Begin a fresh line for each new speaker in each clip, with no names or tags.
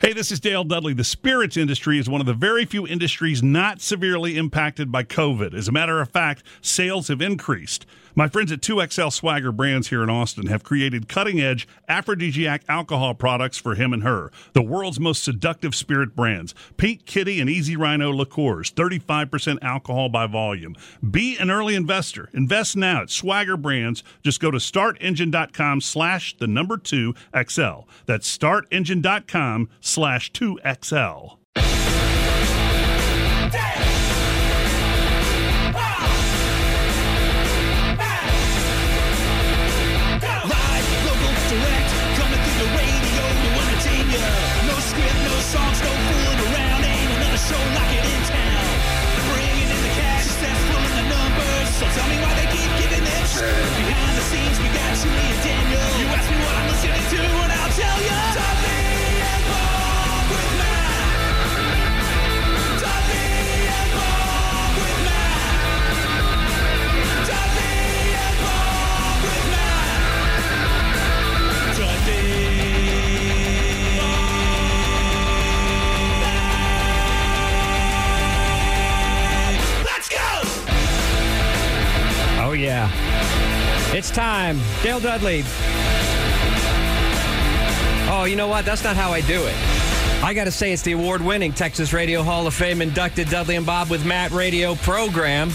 This is Dale Dudley. The spirits industry is one of the very few industries not severely impacted by COVID. As a matter of fact, sales have increased. My friends at 2XL Swagger Brands here in Austin have created cutting edge aphrodisiac alcohol products for him and her. The world's most seductive spirit brands Pink Kitty and Easy Rhino liqueurs, 35% alcohol by volume. Be an early investor. Invest now at Swagger Brands. Just go to startengine.com slash the number two XL. That's startengine.com slash two XL.
Live, local, direct, coming through the radio to entertain ya. No script, no songs, no fooling around. Ain't another show like it in town. Bringing in the cash, that's pulling the numbers. So tell me why they keep giving them shit. Behind the scenes, we got Julie and Daniel. You ask me what I'm listening to, and I'll tell ya. Dudley and Bob with Matt. Dudley and Bob with Matt. Dudley and Bob with Matt. Let's go!
Oh, yeah. It's time. Dale Dudley. Oh, you know what? That's not how I do it. I got to say, it's the award winning Texas Radio Hall of Fame inducted Dudley and Bob with Matt radio program.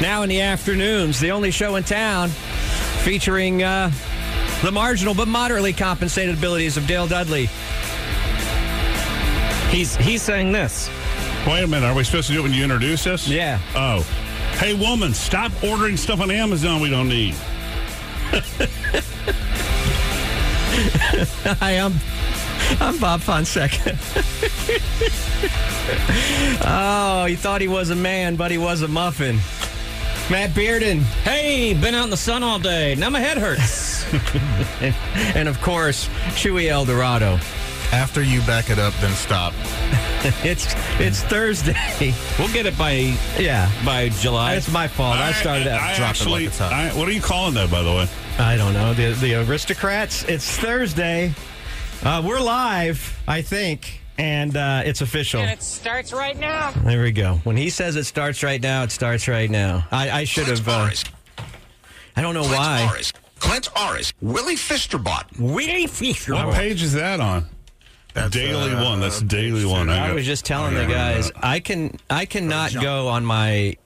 Now in the afternoons, the only show in town featuring uh, the marginal but moderately compensated abilities of Dale Dudley. He's, he's saying this.
Wait a minute. Are we supposed to do it when you introduce us?
Yeah.
Oh. Hey, woman, stop ordering stuff on Amazon we don't need.
Hi, I'm I'm Bob Fonseca. oh, he thought he was a man, but he was a muffin. Matt Bearden,
Hey, been out in the sun all day. Now my head hurts.
and, and of course Chewy El Dorado.
After you back it up, then stop.
It's it's Thursday.
we'll get it by
yeah,
by July.
it's my fault. I Oh, started.
I, I
I,
Drop it
actually,
like it's hot.
I- what are you calling that, by the way?
I don't know the the aristocrats. It's Thursday. Uh, we're live, I think, and uh, it's official.
it starts right now.
There we go. When he says it starts right now, it starts right now. I, I should have. Uh, I don't know why.
Clint Orris. Willie Fisterbot.
Willie Fisher.
What page is that on? daily
uh,
one. That's daily one.
I
got-
was just telling
I
the
got-
guys I can I cannot go on my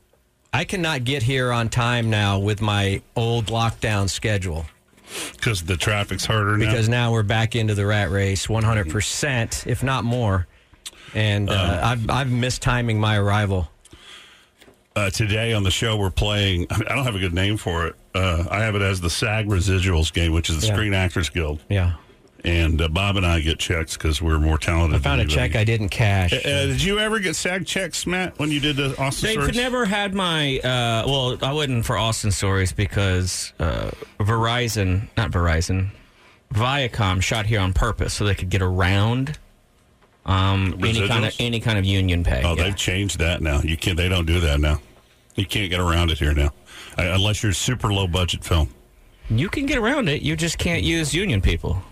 I cannot get here on time now with my old lockdown schedule
because the traffic's harder now.
because now we're back into the rat race 100% if not more. And uh,
Oh.
I've I've mistiming my arrival.
uh, today on the show we're playing. I don't have a good name for it. Uh, I have it as the SAG Residuals game, which is the
Yeah.
Screen Actors Guild,
Yeah.
and uh, Bob and I get checks because we're more talented.
I found a
than
check I
anybody.
didn't cash.
Uh, did you ever get SAG checks, Matt, when you did the Austin?
They've
Circus?
never had my. Uh, well, I wouldn't for Austin stories because uh, Verizon, not Verizon, Viacom shot here on purpose so they could get around um, any kind of
Residuals?
any kind of union pay.
Oh,
yeah.
they've changed that now. You can't. They don't do that now. You can't get around it here now, I, unless you're a super low budget film.
You can get around it. You just can't use union people.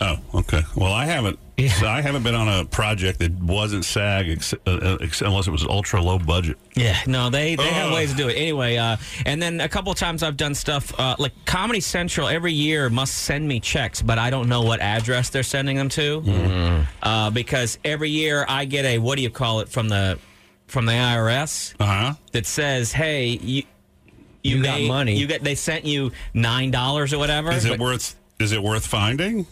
Oh, okay. Well, I haven't. so I haven't been on a project that wasn't SAG ex- uh, uh, ex- unless it was ultra low budget.
Yeah, no, they they
Oh.
have ways to do it anyway. Uh, and then a couple of times I've done stuff uh, like Comedy Central every year must send me checks, but I don't know what address they're sending them to
Mm.
uh, because every year I get a what do you call it from the from the IRS
Uh huh.
that says, hey, you
You got
made-
money.
you got they sent you nine dollars or whatever.
Is it
But-
worth? Is it worth finding?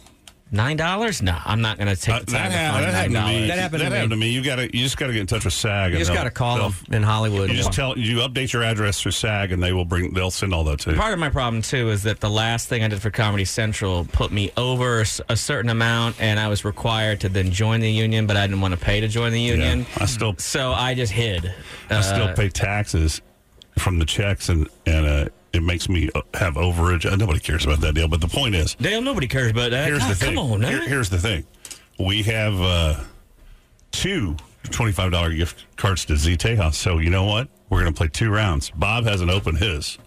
nine dollars? No, I'm not going to take
Uh,
the
that,
time
ha-
to
that
find nine
happened to me.
dollars.
That happened to me.
You got to. You just got to get in touch with SAG.
you just got to call them in Hollywood.
You just tell. You update your address through SAG, and they will bring. They'll send all that to you.
Part of my problem too is that the last thing I did for Comedy Central put me over a s- a certain amount, and I was required to then join the union, but I didn't want to pay to join the
Yeah.
union,
I still.
so I just hid. Uh,
I still pay taxes from the checks, and and uh, it makes me uh, have overage. Uh, Nobody cares about that deal. But the point is,
Dale, nobody cares about that.
here's
uh, God,
the thing.
Come on,
Here-
huh?
here's the thing. We have uh, two $25 gift cards to Z Tejas. So you know what? We're going to play two rounds. Bob hasn't opened his,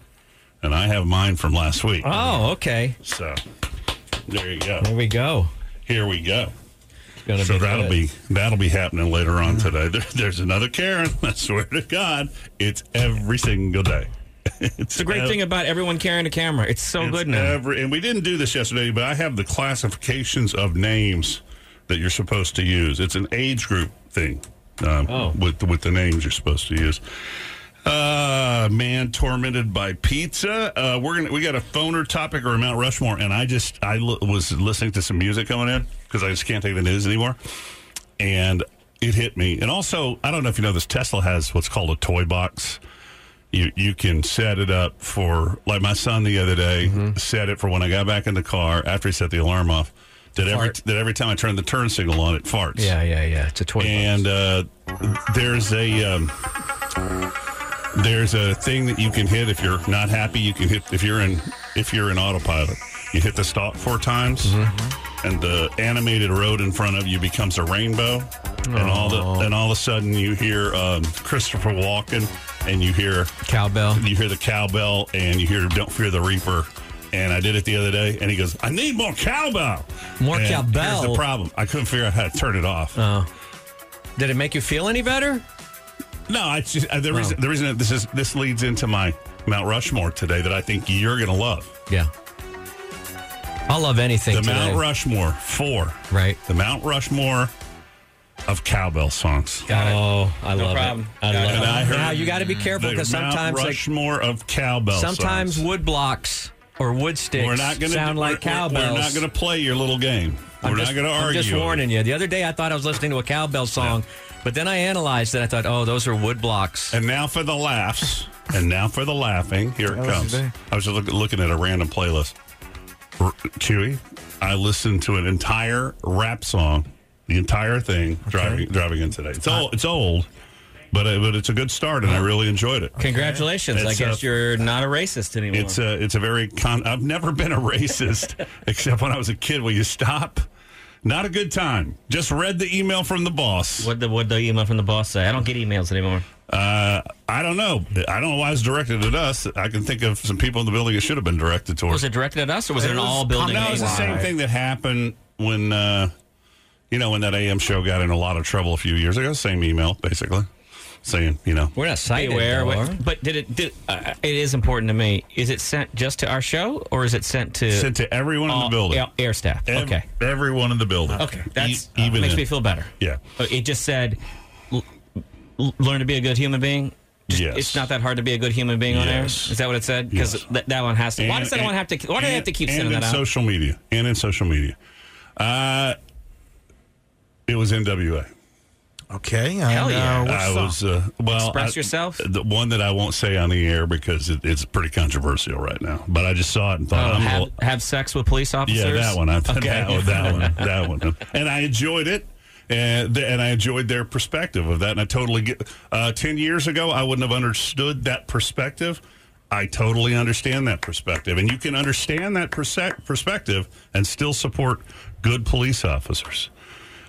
and I have mine from last week.
Oh, okay.
So there you go.
There we go.
Here we go.
gonna
so
be
that'll
good.
be that'll be happening later on today. There, there's another Karen. I swear to God, it's every single day.
It's the great
ev-
thing about everyone carrying a camera. It's so
it's
good now.
every- and we didn't do this yesterday, but I have the classifications of names that you're supposed to use. It's an age group thing um,
Oh.
with with the names you're supposed to use. Uh, man, tormented by pizza. Uh, we're gonna we got a phoner topic or a Mount Rushmore, and I just I l- was listening to some music coming in because I just can't take the news anymore, and it hit me. And also, I don't know if you know this, Tesla has what's called a toy box you you can set it up for like my son the other day
Mm-hmm.
set it for when I got back in the car after he set the alarm off that every
Fart.
that every time I turn the turn signal on it farts
Yeah, yeah, yeah. It's a toy.
and uh, there's a um, there's a thing that you can hit if you're not happy you can hit if you're in if you're in autopilot you hit the stop four times and the animated road in front of you becomes a rainbow and all the and all of a sudden you hear um, Christopher Walken and you hear
cowbell.
you hear the cowbell and you hear "Don't Fear the Reaper." And I did it the other day, and he goes, "I need more cowbell."
More
And Here's
cowbell?
the problem: I couldn't figure out how to turn it off.
Oh. Did it make you feel any better? Oh.
no, I just uh, the reason the reason that this is this leads into my Mount Rushmore today that I think you're gonna love
Yeah. I'll love anything.
the
today.
Mount Rushmore four,
Right.
The Mount Rushmore of cowbell songs.
Got it.
Oh, I
No
love
problem.
it. I
Got
love
it.
it.
And I heard
now you got to be careful
the
because
Mount
sometimes, like,
Rushmore of cowbell.
sometimes
songs.
wood blocks or wood sticks
we're not gonna
sound
do-
like
we're- we're-
cowbells.
We're not gonna play your little game. We're
I'm
not
just-
gonna argue.
I'm just
over it.
warning you. The other day, I thought I was listening to a cowbell song, but then I analyzed it. I thought, oh, those are wood blocks.
And now for the laughs. And now for the laughing. Here it
That was
comes.
today.
I was just look, looking at a random playlist. R- Chewy, I listened to an entire rap song, the entire thing driving driving in today. It's old. It's old, but uh, but it's a good start,
Uh-huh.
and I really enjoyed it.
Congratulations.
It's,
I
uh,
guess you're not a racist anymore.
It's a it's a very con. I've never been a racist except when I was a kid. Will you stop? Not a good time. Just read the email from the boss.
what the what the email from the boss say? I don't get emails anymore.
Uh, I don't know. I don't know why it's directed at us. I can think of some people in the building it should have been directed towards.
Was it directed at us or was it,
It
an
was
all building?
No, it's the same thing that happened when uh, you know when that AM show got in a lot of trouble a few years ago. Same email, basically, saying you know
We're not cited.
Beware,
though,
what-
are we?
but did it? Did, uh, it is important to me. Is it sent just to our show, or is it sent to
sent to everyone in
all-
the building.
yeah, air staff?
Ev-
okay,
everyone in the building.
okay, that's uh,
uh,
E- even
makes
in-
me feel better.
Yeah.
Uh, it just said, l- l- learn to be a good human being. Just-
Yes.
it's not that hard to be a good human being on air.
Yes.
Is that what it said? Because
Yes.
that one has to. why
And-
does that
and-
one have to? Why do they
and-
have to keep
and
sending
in
that out?
social media and in social media? Uh, it was NWA.
Okay. and,
Hell yeah.
uh, what
I
song?
was uh, well.
Express
I-
yourself?
The one that I won't say on the air because it, it's pretty controversial right now. But I just saw it and thought,
Oh,
I'm a
have,
little-
have sex with police officers?
yeah, that one. I
Okay.
that, one, that one. That one. And I enjoyed it. And, th- and I enjoyed their perspective of that. And I totally get. Uh, Ten years ago, I wouldn't have understood that perspective. I totally understand that perspective, and you can understand that perse- perspective and still support good police officers.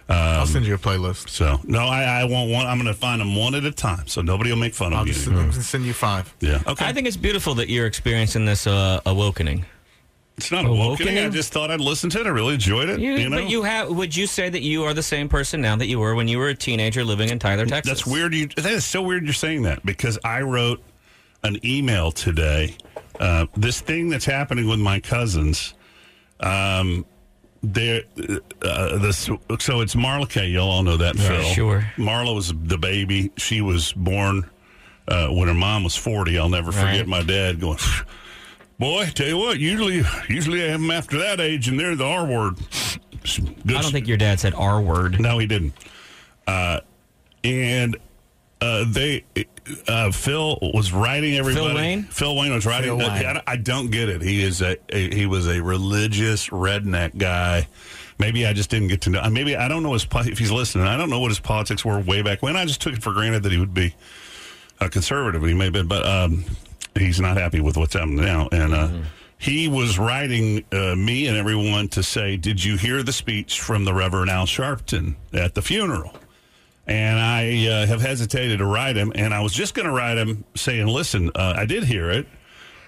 Um,
I'll send you a playlist.
So no, I, I won't want. I'm going to find them one at a time, so nobody will make fun
I'll
of you.
just
anymore.
send, send you five.
Yeah. Okay.
I think it's beautiful that you're experiencing this uh, awakening.
it's not awokening. I
Awokening?
just thought I'd listen to it. I really enjoyed it.
You,
You, know,
But you have? Would you say that you are the same person now that you were when you were a teenager living in Tyler, Texas?
that's weird. You that is so weird. You're saying that because I wrote an email today. Uh, this thing that's happening with my cousins. Um, there, uh, this so it's Marla Kay. Y'all all know that. Phil.
sure.
Marla was the baby. She was born uh, when her mom was 40. I'll never forget
Right.
my dad going. Boy, tell you what, usually usually I have them after that age, and they're the R word. Good
I don't think your dad said R word.
no, he didn't. Uh, and uh, they, uh, Phil was writing everybody.
Wayne?
Phil Wayne was writing.
Phil Wayne.
I, I don't get it. He is a, a he was a religious redneck guy. Maybe I just didn't get to know. Maybe I don't know his po- if he's listening. I don't know what his politics were way back when. I just took it for granted that he would be a conservative. He may have been, but um, he's not happy with what's happening now. And uh, he was writing uh, me and everyone to say, "Did you hear the speech from the Reverend Al Sharpton at the funeral?" And I uh, have hesitated to write him, and I was just going to write him saying, "Listen, uh, I did hear it."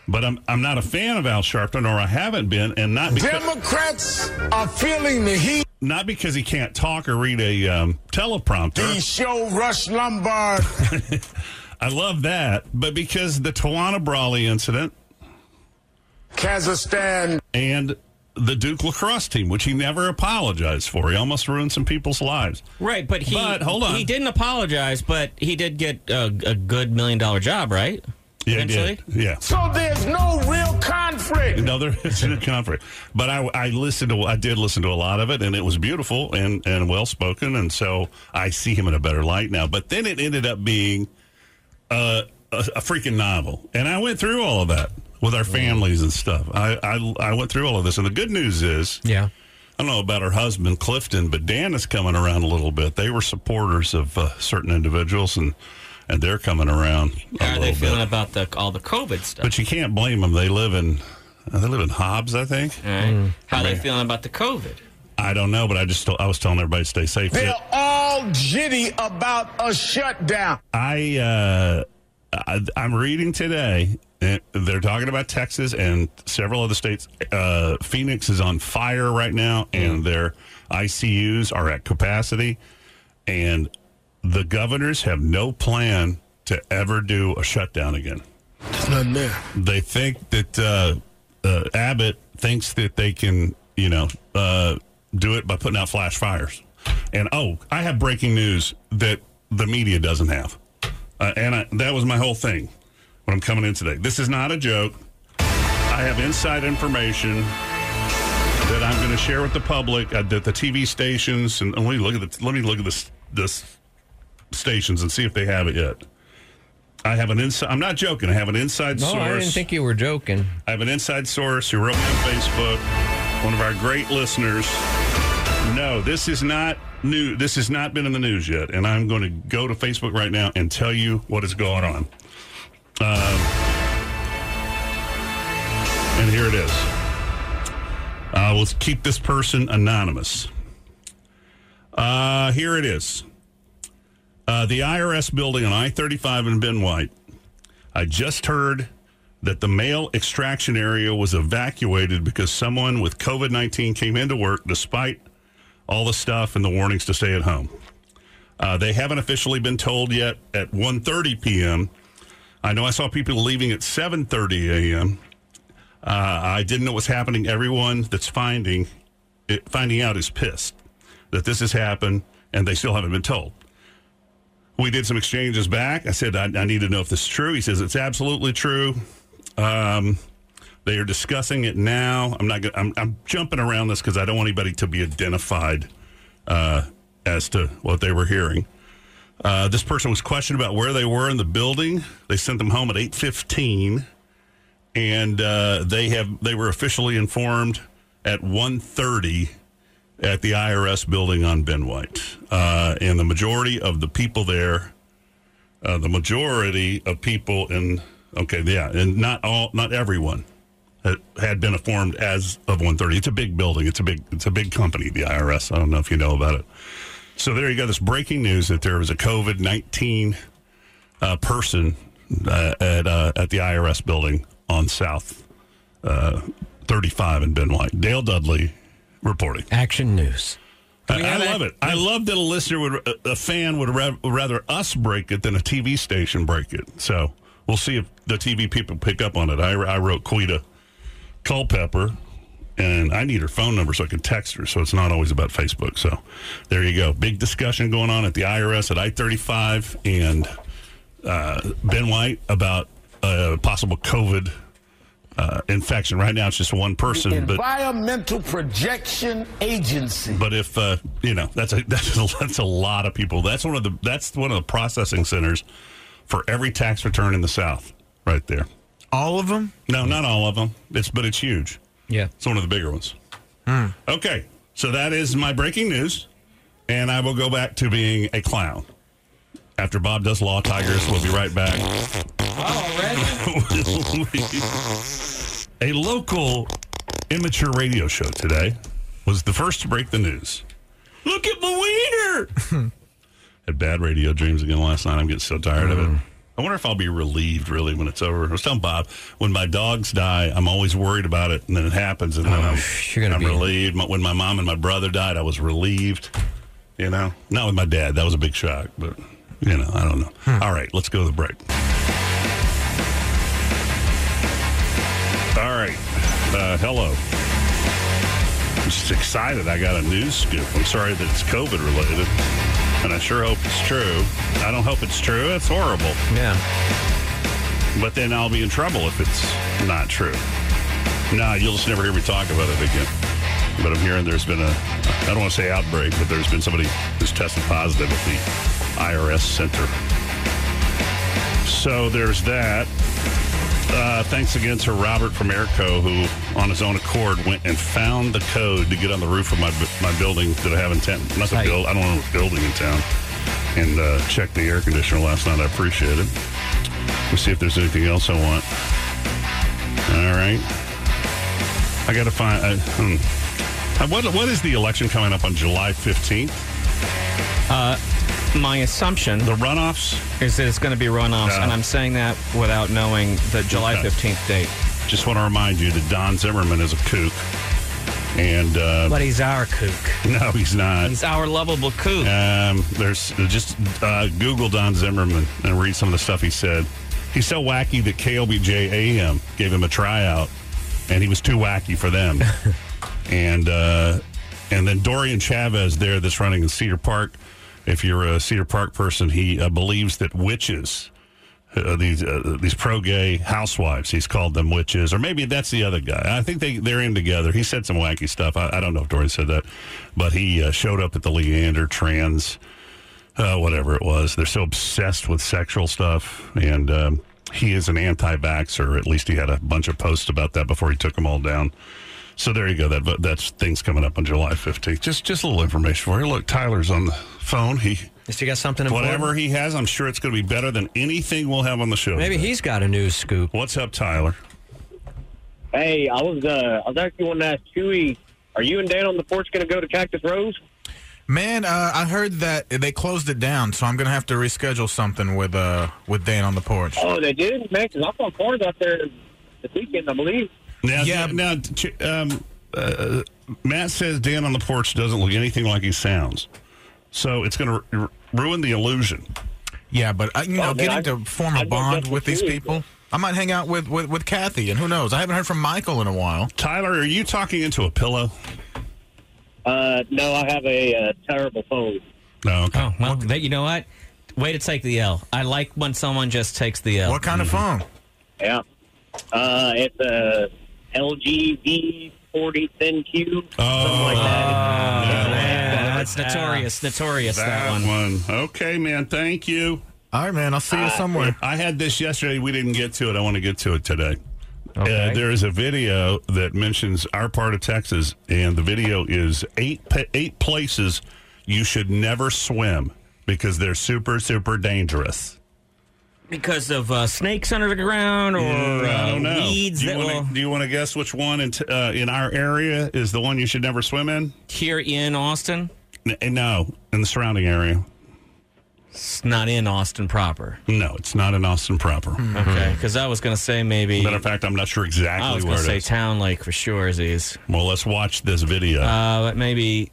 But I'm, I'm not a fan of Al Sharpton, or I haven't been, and not because
Democrats are feeling the heat.
not because he can't talk or read a um, teleprompter.
show Rush Lombard.
I love that, but because the Tawana Brawley incident
Kazakhstan.
and the Duke lacrosse team, which he never apologized for. He almost ruined some people's lives.
Right, but he
But, hold on.
he didn't apologize, but he did get a, a good million dollar job, right?
Yeah, he
Eventually?
did. Yeah.
So there's no real conflict.
No, there isn't a conference. But I, I listened to, I did listen to a lot of it, and it was beautiful and and well spoken, and so I see him in a better light now. But then it ended up being uh, a, a freaking novel, and I went through all of that with our families and stuff. I, I I went through all of this, and the good news is,
Yeah.
I don't know about her husband Clifton, but Dan is coming around a little bit. They were supporters of uh, certain individuals, and and they're coming around a
How are
little
they
bit.
feeling about the all the COVID stuff?
but you can't blame them. They live in uh, they live in Hobbs, I think.
All right. How are they feeling about the COVID?
I don't know, but I just I was telling everybody to stay safe.
They're all jitty about a shutdown.
I, uh, I I'm reading today. and They're talking about Texas and several other states. Uh, Phoenix is on fire right now,
Hmm.
and their ICUs are at capacity. And the governors have no plan to ever do a shutdown again.
There's nothing there.
They think that uh, uh, Abbott thinks that they can, you know, uh, do it by putting out flash fires. And oh, I have breaking news that the media doesn't have. Uh, and I, that was my whole thing when I'm coming in today. This is not a joke. I have inside information that I'm going to share with the public uh, that the TV stations and, and let me look at the, let me look at this this stations and see if they have it yet. I have an inside. I'm not joking. I have an inside
No,
source.
I didn't think you were joking.
I have an inside source who wrote me on Facebook, one of our great listeners. No, this is not new. This has not been in the news yet. And I'm going to go to Facebook right now and tell you what is going on. Um, and here it is. Uh, we'll keep this person anonymous. Uh, here it is. Uh, the IRS building on I 35 in Ben White I just heard that the mail extraction area was evacuated because someone with COVID 19 came into work despite all the stuff and the warnings to stay at home. Uh, they haven't officially been told yet at 1.30 p.m. I know I saw people leaving at 7.30 a.m. Uh, I didn't know what's happening. Everyone that's finding it, finding out is pissed that this has happened and they still haven't been told. We did some exchanges back. I said, I, I need to know if this is true. He says, it's absolutely true. Um, they are discussing it now. I'm not. Gonna, I'm, I'm jumping around this because I don't want anybody to be identified uh, as to what they were hearing. Uh, this person was questioned about where they were in the building. They sent them home at 8:15, and uh, they have they were officially informed at 1:30 at the IRS building on Ben White. Uh, and the majority of the people there, uh, the majority of people in, okay, yeah, and not all, not everyone had- had been informed as of 1.30. It's a big building. It's a big, it's a big company, the IRS. I don't know if you know about it. So there you go. This breaking news that there was a COVID-19 uh, person uh, at, uh, at the IRS building on South uh, 35 in Ben White. Dale Dudley reporting.
Action News.
I, I love it. I love that a listener would, a- a fan would ra- rather us break it than a TV station break it. So we'll see if the TV people pick up on it. I, I wrote Quita Culpepper, and I need her phone number so I can text her. So it's not always about Facebook. So there you go. Big discussion going on at the IRS at I 35 and uh, Ben White about uh, possible COVID uh, infection. Right now, it's just one person, but
Environmental Projection Agency.
but if uh, you know that's a that's a, that's a lot of people that's one of the that's one of the processing centers for every tax return in the south right there
All of them?
no not all of them it's but it's huge
Yeah.
it's one of the bigger ones okay so that is my breaking news and i will go back to being a clown after bob does law tigers we'll be right back a local immature radio show today was the first to break the news.
Mm.
Look at my wiener! Had bad radio dreams again last night. I'm getting so tired of it. I wonder if I'll be relieved really when it's over. I was telling Bob when my dogs die, I'm always worried about it, and then it happens, and then I'm,
Oh, you're gonna
I'm
be-
relieved. My- When my mom and my brother died, I was relieved. You know, not with my dad. That was a big shock, but you know, I don't know.
Hmm.
All right, let's go to the break. All right, uh, hello. I'm just excited. I got a news scoop. I'm sorry that it's COVID related, and I sure hope it's true. I don't hope it's true. It's horrible
Yeah.
but then I'll be in trouble if it's not true. Nah, you'll just never hear me talk about it again. But I'm hearing there's been a, I don't want to say outbreak, but there's been somebody who's tested positive at the IRS center. So there's that. Uh, thanks again to Robert from Airco, who on his own accord went and found the code to get on the roof of my bu- my building that I have in town. Not the
Right.
build, I don't own a building in town. And uh, checked the air conditioner last night. I appreciate it. Let's see if there's anything else I want. All right. I got to find. I, hmm. Uh, What, what is the election coming up on July 15th?
Uh, My assumption
The runoffs?
is that it's going to be runoffs,
Yeah.
and I'm saying that without knowing the July
Okay.
15th date.
Just want to remind you that Don Zimmerman is a kook. And uh,
But he's our kook.
no, he's not.
He's our lovable kook.
Um, there's just uh, Google Don Zimmerman and read some of the stuff he said. He's so wacky that KLBJ AM gave him a tryout, and he was too wacky for them. and uh, and then Dorian Chavez there, that's running in Cedar Park. If you're a Cedar Park person, he uh, believes that witches. Uh, these uh, these pro gay housewives, he's called them witches, or maybe that's the other guy. I think they they're in together. He said some wacky stuff. I, I don't know if Dorian said that, but he uh, showed up at the Leander trans uh, whatever it was. They're so obsessed with sexual stuff. And um, he is an anti vaxxer. At least he had a bunch of posts about that before he took them all down. So there you go. That but That's things coming up on July 15th. Just, just a little information for you. Look, Tyler's on the phone. He.
If you got something important.
Whatever he has, I'm sure it's going to be better than anything we'll have on the show.
Maybe
today.
he's got a news scoop.
What's up, Tyler?
Hey, I was uh, I was actually wanting to ask Chewy, are you and Dan on the porch going to go to Cactus Rose?
Man, uh, I heard that they closed it down, so I'm gonna have to reschedule something with uh with Dan on the porch.
Oh, they did, man. Because I saw cars out there this weekend, I believe.
Now,
Yeah.
Now, ch- um, uh, Matt says Dan on the porch doesn't look anything like he sounds. So it's going to r- ruin the illusion.
Yeah, but uh, you know,
Oh, man,
getting
I-
to form
I
a
don't
bond
get
with these
confused.
people, I might hang out with, with with Kathy, and who knows? I haven't heard from Michael in a while.
Tyler, are you talking into a pillow?
Uh, no, I have a uh, terrible phone.
No. Okay.
Oh, well, that, you know what? Way to take the L. I like when someone just takes the L.
What kind of phone?
Yeah, uh, it's a LG V forty thin cube,
Oh,
something like that.
Yeah, that's notorious. Notorious, that, one.
that one. Okay, man. Thank you.
All right, man. I'll see you somewhere.
I had this yesterday. We didn't get to it. I want to get to it today. Uh,
Okay.
there is a video that mentions our part of Texas, and the video is eight pa- eight places you should never swim because they're super super dangerous.
Because of uh, snakes under the ground or
I
uh,
don't know.
weeds
do, you
that
wanna,
will
do you want to guess which one in, t- uh, in our area is the one you should never swim in?
here in Austin.
N- no, in the surrounding area.
It's not in Austin proper.
No, it's not in Austin proper.
Okay, because I was going to say maybe.
Mm-hmm. Matter of fact, I'm not sure exactly
I was
where
going
it
to
is.
say Town Lake for sure is these.
well, let's watch this video.
Uh, but maybe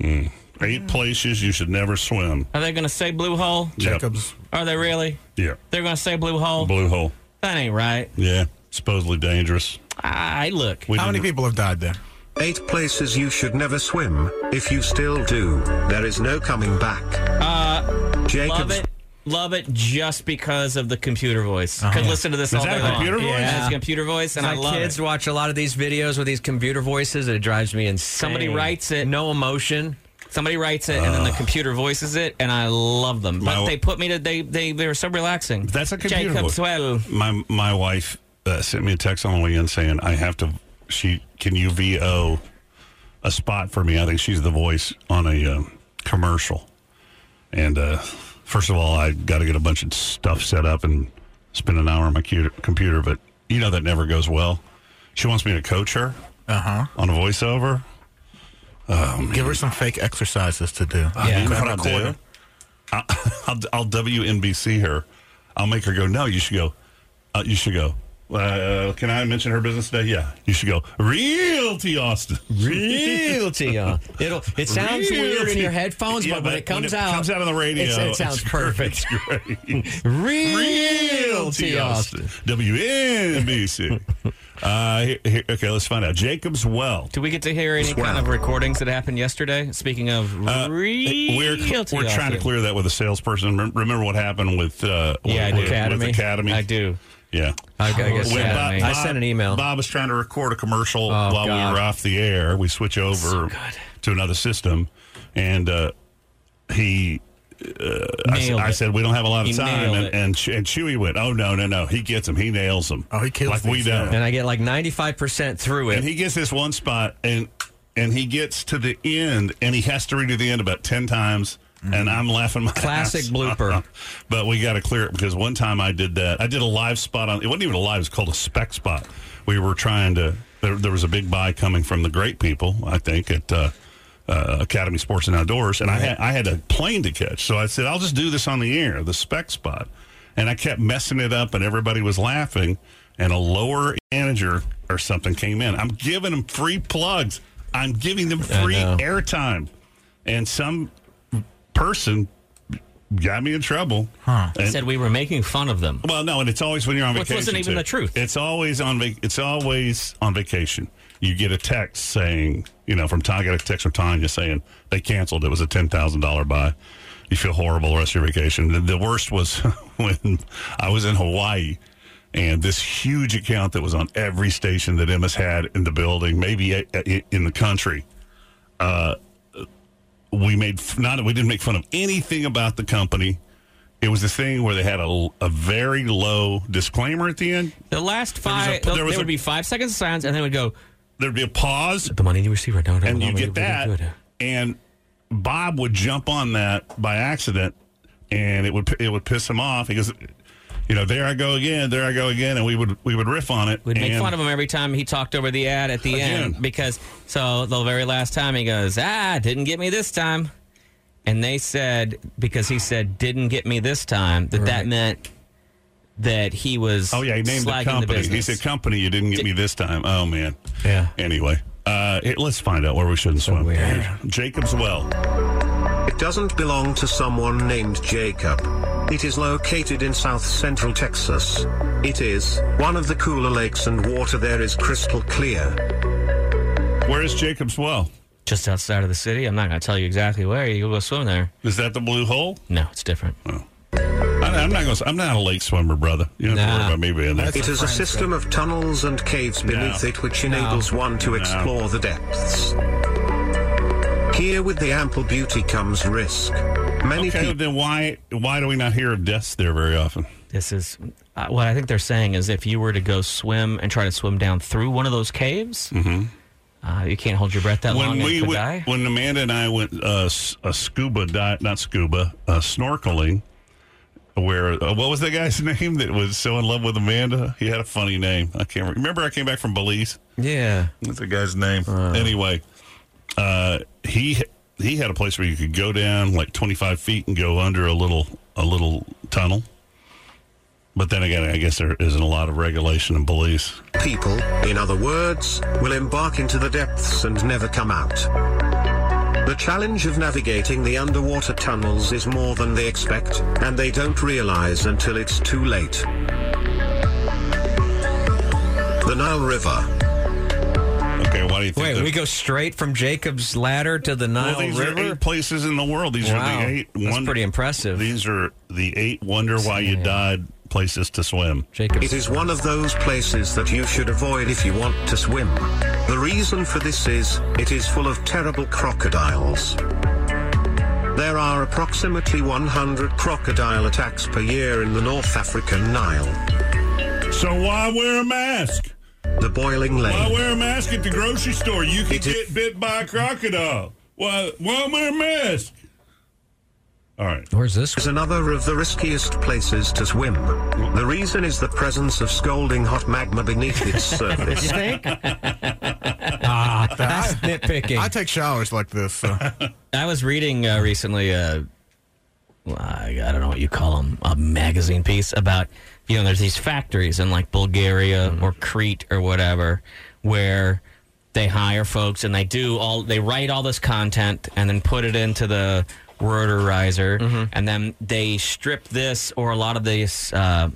Mm. Eight places you should never swim.
are they going to say Blue Hole?
Yep.
Jacob's.
Are they really?
Yeah.
They're going to say Blue Hole.
Blue hole.
that ain't right.
Yeah. Supposedly dangerous.
I look.
We
How many
didn't-
people have died there?
Eight places you should never swim. If you still do, there is no coming back. Uh,
Love
Jacobs
it. Love it just because of the computer voice. Could listen to this
Uh-huh. Is
all
that
day
a
long.
computer voice?
Yeah, it's
Yeah.
a computer voice, and I
My
love
kids
it.
watch a lot of these videos with these computer voices, and it drives me insane.
Somebody writes it.
No emotion.
Somebody writes it, and then the computer voices it, and I love them. But
My-
they put me to they they they were so relaxing.
That's a computer
Jacob's
voice.
well.
My my wife uh, sent me a text on the way in saying I have to. She can you vo a spot for me? I think she's the voice on a um, commercial. And uh, first of all, I got to get a bunch of stuff set up and spend an hour on my cu- computer. But you know that never goes well. She wants me to coach her
Uh
uh-huh.
huh.
on a voiceover.
Give her some fake exercises to do.
You know
Grab
what
a
I'll
quarter.
do? I'll, I'll, I'll WNBC her. I'll make her go. No, you should go. Uh, you should go. Uh, can I mention her business today? Yeah, you should go. Realty Austin.
Realty. uh, It'll. It sounds weird in
Realty.
your headphones,
Yeah,
but, when it comes
when it
out,
comes out on the radio,
it's- it sounds
it's great.
perfect.
It's great.
Realty Austin.
WNBC. uh, here, here- okay, let's find out. Jacob's Well.
Do we get to hear any kind of recordings that happened yesterday? Speaking of
Uh,
realty,
we're we're trying to
Austin.
clear that with a salesperson. Rem- Remember what happened with, uh,
Yeah, I
with,
do.
with
Academy.
Academy?
I do.
Yeah.
I gotta get
When
Academy.
Bob-
I
Bob-
sent an email.
Bob was trying to record a commercial Oh, while we
Oh, God.
were off the air. We switch over to another system, and uh, he. Uh, I, s-
Nailed
I
it.
said we don't have a lot of
He
time,
nailed
and
it.
and, Ch- and Chewy went, "Oh no, no, no! He gets him. He nails him.
Oh, he kills
like we
these
don't."
and I get like ninety-five percent through it.
And he gets this one spot, and and he gets to the end, and he has to redo the end about ten times, and I'm laughing my
Mm-hmm. Classic
ass
blooper.
off. But we got to clear it because one time I did that. I did a live spot on. It wasn't even a live. It was called a spec spot. We were trying to. There, there was a big buy coming from the great people, I think, at uh, uh, Academy Sports and Outdoors, and I had I had a plane to catch, so I said I'll just do this on the air, the spec spot, and I kept messing it up, and everybody was laughing, and a lower manager or something came in. I'm giving them free plugs. I'm giving them free
know.
airtime, and some person got me in trouble.
He
And-
said we were making fun of them.
well, no, and it's always when you're on
Which
vacation.
wasn't even
too.
the truth.
It's always on. Vac- it's always on vacation. You get a text saying, you know, from Tanya, I got a text from Tanya saying they canceled. It was a ten thousand dollar buy. You feel horrible the rest of your vacation. The, the worst was when I was in Hawaii. And this huge account that was on every station that Emma's had in the building, maybe a- a- in the country, Uh, we made f- not we didn't make fun of anything about the company. It was this thing where they had a, l- a very low disclaimer at the end.
The last
was a-
five, oh,
there
there,
was a-
would be five seconds of silence, and then would go
There'd be a pause,
the money you receive right now,
and you get that, and Bob would jump on that by accident, and it would p- it would piss him off because, you know, there I go again, there I go again, and we would we would riff on it.
We'd make
and-
fun of him every time he talked over the ad at the
Again.
end because so the very last time he goes, ah, didn't get me this time, and they said because he said didn't get me this time that that meant that he was
Oh yeah, he named the
slagging
company. he
business.
said, "Company, you didn't get me this time." Oh man.
Yeah.
Anyway, uh, it- let's find out where we shouldn't swim. Here's Jacob's Well.
It doesn't belong to someone named Jacob. It is located in south central Texas. It is one of the cooler lakes, and water there is crystal clear.
Where is Jacob's Well?
just outside of the city. I'm not going to tell you exactly where you go swim there.
Is that the blue hole?
No, it's different.
I, Oh. I'm not going. to I'm not a lake swimmer, brother. You don't have to worry
Nah.
about me being there.
It is a system of tunnels and caves beneath it which enables one to explore the depths. Here with the ample beauty comes risk. Many
Okay,
people
then why why do we not hear of deaths there very often?
This is uh, what I think they're saying is if you were to go swim and try to swim down through one of those caves, uh, you can't hold your breath that long.
Mm-hmm.
and
When we
could
went,
die.
when Amanda and I went uh, s- a scuba dive, not scuba, uh, snorkeling. Where uh, what was the guy's name that was so in love with Amanda? He had a funny name. I can't re- remember. I came back from Belize.
yeah.
What's the guy's name? anyway, uh, he he had a place where you could go down like 25 feet and go under a little a little tunnel. But then again, I guess there isn't a lot of regulation in Belize.
people, in other words, will embark into the depths and never come out. The challenge of navigating the underwater tunnels is more than they expect, and they don't realize until it's too late. The Nile River,
Okay, why do you think?
Wait,
that-
we go straight from Jacob's Ladder to the Nile
well, these
River.
are eight places in the world. These
Wow.
are the eight.
That's pretty impressive.
These are the eight wonder why you died places to swim.
Jacob's.
It is one of those places that you should avoid if you want to swim. The reason for this is, it is full of terrible crocodiles. There are approximately 100 crocodile attacks per year in the North African Nile.
So why wear a mask?
The boiling
Why
lake,
wear a mask at the grocery store? You could
It is-
get bit by a crocodile. Why, why wear a mask? All right.
Where's this?
is another of the riskiest places to swim. The reason is the presence of scalding hot magma beneath its surface.
Ah, That's nitpicking.
I take showers like this. So.
I was reading uh, recently uh, I I don't know what you call them, a magazine piece about, you know, there's these factories in like Bulgaria or Crete or whatever where they hire folks and they do all, they write all this content and then put it into the rotorizer and then they strip this or a lot of this, uh,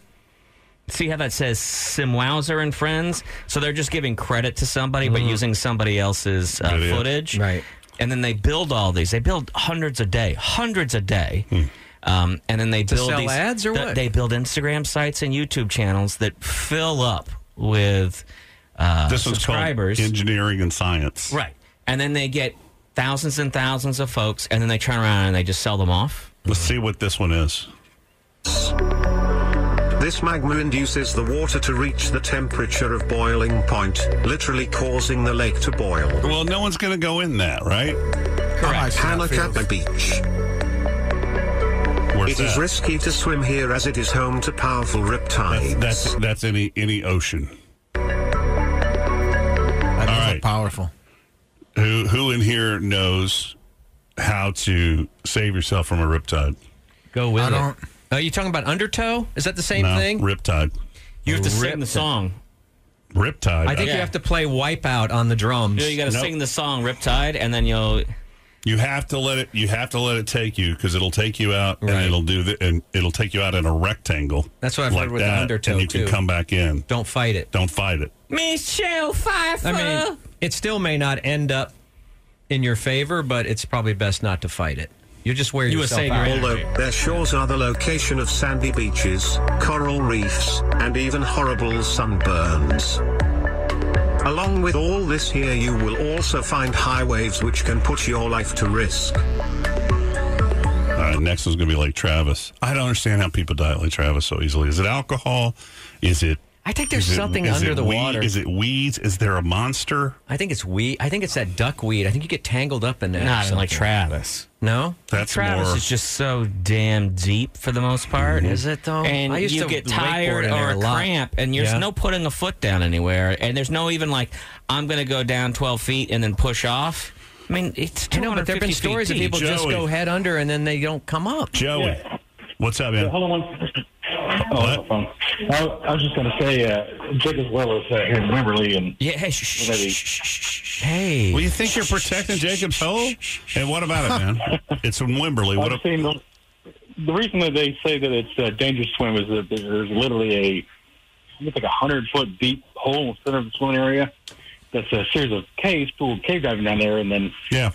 See how that says Simwowser and friends? So they're just giving credit to somebody, but using somebody else's uh,
Mm-hmm. Video.
footage.
Right.
And then they build all these. They build hundreds a day, hundreds a day.
Hmm.
Um, and then they build
sell
these,
ads or
th-
what?
They build Instagram sites and YouTube channels that fill up with uh,
This was called
subscribers.
engineering and science.
right. And then they get thousands and thousands of folks, and then they turn around and they just sell them off.
Let's see what this one is.
This magma induces the water to reach the temperature of boiling point, literally causing the lake to boil.
Well, no one's going to go in that, right?
Correct.
Hanakapa Beach.
Where's
It is
that?
risky to swim here as it is home to powerful riptides.
That's that's any any ocean.
That does
All
look
right.
powerful.
Who who in here knows how to save yourself from a riptide?
Go with
I
it.
don't-
Oh, you talking about undertow? Is that the same
no,
thing?
Riptide.
You have to
Rip
sing the
it.
song.
Riptide.
I think
Yeah.
you have to play Wipeout on the drums.
You, know, you got to
Nope.
sing the song Riptide, and then you'll.
you have to let it. You have to let it take you because it'll take you out, and
Right.
it'll do the, and it'll take you out in a rectangle.
That's what I've
like
heard with the
that,
undertow,
and you
too.
can come back in.
Don't fight it.
Don't fight it.
Michelle Pfeiffer.
I mean, it still may not end up in your favor, but it's probably best not to fight it. You just wear
You were
yourself
saying
out.
you're in-
Although their shores are the location of sandy beaches, coral reefs, and even horrible sunburns. Along with all this here, you will also find high waves which can put your life to risk.
All right, next one's gonna be like Travis. I don't understand how people die like Travis so easily. Is it alcohol? Is it?
I think there's
is it-
something
is
under
it
the
weed?
water.
Is it weeds? Is there a monster?
I think it's weed. I think it's that duckweed. I think you get tangled up in that. or
Not like
something.
Travis.
No.
That's
Travis
more.
is just so damn deep for the most part.
Is it, though?
And
I used
you
to
get
wakeboard
tired
in there
or
a
a
lot.
cramp, and there's
Yeah.
no putting a foot down anywhere, and there's no even like I'm going to go down 12 feet and then push off. I mean, it's
I know, but there have been
250
stories of
feet
people
deep.
just
Joey.
go head under and then they don't come up.
Joey, what's up, man?
Hold on one. Oh,
What?
no problem. I, I was just going to say, uh, Jacob Willis uh, here in Wimberley, and
Yeah, hey, shh, shh,
Maybe.
shh, shh, shh, shh.
Hey.
Well, you think you're protecting Jacob's hole? And what about it, man? it's in Wimberley. What
I've
a,
seen the, the reason that they say that it's a dangerous swim is that there's literally a I think like a hundred foot deep hole in the center of the swimming area. That's a series of caves, people cave diving down there, and then
yeah,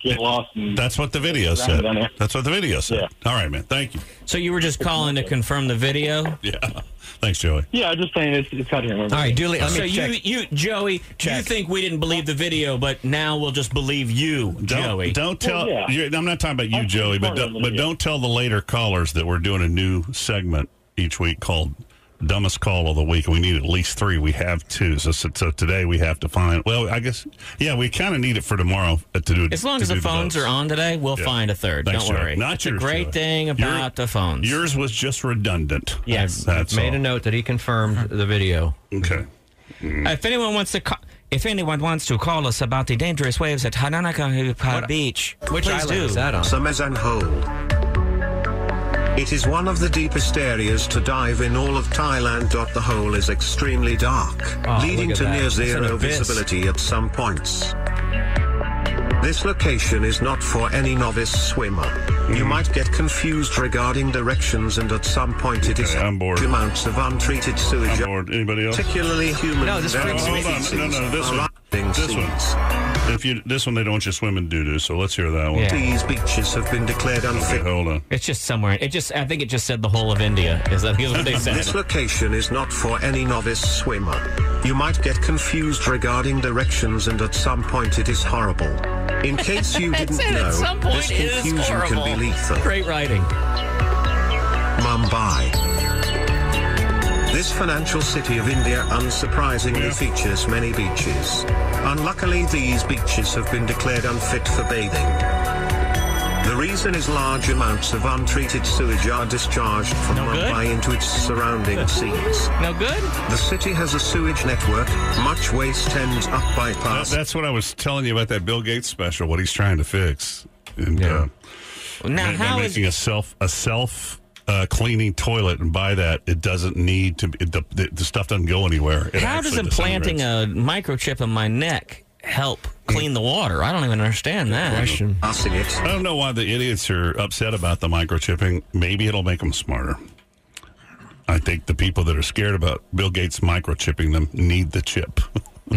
get lost. And
that's what the video said. That's what the video said. All right, man. Thank you.
So you were just calling to confirm the video.
Yeah. Thanks, Joey.
yeah, I'm just saying it's, it's out here. In Wimberley.
All right, Dooley, let me
So you,
check.
you, Joey, you think we didn't believe the video, but now we'll just believe you,
Don't,
Joey.
don't tell.
yeah.
you're- I'm not talking about you,
I've seen
Joey, but
part of
don't,
the
but
video.
don't tell the later callers that we're doing a new segment each week called "Dumbest Call of the Week." We need at least three. We have two, so so, so today we have to find. Well, I guess yeah, we kind of need it for tomorrow uh, to do.
As long
to
as the
do
phones
votes.
are on today, we'll
Yeah.
find a third.
Thanks,
Don't
Joey.
worry.
Not
That's
yours,
a great
Joey.
thing about
Your-
the phones.
Yours was just redundant.
Yes.
that's
made
all.
a note that he confirmed the video.
Okay.
if anyone wants to call, if anyone wants to call us about the dangerous waves at Hananaka Beach,
Which
please
island
do.
is that on?
Samezan Hole. It is one of the deepest areas to dive in all of Thailand. The hole is extremely dark,
Oh,
leading
look at
to
that.
near
It's an
zero
abyss.
visibility at some points. This location is not for any novice swimmer. You
Hmm.
might get confused regarding directions, and at some point, it is
Okay, I'm bored.
huge amounts of untreated
I'm
sewage,
bored. Anybody else?
particularly human.
No, this
various
freaks me-
Hold on. No, no, this
species
one.
are rising
This one.
seas.
If you this one, they don't want you swimming doo doo. So let's hear that one.
Yeah.
These beaches have been declared unfit
Okay, hold on.
It's just somewhere. It just. I think it just said the whole of India. Is that is what they
This
said?
location is not for any novice swimmer. You might get confused regarding directions and at some point it is horrible. In case you didn't
said
know,
at some point
this
it is
confusion can be
horrible.
lethal.
Great writing.
Mumbai. This financial city of India unsurprisingly features many beaches. Unluckily, these beaches have been declared unfit for bathing. The reason is large amounts of untreated sewage are discharged from
No good?
Mumbai into its surrounding seas.
No good.
The city has a sewage network, much waste ends up
That-
bypass.
that's what I was telling you about that Bill Gates special. What he's trying to fix. And,
Yeah.
uh,
Now,
by, by
how is-
making a self a self uh, cleaning toilet, and by that it doesn't need to. be the, the, the stuff doesn't go anywhere. It
How does
actually
implanting
disintegrates.
a microchip in my neck help clean the water? I don't even understand that.
I don't know why the idiots are upset about the microchipping. Maybe it'll make them smarter. I think the people that are scared about Bill Gates microchipping them need the chip.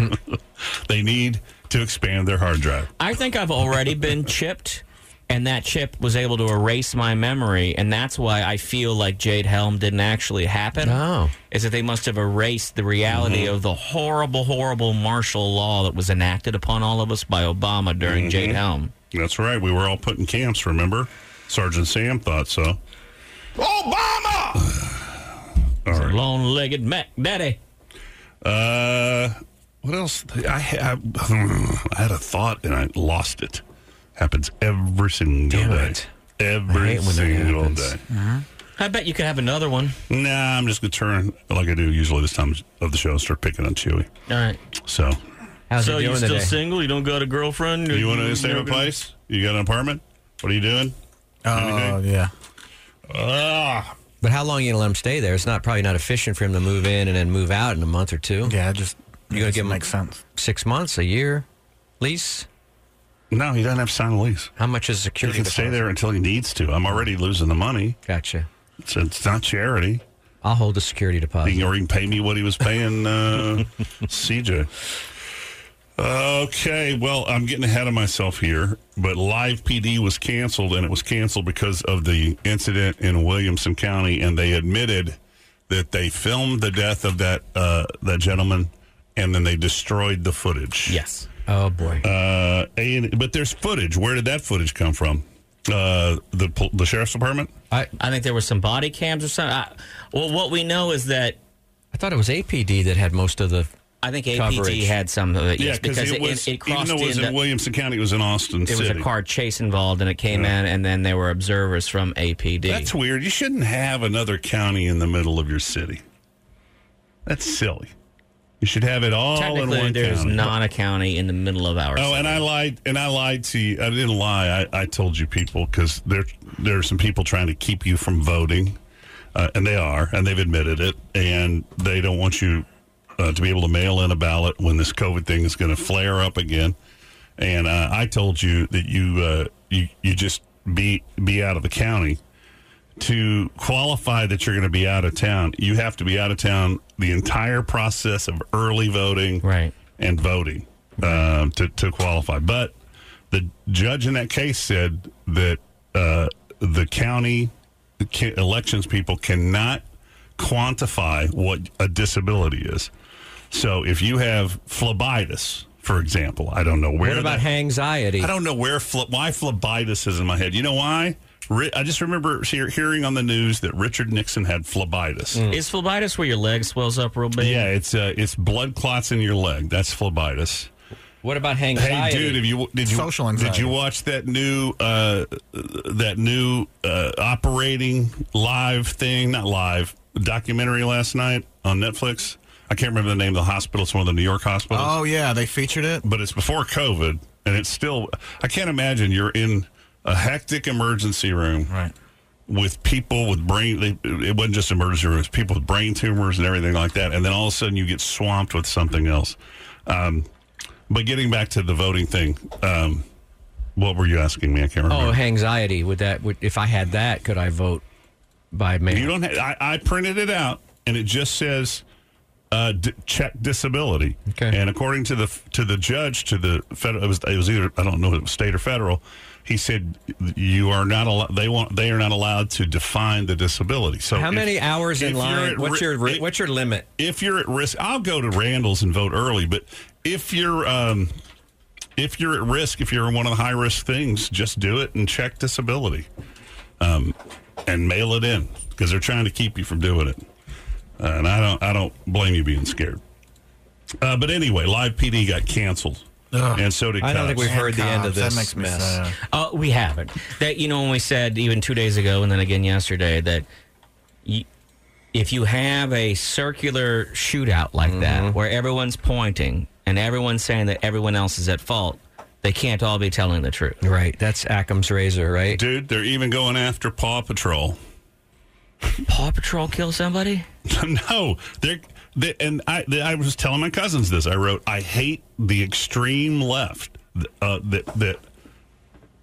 they need to expand their hard drive.
I think I've already been chipped, and that chip was able to erase my memory, and that's why I feel like Jade Helm didn't actually happen.
Oh.
Is that they must have erased the reality of the horrible, horrible martial law that was enacted upon all of us by Obama during Jade Helm.
Mm-hmm. That's right. We were all put in camps, remember? Sergeant Sam thought so.
Obama!
All right.
Long-legged Mac Daddy.
Uh, what else? I, ha- I had a thought and I lost it. Happens every single day.
I
Every
hate when that
single
happens.
day.
Mm-hmm. I bet you could have another one.
Nah, I'm just gonna turn like I do usually this time of the show. and Start picking on Chewy.
All right.
So,
so you still single? You don't got a girlfriend?
you want to
you're
stay in a
gonna-
place? You got an apartment? What are you doing?
Oh, yeah.
But how long you gonna let him stay there? It's not probably not efficient for him to move in and then move out in a month or two.
Yeah, just
you gonna give him
Makes sense.
six months, a year lease.
No, he doesn't have to sign a lease.
How much is
He
security?
can stay
deposit?
there until he needs to. I'm already losing the money.
Gotcha.
It's, it's not charity.
I'll hold the security
He
deposit.
can, or he can pay me what he was paying uh, CJ. Okay, well, I'm getting ahead of myself here, but Live PD was canceled, and it was canceled because of the incident in Williamson County, and they admitted that they filmed the death of that uh, that gentleman, and then they destroyed the footage.
Yes.
Oh boy.
Uh, and, but there's footage. Where did that footage come from? Uh, the pol- the sheriff's department.
I think there were some body cams or something. I, well, what we know is that
I thought it was APD that had most of the.
I think APD
Coverage.
had some of it.
Yeah,
uh, yes, because it,
was
it,
even
crossed
though it was in
into.
Williamson County, it was in Austin.
It was a
City.
car chase involved, and it came in, and then there were observers from APD.
That's weird. You shouldn't have another county in the middle of your city. That's silly. You should have it all in
Technically,
one
there's
county.
not a county in the middle of our.
Oh, and I lied. And I lied to you. I didn't lie. I, I told you people because there there are some people trying to keep you from voting, uh, and they are, and they've admitted it, and they don't want you uh, to be able to mail in a ballot when this COVID thing is going to flare up again. And uh, I told you that you uh, you you just be be out of the county to qualify that you're going to be out of town. You have to be out of town the entire process of early voting,
Right.
and voting um, to, to qualify. But the judge in that case said that uh, the county ca- elections people cannot quantify what a disability is. So if you have phlebitis, for example, I don't know where
What about
that-
anxiety?
I don't know where phlo- why phlebitis is in my head. You know why? Ri- I just remember hear- hearing on the news that Richard Nixon had phlebitis.
Mm.
Mm.
Is phlebitis where your leg swells up real big?
Yeah, it's uh, it's blood clots in your leg. That's phlebitis.
What about
Hey,
anxiety?
dude, have you did you
Social
did
anxiety.
you watch that new uh, that new uh, operating live thing? Not live documentary last night on Netflix. I can't remember the name of the hospital. It's one of the New York hospitals
Oh, yeah, they featured it.
but it's before COVID, and it's still. I can't imagine you're in a hectic emergency room,
Right.
With people with brain, they, it wasn't just emergency rooms. People with brain tumors and everything like that, and then all of a sudden you get swamped with something else. Um, but getting back to the voting thing, um, what were you asking me? I can't
Oh,
remember.
anxiety. Would that? Would, if I had that, could I vote by mail?
You don't. Have, I, I printed it out, and it just says uh, d- check disability.
Okay.
And according to the to the judge, to the federal, it was, it was either I don't know if it was state or federal. He said you are not allowed. They want they are not allowed to define the disability. So
How
if-
many hours
if
in
you're
line?
at
What's
ri-
your ri-
it-
what's your limit?
if you're at risk, I'll go to Randall's and vote early. But if you're um, if you're at risk, if you're in one of the high risk things, just do it and check disability, um, and mail it in because they're trying to keep you from doing it. Uh, and I don't I don't blame you being scared. Uh, but anyway, Live PD got canceled, and so did
I don't think
Cops.
we've heard the end of
Cops, that
this
makes me
mess.
sad.
Uh, we haven't. That you know when we said even two days ago and then again yesterday that y if you have a circular
Mm-hmm.
shootout like that where everyone's pointing and everyone's saying that everyone else is at fault, They can't all be telling the truth.
Right. That's Ackham's razor, right?
Dude, they're even going after Paw Patrol.
Paw Patrol kill somebody?
no, they're they, and I they, I was telling my cousins this. I wrote, I hate the extreme left uh, that that.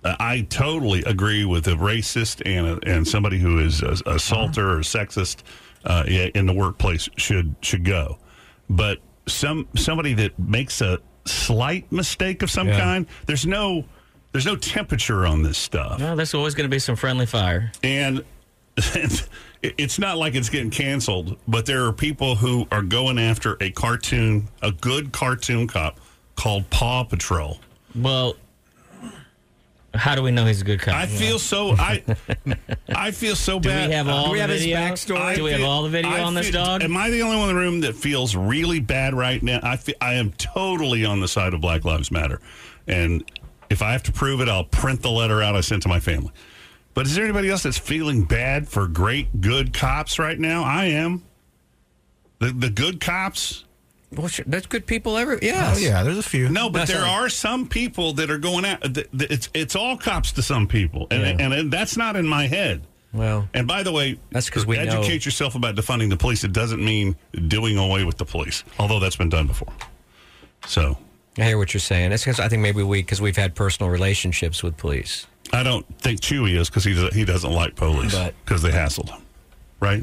uh, I totally agree with a racist and a, and somebody who is a, a assaulter or sexist uh, yeah, in the workplace should should go, but some somebody that makes a slight mistake of some
Yeah.
kind, there's no there's no temperature on this stuff.
No, there's always going to be some friendly fire.
And it- it's not like it's getting canceled, but there are people who are going after a cartoon, a good cartoon cop called Paw Patrol.
Well, how do we know he's a good cop?
I feel so I I feel so
Do we
bad.
have all Do we the have his video? backstory? Do we have all the video on this dog?
Am I the only one in the room that feels really bad right now? I feel, I am totally on the side of Black Lives Matter, and if I have to prove it, I'll print the letter out I sent to my family. But is there anybody else that's feeling bad for great good cops right now? I am. The the good cops.
Well, sure, that's good people every. Yes.
Oh,
yeah, there's a few.
No, but
That's
there
all.
are some people that are going out. th- th- It's it's all cops to some people, and and, and that's not in my head.
Well,
and by the way, that's
'cause we know-
educate yourself about defunding the police. It doesn't mean doing away with the police, although that's been done before. So
I hear what you're saying. It's because I think maybe we because we've had personal relationships with police.
I don't think Chewy is because he does, he doesn't like police because they hassled him, right?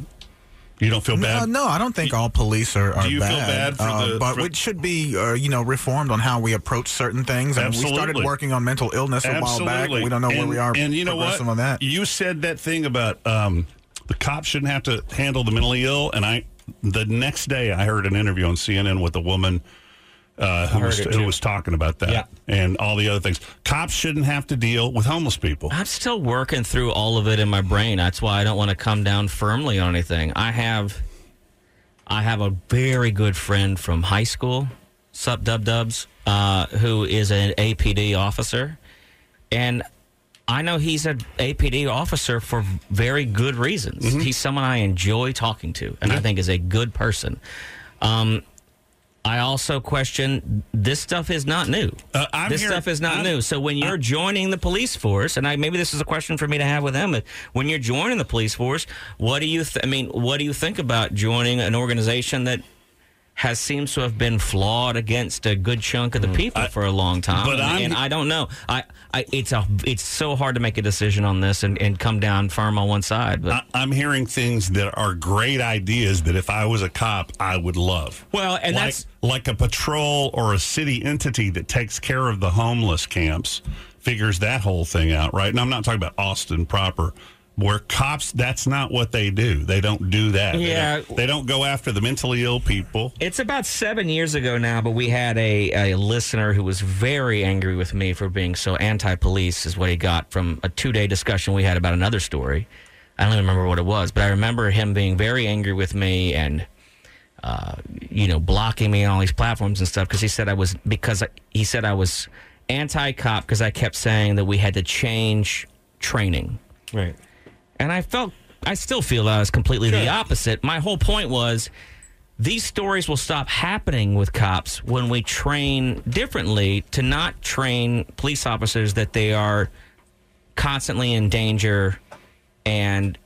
You don't feel
No,
bad.
no, I don't think all police are, are
Do you feel
bad.
bad for
uh,
the-
but
for-
it should be, uh, you know, reformed on how we approach certain things. And we started
Absolutely.
working on mental illness a while back.
Absolutely.
We don't know where
And-
we are.
And you know what?
progressing On that.
You said that thing about um, the cops shouldn't have to handle the mentally ill, and I the next day I heard an interview on CNN with a woman uh, who,
heard
was,
it,
who
too.
was talking about that
Yeah.
and all the other things. Cops shouldn't have to deal with homeless people.
I'm still working through all of it in my brain. That's why I don't want to come down firmly on anything. I have, I have a very good friend from high school, Sup Dub Dubs, uh, who is an APD officer, and I know he's an APD officer for very good reasons.
Mm-hmm.
He's someone I enjoy talking to, and I think is a good person. Um, I also question this stuff is not new.
Uh, I'm
this
here-
stuff is not
I'm-
new. So when
Uh-huh.
you're joining the police force, and I, maybe this is a question for me to have with them, but when you're joining the police force, what do you? Th- I mean, what do you think about joining an organization that has seems to have been flawed against a good chunk of the people for a long time?
Hmm. but
and,
I'm-
and I don't know. I, I it's a it's so hard to make a decision on this and, and come down firm on one side. But
I, I'm hearing things that are great ideas that if I was a cop, I would love.
Well, and
like,
that's-
like a patrol or a city entity that takes care of the homeless camps figures that whole thing out, right? And I'm not talking about Austin proper. Where cops, that's not what they do. They don't do that. They
Yeah.
don't- they don't go after the mentally ill people.
It's about seven years ago now, but we had a, a listener who was very angry with me for being so anti police, is what he got from a two day discussion we had about another story. I don't even remember what it was, but I remember him being very angry with me and, uh, you know, blocking me on all these platforms and stuff because he said I was, because I, he said I was anti cop because I kept saying that we had to change training.
Right.
And I felt, I still feel that I was completely the opposite. My whole point was these stories will stop happening with cops when we train differently to not train police officers that they are constantly in danger and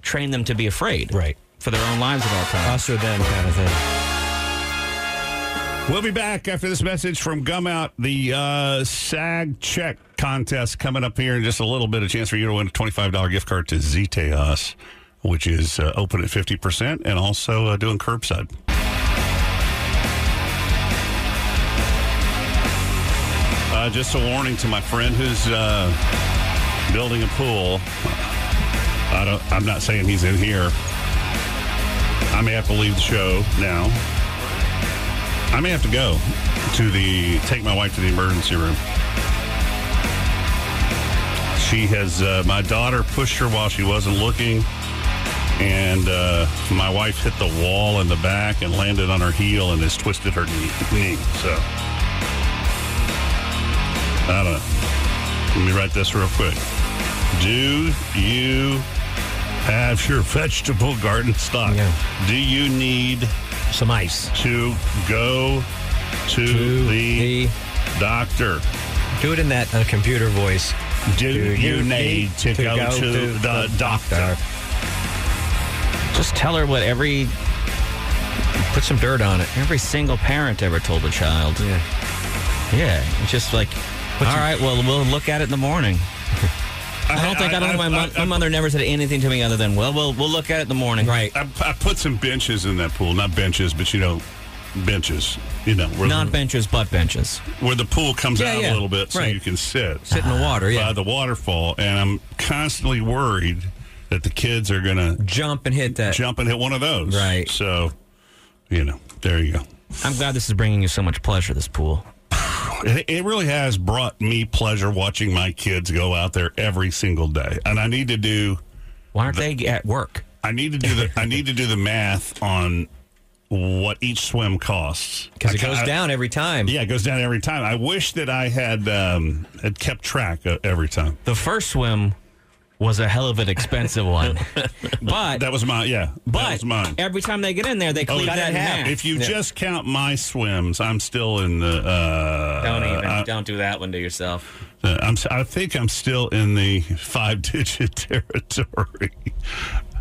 train them to be afraid. Right. For their own lives at all times.
Us or them kind of thing.
We'll be back after this message from Gumout. The uh, SAG check contest coming up here in just a little bit. A chance for you to win a $25 gift card to Zeteos, which is uh, open at 50% and also uh, doing curbside. Uh, just a warning to my friend who's uh, building a pool. I don't, I'm not saying he's in here. I may have to leave the show now. I may have to go to the take my wife to the emergency room. She has uh, my daughter pushed her while she wasn't looking, and uh, my wife hit the wall in the back and landed on her heel and has twisted her knee. knee so I don't know. Let me write this real quick. Do you have your vegetable garden stocked? Do you need
some ice
to go to, the, doctor?
Do it in that uh, computer voice.
Do, you need to go to the doctor?
Just tell her what every. Put some dirt on it. Every single parent ever told a child. Yeah. Yeah. It's just like, all right, well, we'll look at it in the morning. I don't think I, don't. my, mo- my mother never said anything to me other than, "Well, we'll we'll look at it in the morning." Right.
I, I put some benches in that pool, not benches, but you know, benches. You know, where
Not benches, but benches.
Where the pool comes
Yeah,
out
yeah,
a little bit, so
right.
you can sit,
Sit in the water, yeah.
by the waterfall. And I'm constantly worried that the kids are going to
jump and hit that,
jump and hit one of those, right? So, you know, there you go.
I'm glad this is bringing you so much pleasure. This pool.
It, it really has brought me pleasure watching my kids go out there every single day, and I need to do.
Why aren't they at work?
I need to do the. I need to do the math on what each swim costs
'Cause
I
it
ca-
goes
I-
down every time.
Yeah, it goes down every time. I wish that I had um, had kept track uh, every time.
The first swim was a hell of an expensive one, but
that was mine. Yeah,
but
that was mine.
every time they get in there, they clean
Oh,
that in half.
If you
Yeah.
just count my swims, I'm still in the. Uh,
don't even
I,
don't do that one to yourself.
Uh, I'm, s- I think I'm still in the five digit territory.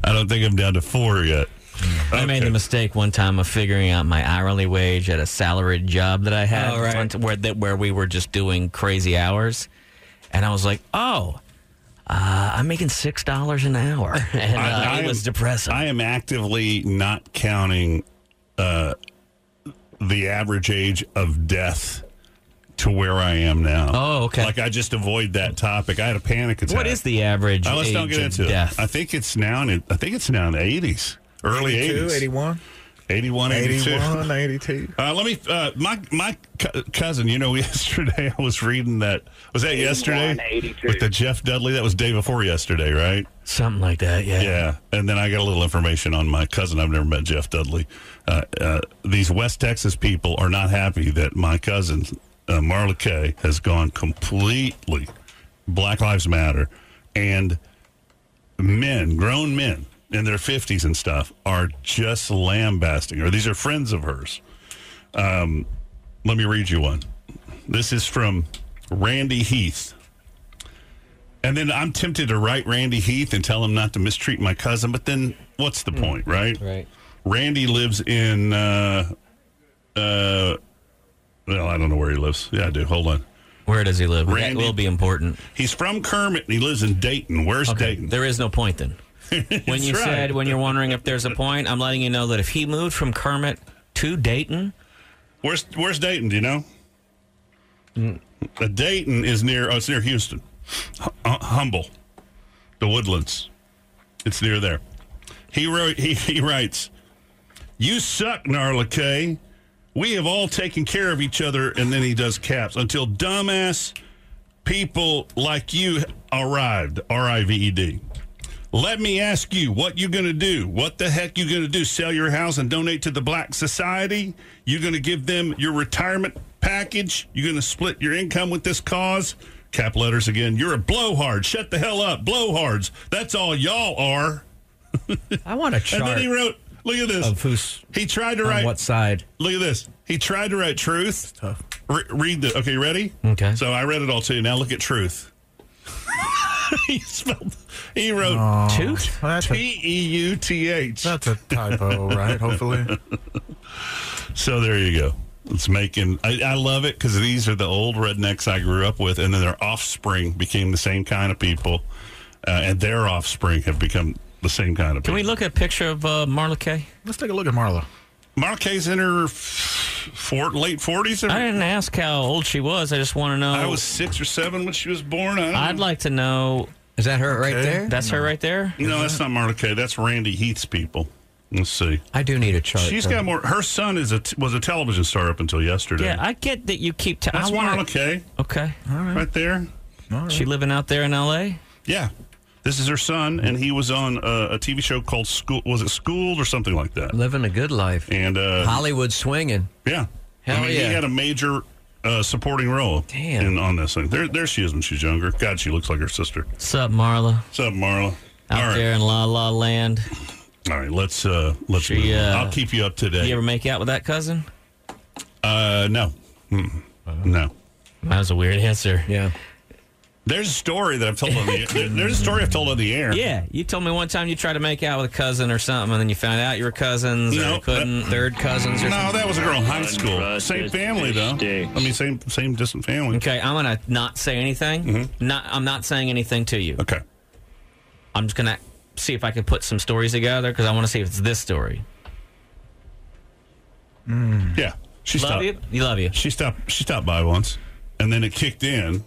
I don't think I'm down to four yet.
I made the mistake one time of figuring out my hourly wage at a salaried job that I had,
Oh, right.
where that where we were just doing crazy hours, and I was like, oh. Uh, I'm making six dollars an hour, and uh, it was depressing.
I am actively not counting uh, the average age of death to where I am now. Oh, okay. Like I just avoid that topic. I had a panic attack.
What is the average
Oh, let's don't
age
get
of
into
death?
It. I think it's now in. I think it's now in the eighties, early
82,
eighties,
81?
81, 82.
81, 82.
Uh, let me. Uh, my my cou- cousin. You know, yesterday I was reading that. Was that yesterday?
82.
With the Jeff Dudley. That was day before yesterday, right?
Something like that. Yeah.
Yeah. And then I got a little information on my cousin. I've never met Jeff Dudley. Uh, uh, these West Texas people are not happy that my cousin uh, Marla Kay has gone completely Black Lives Matter, and men, grown men in their fifties and stuff, are just lambasting her. These are friends of hers. Um, let me read you one. This is from Randy Heath. And then I'm tempted to write Randy Heath and tell him not to mistreat my cousin, but then what's
Hmm.
the point, right? Right. Randy lives in, uh, uh, well, I don't know where he lives. Yeah, I do. Hold on.
Where does he live? That
Randy-
will be important.
He's from Kermit and he lives in Dayton. Where's Dayton?
There is no point then. when you
right.
said when you're wondering if there's a point, I'm letting you know that if he moved from Kermit to Dayton,
Where's Where's Dayton? Do you know? Uh, Dayton is near. Oh, it's near Houston. H- uh, Humble, the Woodlands. It's near there. He wrote. He, he writes. You suck, Narla K. We have all taken care of each other, and then he does caps until dumbass people like you arrived. R I V E D. Let me ask you what you gonna do. What the heck you gonna do? Sell your house and donate to the Black Society? You gonna give them your retirement package? You gonna split your income with this cause? Cap letters again. You're a blowhard. Shut the hell up. Blowhards. That's all y'all are.
I want a
And then
chart
he wrote, look at this.
of who's
He tried to
on
write
what side.
Look at this. He tried to write truth. Re- read the. Okay, you ready?
Okay.
So I read it all to you. Now look at truth. he spelled. He wrote
Tooth?
T E U T H.
That's a typo, right? Hopefully.
So there you go. It's making. I, I love it because these are the old rednecks I grew up with, and then their offspring became the same kind of people, uh, and their offspring have become the same kind of
can
people.
we look at a picture of uh, Marla Kay?
Let's take a look at Marla.
Marquez in her f- fort, late forties.
I didn't ask how old she was. I just want to know.
I was six or seven when she was born. I don't
I'd like to know.
Is that her right there?
That's her right there.
No, that's not Marla Kay. That's Randy Heath's people. Let's see.
I do need a chart.
She's
though.
got more. Her son is a t- was a television star up until yesterday.
Yeah, I get that you keep. T- I
that's Marla
want.
Kay
Okay.
right there.
She living out there in L.A.
Yeah, this is her son, and he was on a, a TV show called School. Was it Schooled or something like that?
living a good life.
And uh,
Hollywood swinging.
yeah,
Hell
I mean,
yeah.
he had a major uh, supporting role
Damn.
in on this thing. There, there she is when she's younger. God, she looks like her sister.
Sup, Marla?
What's up, Marla?
Out
All right.
there in La La Land.
All right, let's uh, let's.
She,
move on.
uh,
I'll keep you up to date.
You ever make out with that cousin?
Uh, Hmm. no, Mm-mm. no.
That was a weird answer.
Yeah.
There's a story that I've told on the there- There's a story I've told on the air.
Yeah, you told me one time you tried to make out with a cousin or something, and then you found out you were cousins or
No,
you couldn't, third cousins or
No,
something.
that was a girl in high school. Same family though. I mean, same same distant family. Mm-hmm.
Okay, I'm gonna not say anything. Not, I'm not saying anything to you.
Okay.
I'm just gonna see if I can put some stories together because I want to see if it's this story.
Yeah, she
Love
stopped.
you. You love you.
She stopped. She stopped by once, and then it kicked in.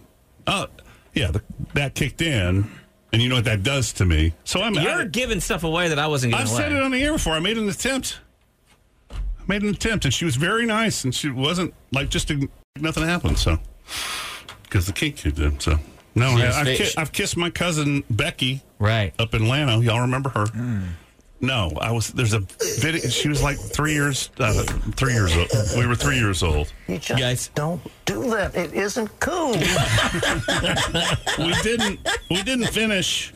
Oh, yeah, the, that kicked in, and you know what that does to me. So I'm.
You're
I,
giving stuff away that I wasn't giving
I've
away.
said it on the air before. I made an attempt. I made an attempt, and she was very nice, and she wasn't like just ign- nothing happened. So because the kink kicked in. So no,
She
I,
was
I've,
fi-
ki- I've kissed my cousin Becky.
Right Mm.
up in Lano. Y'all remember her? No, I was. There's a video. She was like three years. Uh, three years old. We were three years old.
You just don't do that. It isn't cool.
we didn't we didn't finish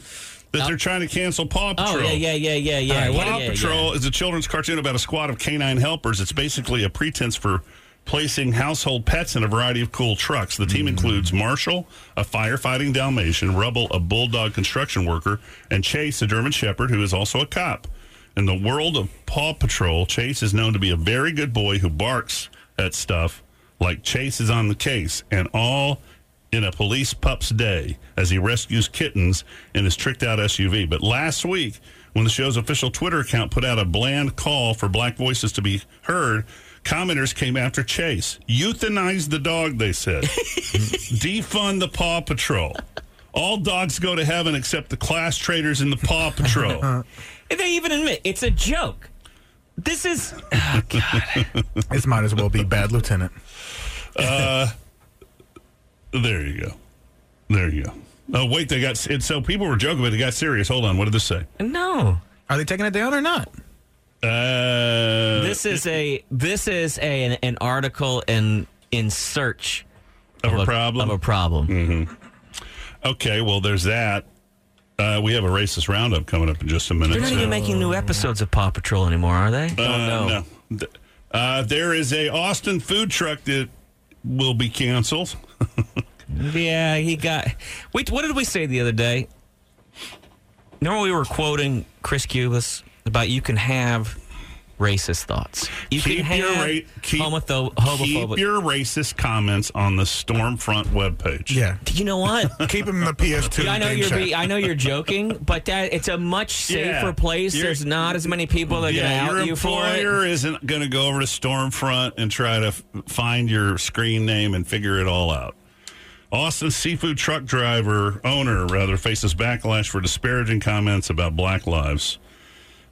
that they're trying to cancel Paw
Oh,
Patrol.
yeah, yeah, yeah, yeah, yeah,
All
yeah,
Paw
yeah,
Patrol is a children's cartoon about a squad of canine helpers. It's basically a pretense for placing household pets in a variety of cool trucks. The
Hmm.
team includes Marshall, a firefighting Dalmatian, Rubble, a bulldog construction worker, and Chase, a German Shepherd who is also a cop. In the world of Paw Patrol, Chase is known to be a very good boy who barks at stuff like Chase is on the case and all in a police pup's day as he rescues kittens in his tricked out SUV. But last week, when the show's official Twitter account put out a bland call for black voices to be heard, commenters came after Chase. Euthanize the dog, they said. Defund the Paw Patrol. All dogs go to heaven except the class traitors in the Paw Patrol.
They even admit it's a joke. This is
This might as well be Bad Lieutenant.
Uh, there you go. There you go. Oh, wait, they got. And so people were joking, but it got serious. Hold on. What did this say?
no.
Oh.
Are they taking it down or not?
Uh,
This is a this is a an, an article in in search
of, a, problem.
of a problem.
Um, Mm-hmm. Okay, well, there's that. Uh, we have a racist roundup coming up in just a minute.
They're not even
so-
making new episodes of Paw Patrol anymore, are they?
Uh, no. Th- Uh, there is a Austin food truck that will be canceled.
Yeah, Uh, he got. Wait, what did we say the other day? Remember we were quoting Chris Cubas about you can have racist thoughts. You can have
keep-
homotho-
keep
homophobic.
your racist comments on the Stormfront webpage.
Yeah.
you know what?
Keep him in the PS2.
I know
game
you're.
chat.
Be, I know you're joking, but that it's a much safer
Yeah.
place.
You're-
There's not as many people that are going
yeah,
to
your
out you for it.
employer isn't going to go over to Stormfront and try to f- find your screen name and figure it all out. Austin seafood truck driver owner rather faces backlash for disparaging comments about black lives.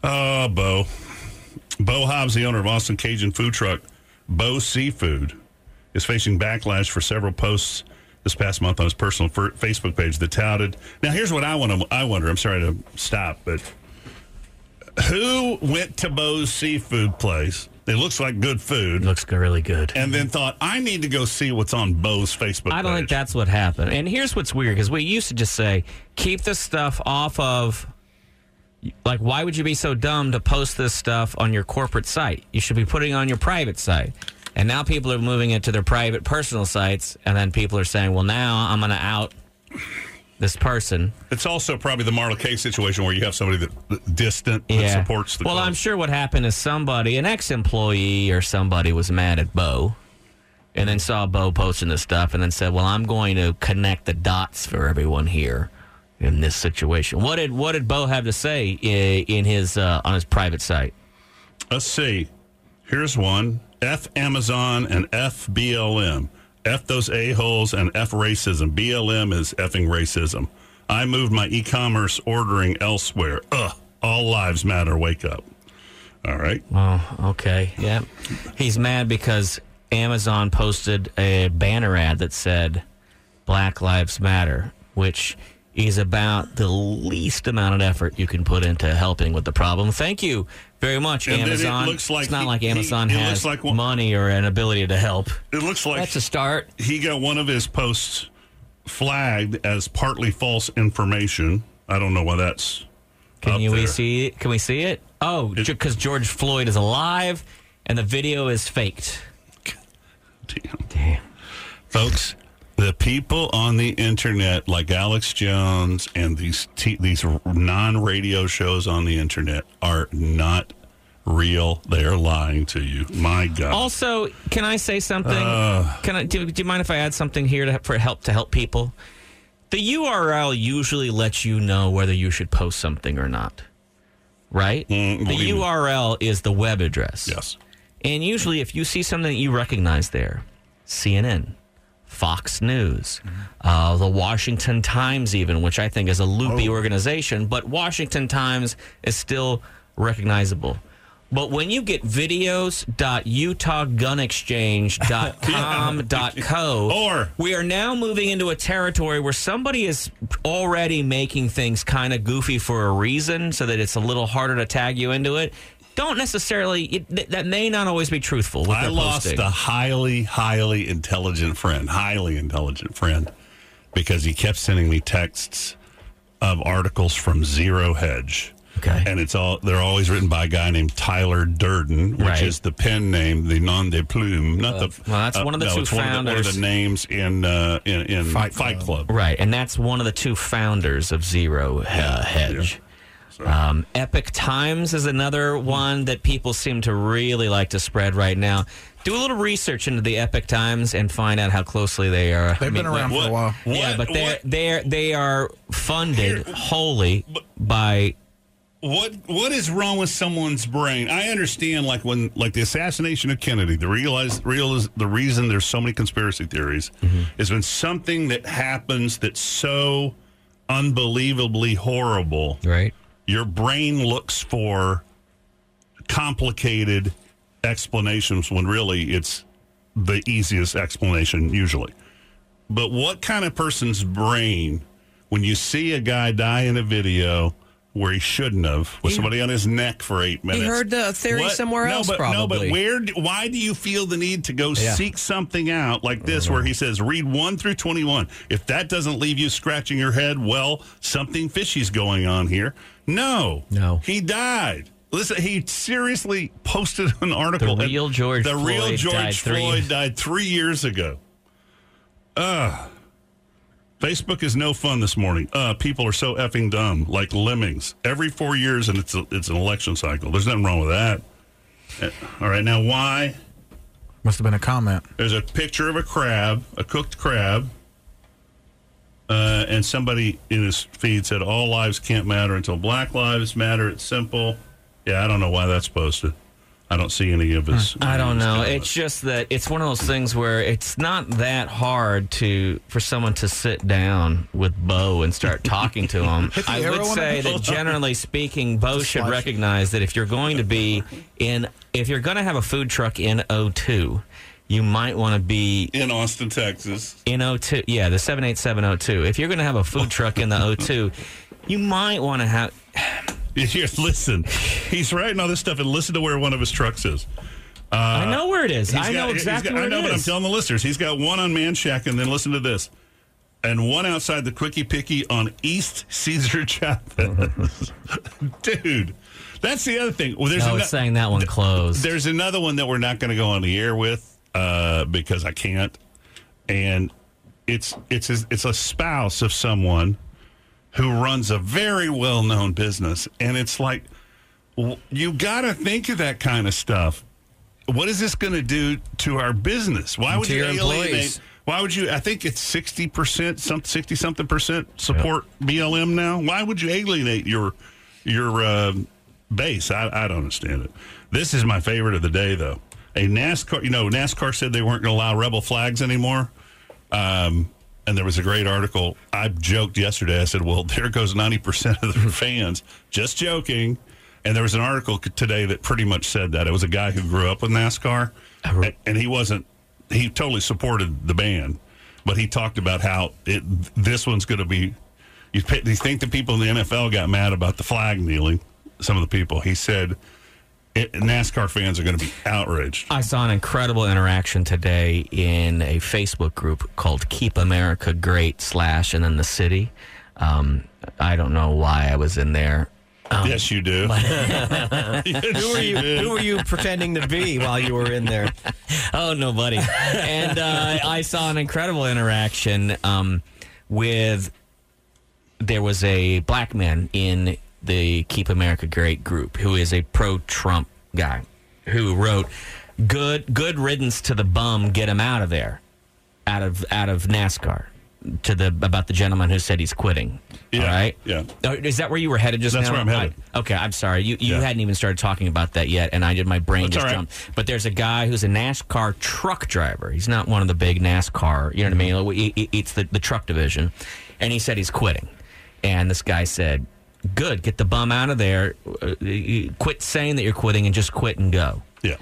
Oh, Bo. Bo Hobbs, the owner of Austin Cajun food truck Bo Seafood, is facing backlash for several posts this past month on his personal fir- Facebook page that touted. Now, here's what I want to. I wonder. I'm sorry to stop, but who went to Bo's seafood place? It looks like good food.
Looks really good.
And then thought, I need to go see what's on Bo's Facebook.
I don't think
page."
that's what happened. And here's what's weird because we used to just say, keep this stuff off of. Like, why would you be so dumb to post this stuff on your corporate site? You should be putting it on your private site. And now people are moving it to their private personal sites. And then people are saying, well, now I'm going to out this person.
It's also probably the Marla K situation where you have somebody that, that distant that supports the.
Well,
cause.
I'm sure what happened is somebody, an ex employee or somebody, was mad at Bo and then saw Bo posting this stuff and then said, Well, I'm going to connect the dots for everyone here in this situation. What did what did Bo have to say i- in his uh, on his private site?
Let's see. Here's one. F Amazon and F BLM. F those a-holes and F racism. BLM is effing racism. I moved my e-commerce ordering elsewhere. Ugh. All lives matter. Wake up. All right.
Oh, okay. Yep. He's mad because Amazon posted a banner ad that said Black Lives Matter, which is about the least amount of effort you can put into helping with the problem. Thank you very much,
And then it
Amazon.
looks like
it's not
he-
like
he-
Amazon
it looks
has
like one-
money or an ability to help.
It looks like
That's a start.
he got one of his posts flagged as partly false information. I don't know why that's.
Can
up
you we
there.
see it? Can we see it? Oh, because George Floyd is alive and the video is faked.
Damn. Damn. Folks, The people on the internet, like Alex Jones and these t- these non-radio shows on the internet, are not real. They are lying to you. My God.
Also, can I say something?
Ugh.
can I do, do you mind if I add something here to for help to help people? The URL usually lets you know whether you should post something or not. Right?
what do
the
you mean?
URL is the web address. Yes. And usually if you see something that you recognize there, CNN, Fox News, uh, the Washington Times even, which I think is a loopy organization, but Washington Times is still recognizable. But when you get videos.utahgunexchange.com.co,
Or-
we are now moving into a territory where somebody is already making things kind of goofy for a reason, so that it's a little harder to tag you into it. Don't necessarily it, th- that may not always be truthful. What
I
they're
lost
posting.
a highly, highly intelligent friend, highly intelligent friend, because he kept sending me texts of articles from Zero Hedge. Okay. And it's all they're always written by a guy named Tyler Durden, which
Right.
is the pen name, the nom de plume, not
Uh,
the.
well, that's one of the two
it's one of the- one of the
founders.
names in uh, in, in Fight, Club.
Right, and that's one of the two founders of Zero uh, Hedge. Um, Epic Times is another one that people seem to really like to spread right now. Do a little research into the Epic Times and find out how closely they are. They've
been around for a while.
yeah,
What-
but they're they're they are funded wholly by
what what is wrong with someone's brain? I understand like when like the assassination of Kennedy, the realize real is the reason there's so many conspiracy theories
Mm-hmm.
is when something that happens that's so unbelievably horrible.
Right.
Your brain looks for complicated explanations when really it's the easiest explanation usually. But what kind of person's brain, when you see a guy die in a video where he shouldn't have, with somebody on his neck for eight minutes?
heard the theory somewhere
no,
else,
but, No, but
probably.
where? d- Why do you feel the need to go
Yeah.
seek something out like
Mm-hmm.
this, where he says, "Read one through twenty-one. If that doesn't leave you scratching your head, well, something fishy's going on here." No, no, he died. Listen, he seriously posted an article.
The
and
real George
The real
Floyd
George
died three-
Floyd died three years ago. Ugh. Facebook is no fun this morning. Uh, people are so effing dumb, like lemmings. Every four years, and it's a, it's an election cycle. There's nothing wrong with that. Uh, All right, now why?
Must have been a comment.
There's a picture of a crab, a cooked crab, uh, and somebody in his feed said, "All lives can't matter until Black lives matter." It's simple. Yeah, I don't know why that's posted. I don't see any of his.
I don't know. It's just that it's one of those things where it's not that hard to for someone to sit down with Bo and start talking to him.
Hit the
I
arrow
would
on
say
it.
that generally speaking, Bo should
watch.
recognize that if you're going to be in, if you're going to have a food truck in O2, you might want to be
in Austin, Texas.
In O2, yeah, the seven eight seven O2. If you're going to have a food truck in the O2, you might want to have.
Here, listen. He's writing all this stuff, and listen to where one of his trucks is. Uh, I
know where it is. I know
got,
exactly where
I
it
know, but I'm
is.
telling the listeners, he's got one on Man Shack, and then listen to this, and one outside the Quickie Picky on East Caesar Chavez. Dude, that's the other thing. Well, there's
no,
ano-
it's saying that one closed.
there's another one that we're not going to go on the air with uh, because I can't, and it's it's it's a spouse of someone who runs a very well known business, and it's like w- you got to think of that kind of stuff. What is this going to do to our business? Why
And
would
to
you
your
alienate?
employees.
Why would you? I think it's sixty percent, some sixty something percent support BLM now. Why would you alienate your your uh, base? I, I don't understand it. This is my favorite of the day, though. A NASCAR, you know, NASCAR said they weren't going to allow rebel flags anymore. Um, and there was a great article. I joked yesterday. I said, "Well, there goes ninety percent of the fans." Just joking. And there was an article c- today that pretty much said that it was a guy who grew up with NASCAR, and, and he wasn't. He totally supported the ban, but he talked about how it, this one's going to be. You, pi- you think the people in the NFL got mad about the flag kneeling? Some of the people. He said, it, "NASCAR fans are going to be outraged."
I saw an incredible interaction today in a Facebook group called Keep America Great slash and then the city. Um, I don't know why I was in there.
yes, you do.
who were you? Who were you pretending to be while you were in there?
oh, nobody. and uh, I saw an incredible interaction um, with. There was a black man in the Keep America Great group who is a pro-Trump guy who wrote, "Good, good riddance to the bum. Get him out of there, out of out of NASCAR." To the about the gentleman who said he's quitting. Yeah, All right. Oh,
Yeah.
Is that where you were headed just
That's
now?
where I'm headed.
I- okay, I'm sorry. You you
Yeah.
hadn't even started talking about that yet, and I did my brain
That's
just
all right.
jumped. But there's a guy who's a NASCAR truck driver. He's not one of the big NASCAR. You know what I mean? Like, he- he- It's the, the truck division, and he said he's quitting. And this guy said, "Good, get the bum out of there. Uh, you- Quit saying that you're quitting, and just quit and go."
Yeah.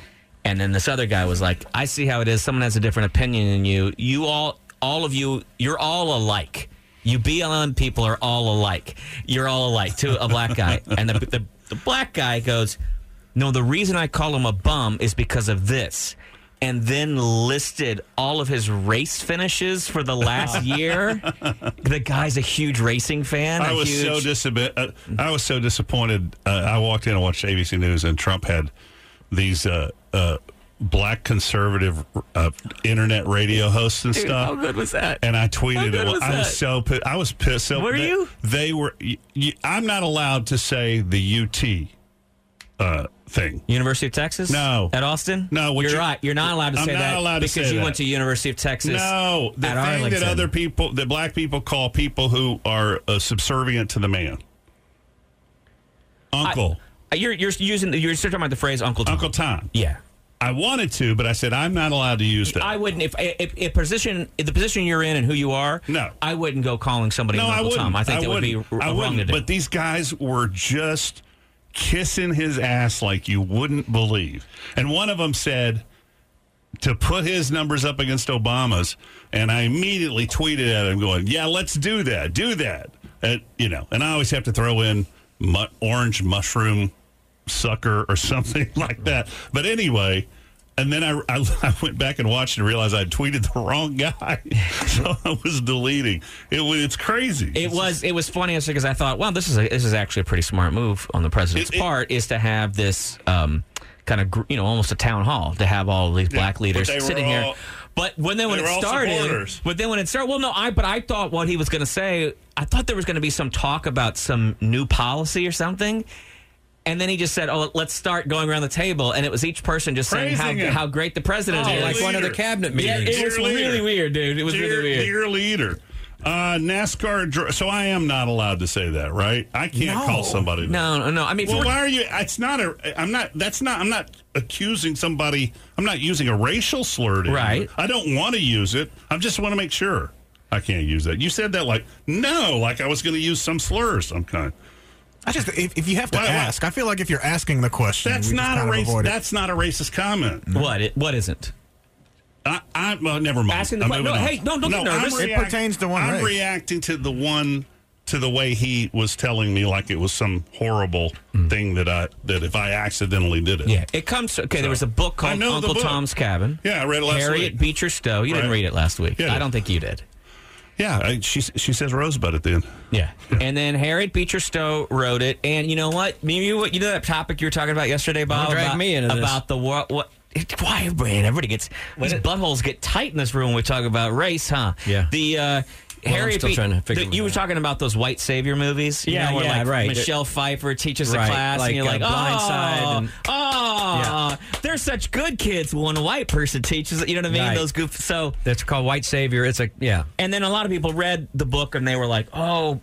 And then this other guy was like, "I see how it is. Someone has a different opinion than you. You all, all of you, you're all alike. You BLM people are all alike. You're all alike." To a black guy, and the, the the black guy goes, "No, the reason I call him a bum is because of this." And then listed all of his race finishes for the last year. The guy's a huge racing fan.
I
a
was so
huge-
disab- uh, I was so disappointed. Uh, I walked in and watched ABC News, and Trump had these uh, uh, black conservative uh, internet radio hosts and
Dude,
stuff.
how good was that?
And I tweeted
How good
it.
was
I
that?
was so pi- I was pissed. So
Were
they,
you?
They were. y- y- I'm not allowed to say the UT uh, thing.
University of Texas?
No.
At Austin?
No, what
You're right. You're not allowed to
I'm
say
not
that
allowed to
because
say
you
that.
went to University of Texas.
No, the
at
thing
Arlington.
that other people, that black people call people who are uh, subservient to the man. Uncle.
I- you're you're using you're still talking about the phrase Uncle Tom.
Uncle Tom.
Yeah.
I wanted to, but I said I'm not allowed to use that.
I wouldn't if, if if position if the position you're in and who you are. No, I wouldn't go calling somebody
no,
an
I
Uncle
wouldn't.
Tom. I think that would be
wouldn't.
r-
I
wrong
wouldn't.
to do.
But these guys were just kissing his ass like you wouldn't believe. And one of them said to put his numbers up against Obama's, and I immediately tweeted at him going, "Yeah, let's do that. Do that." And, you know, and I always have to throw in mu- orange mushroom sucker or something like that. But anyway. And then I, I, I went back and watched and realized I'd tweeted the wrong guy. so I was deleting. It was, it's crazy.
it was it was funny because I thought, well, this is a, this is actually a pretty smart move on the president's part is to have this um, kind of gr- you know almost a town hall to have all these black leaders
they were
sitting here.
all-
But when then when
they
it
were all
started,
supporters.
but then when it started, well, no, I but I thought what he was going to say, I thought there was going to be some talk about some new policy or something. And then he just said, "Oh, let's start going around the table." And it was each person just saying
Praising
how,
him.
how great the president
Oh,
is,
like one of the
cabinet
Yeah,
meetings.
it was
Dear
really
leader.
weird, dude. It was
dear,
really weird.
dear leader. Uh, NASCAR. dr- So I am not allowed to say that, right? I can't
No.
call somebody.
No, no, no. I mean, if
well,
you-
why are you? It's not a. I'm not. That's not. I'm not accusing somebody. I'm not using a racial slur. To
Right.
I don't want to use it. I just want to make sure I can't use that. You said that like no, like I was going to use some slur or some kind.
I just if, if you have to
Why- why-
ask, I feel like if you're asking the question,
That's
we just
not a
kind of
racist.
avoid it.
That's not a racist comment.
What? It, what isn't?
I, I well, never mind.
Asking the
I'm
que-
moving
no,
on.
hey, no, don't get
I'm
nervous. It
pertains to one
I'm
race.
reacting to the one to the way he was telling me like it was some horrible thing that I that if I accidentally did it.
Hmm. Yeah, it comes. Okay, there was a book
I
called
know the
Uncle
book.
Tom's Cabin.
Yeah, I read it last
Harriet
week.
Beecher Stowe. You didn't
Right.
read it last week.
Yeah, I
I
did.
don't think you did.
Yeah, I, she she says Rosebud at the end.
Yeah. and then Harriet Beecher Stowe wrote it. And you know what? Maybe you, you know that topic you were talking about yesterday, Bob.
drag
about,
me into this.
about the what? what it- why, man? Everybody gets these buttholes get tight in this room when we talk about race, huh?
Yeah.
The uh, Harriet.
still trying to figure
the-
it
you were
out.
talking about those white savior movies. you
Yeah,
know, where,
yeah,
like,
right.
Michelle Pfeiffer teaches
Right,
a class,
like,
and you're
uh,
like, oh,
Blindside and-
oh, they're such good kids when a white person teaches. it. You know what I mean?
Right.
Those goof. So
That's called White Savior. It's a yeah.
and then a lot of people read the book and they were like, oh,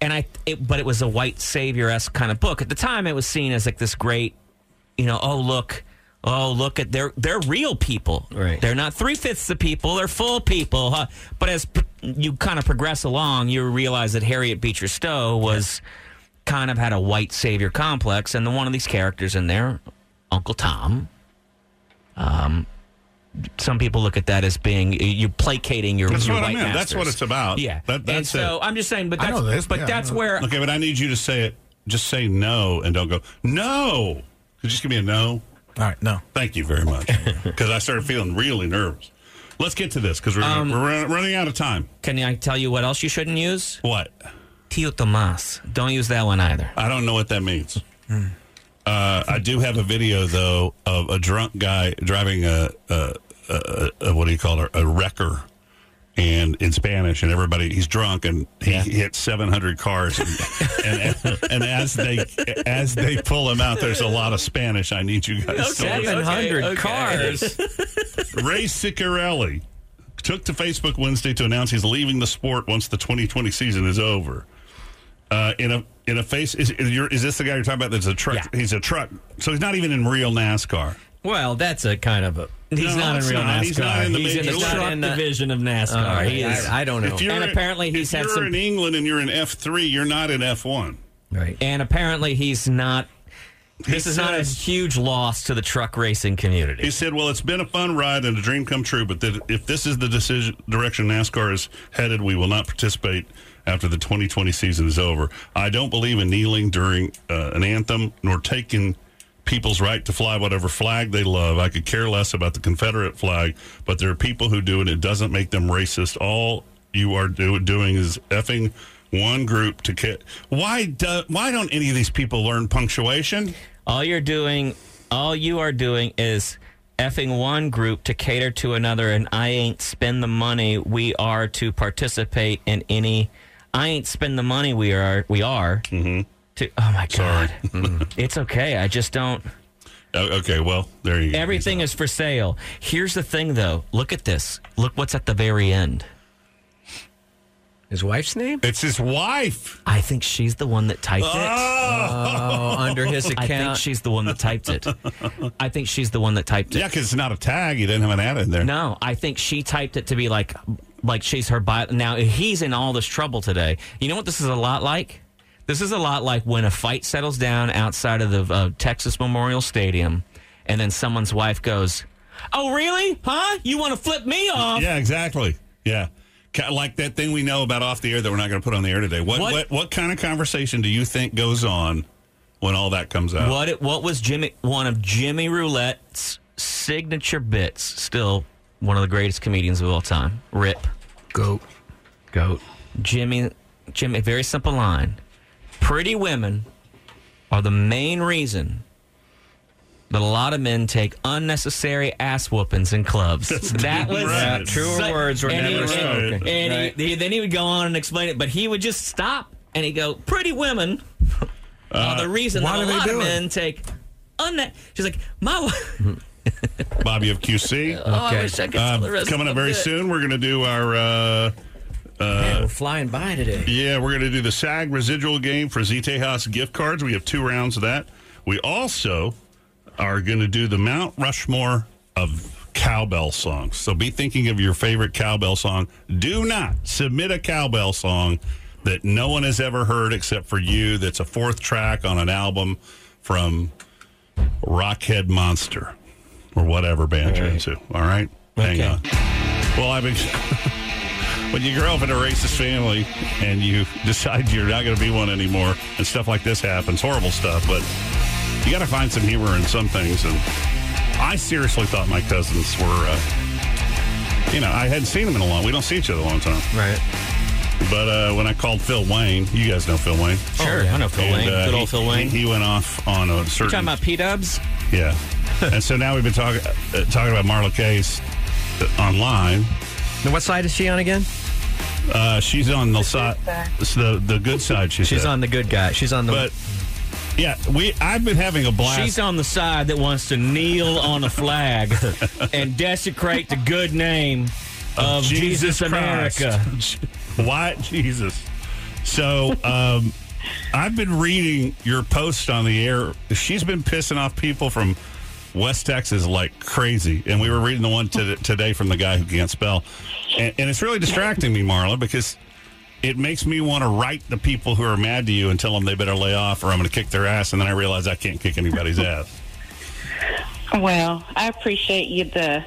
and I, it, but it was a white savior esque kind of book. At the time, it was seen as like this great, you know, oh look, oh look at they're they're real people.
Right.
They're not three fifths the people. They're full people. Huh? But as p- you kind of progress along, you realize that Harriet Beecher Stowe was kind of had a white savior complex, and the one of these characters in there, Uncle Tom. Um. Some people look at that as being you're placating your,
That's
your
what I
white
meant. That's
masters.
what it's about.
Yeah,
That-
and
that's
so
it.
I'm just saying, but
I
that's
know this,
but
yeah,
that's
I know.
where
Okay, but I need you to say it. Just say no and don't go no. Just give me a no.
All right, no.
Thank you very much. Because I started feeling really nervous.
Um,
Let's get to this because we're, we're run- running out of time.
can I tell you what else you shouldn't use?
What?
Tio Tomas. Don't use that one either.
I don't know what that means. Uh, I do have a video though of a drunk guy driving a, a, a, a what do you call it? A wrecker, and in Spanish, and everybody he's drunk and he hits seven hundred cars, and, and and as they as they pull him out, there's a lot of Spanish. I need you guys. to listen.
700 cars.
Ray Ciccarelli took to Facebook Wednesday to announce he's leaving the sport once the 2020 season is over. Uh, in a in a face is is your- is this the guy you're talking about? That's a truck. He's a truck, so he's not even in real NASCAR.
Well, that's a kind of a. He's
No,
not in
it's
real NASCAR.
not. He's not in the
he's in
major
the
league.
truck
Not in the-
division of NASCAR.
All
Uh, he
right.
is. I, don't know.
If you're
and
in-
apparently he's
if
had
you're
some.
in England and you're in F three, you're not in F one.
Right. And apparently he's not. This is not a
says-
huge loss to the truck racing community.
He said, "Well, it's been a fun ride and a dream come true, but that if this is the decision direction NASCAR is headed, we will not participate after the 2020 season is over. I don't believe in kneeling during uh, an anthem nor taking people's right to fly whatever flag they love. I could care less about the Confederate flag, but there are people who do it. It doesn't make them racist. All you are do- doing is effing." One group to kid. Why do, why don't any of these people learn punctuation?
All you're doing, all you are doing is effing one group to cater to another, and I ain't spend the money we are to participate in any. I ain't spend the money we are we are
Mm-hmm.
to. Oh my god, it's okay. I just don't.
O- Okay, well there you go.
Everything is for sale. Here's the thing, though. Look at this. Look what's at the very end.
His wife's name?
It's his wife.
I think she's the one that typed
Oh,
it.
under his
I think
account.
she's the one that typed it. I think she's the one that typed it.
Yeah, because it's not a tag. You didn't have an ad in there.
No, I think she typed it to be like, like she's her bio. Now he's in all this trouble today. You know what this is a lot like? This is a lot like when a fight settles down outside of the uh, Texas Memorial Stadium, and then someone's wife goes, "Oh, really? Huh? You want to flip me off?"
Yeah, exactly. Yeah. Ki- Like that thing we know about off the air that we're not going to put on the air today. What, what
What-
what kind of conversation do you think goes on when all that comes out?
What it, what was Jimmy one of Jimmy Roulette's signature bits? Still one of the greatest comedians of all time. Rip. Goat. Goat. Jimmy Jimmy a very simple line. Pretty women are the main reason that a lot of men take unnecessary ass whoopings in clubs. that was
right. Yeah, truer
su-
words were
and he-
never
and-
spoken.
And he-
Right.
he- then he would go on and explain it, but he would just stop and he'd go, "Pretty women." Uh, are the reason
why
that a
do they
lot of
do it?
men take unna- she's like my wife
Bobby of QC.
Oh, I Okay. wish I could tell the rest
Um, coming
of
up very
it.
soon. We're going to do our. Uh, uh,
we're flying by today.
Yeah, we're going to do the SAG residual game for Zitejas gift cards. We have two rounds of that. We also are going to do the Mount Rushmore of cowbell songs. So be thinking of your favorite cowbell song. Do not submit a cowbell song that no one has ever heard except for you. That's a fourth track on an album from Rockhead Monster or whatever band you're into. All right, hang on. Well, I mean, when you grow up in a racist family and you decide you're not going to be one anymore, and stuff like this happens, horrible stuff. But you got to find some humor in some things. And I seriously thought my cousins were, uh, you know, I hadn't seen them in a long. We don't see each other in a long time, right? But uh, when I called Phil Wayne, you guys know Phil Wayne.
Oh,
uh,
Sure, I know Phil Wayne. Good old
he-
Phil Wayne.
He, he went off on a
you
certain.
talking about p-dubs
Yeah. and so now we've been talking uh, talking about Marla Case uh, online.
Now, what side is she on again?
Uh, she's on the side, the the good side. She
She's
said.
on the good guy. She's on the.
But yeah, we I've been having a blast.
she's on the side that wants to kneel on a flag and desecrate the good name of, jesus,
Christ.
america
Why Jesus? So um, I've been reading your post on the air. She's been pissing off people from West Texas like crazy, and we were reading the one to, today from the guy who can't spell, and, and it's really distracting me, Marla, because. It makes me want to write the people who are mad to you and tell them they better lay off or I'm going to kick their ass. And then I realize I can't kick anybody's ass.
Well, I appreciate you the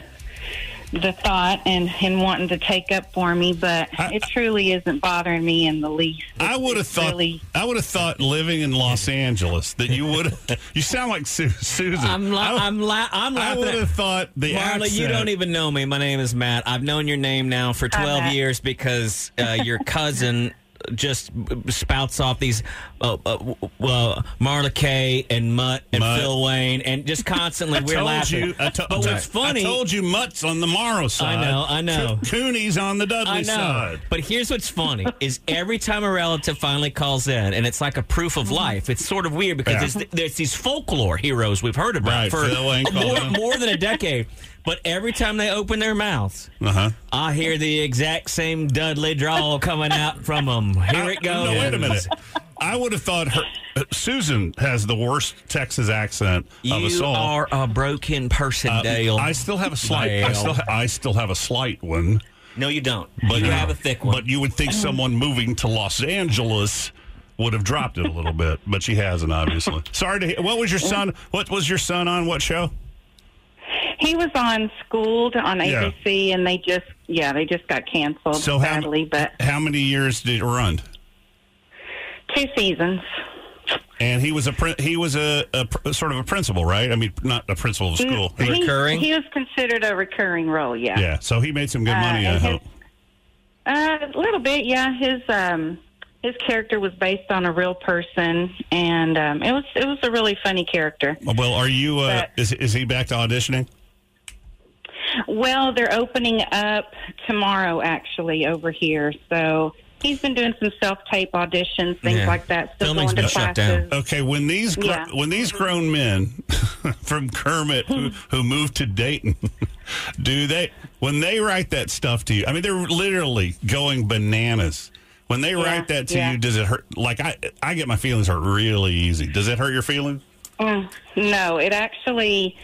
the thought and and wanting to take up for me, but it truly isn't bothering me in the least.
I would have thought. I would have thought living in Los Angeles that you would. You sound like Su- Susan.
I'm, la- I'm, la- I'm
I
laughing.
would have thought the
Marla, you
accent-
don't even know me. My name is Matt. I've known your name now for 12 years because uh, your cousin just spouts off these uh, uh, w- uh, Marla Kay and Mutt and
Mutt.
Phil Wayne, and just constantly
I
we're
told
laughing.
you- I to-
but what's funny?
I told you Mutt's on the Morrow side.
I know, I know.
Co- Cooney's on the Dudley
I know.
side.
"Oh, But here's what's funny is every time a relative finally calls in, and it's like a proof of life. It's sort of weird because
Mm-hmm. Yeah.
there's, there's these folklore heroes we've heard about
Right,
for
Phil ain't
more,
calling.
more than a decade. But every time they open their mouths,
Uh-huh.
I hear the exact same Dudley drawl coming out from them. Here it goes.
No, wait a minute. I would have thought her, Susan has the worst Texas accent of
You
us all.
are a broken person,
Uh,
Dale.
I still have a slight. I
Dale.
still, I still have a slight one.
No, you don't.
But
you have a thick one.
But you would think someone moving to Los Angeles would have dropped it a little bit, but she hasn't, obviously. Sorry to. hear. What was your son? What was your son on? What show?
He was on Schooled on
Yeah.
ABC, and they just yeah they just got canceled
So how m-
sadly, but
How many years did it run?
two seasons.
And he was a prin- he was a, a pr- sort of a principal, right? I mean, not a principal of school.
He- He, was considered a recurring role. Yeah.
yeah. So he made some good
Uh,
money. I
and
hope.
Uh, a little bit, yeah. His um, his character was based on a real person, and um, it was it was a really funny character.
Well, are you? Uh, is is he back to auditioning?
Well, they're opening up tomorrow, actually, over here. So he's been doing some self tape auditions, things
Yeah.
like that. Still going to classes.
Okay, when these gr-
Yeah.
when these grown men from Kermit who, who moved to Dayton, do they when they write that stuff to you? I mean, they're literally going bananas. When they write that to
yeah.
you, does it hurt? Like I, I get my feelings hurt really easy. Does it hurt your feelings?
Mm, no, it actually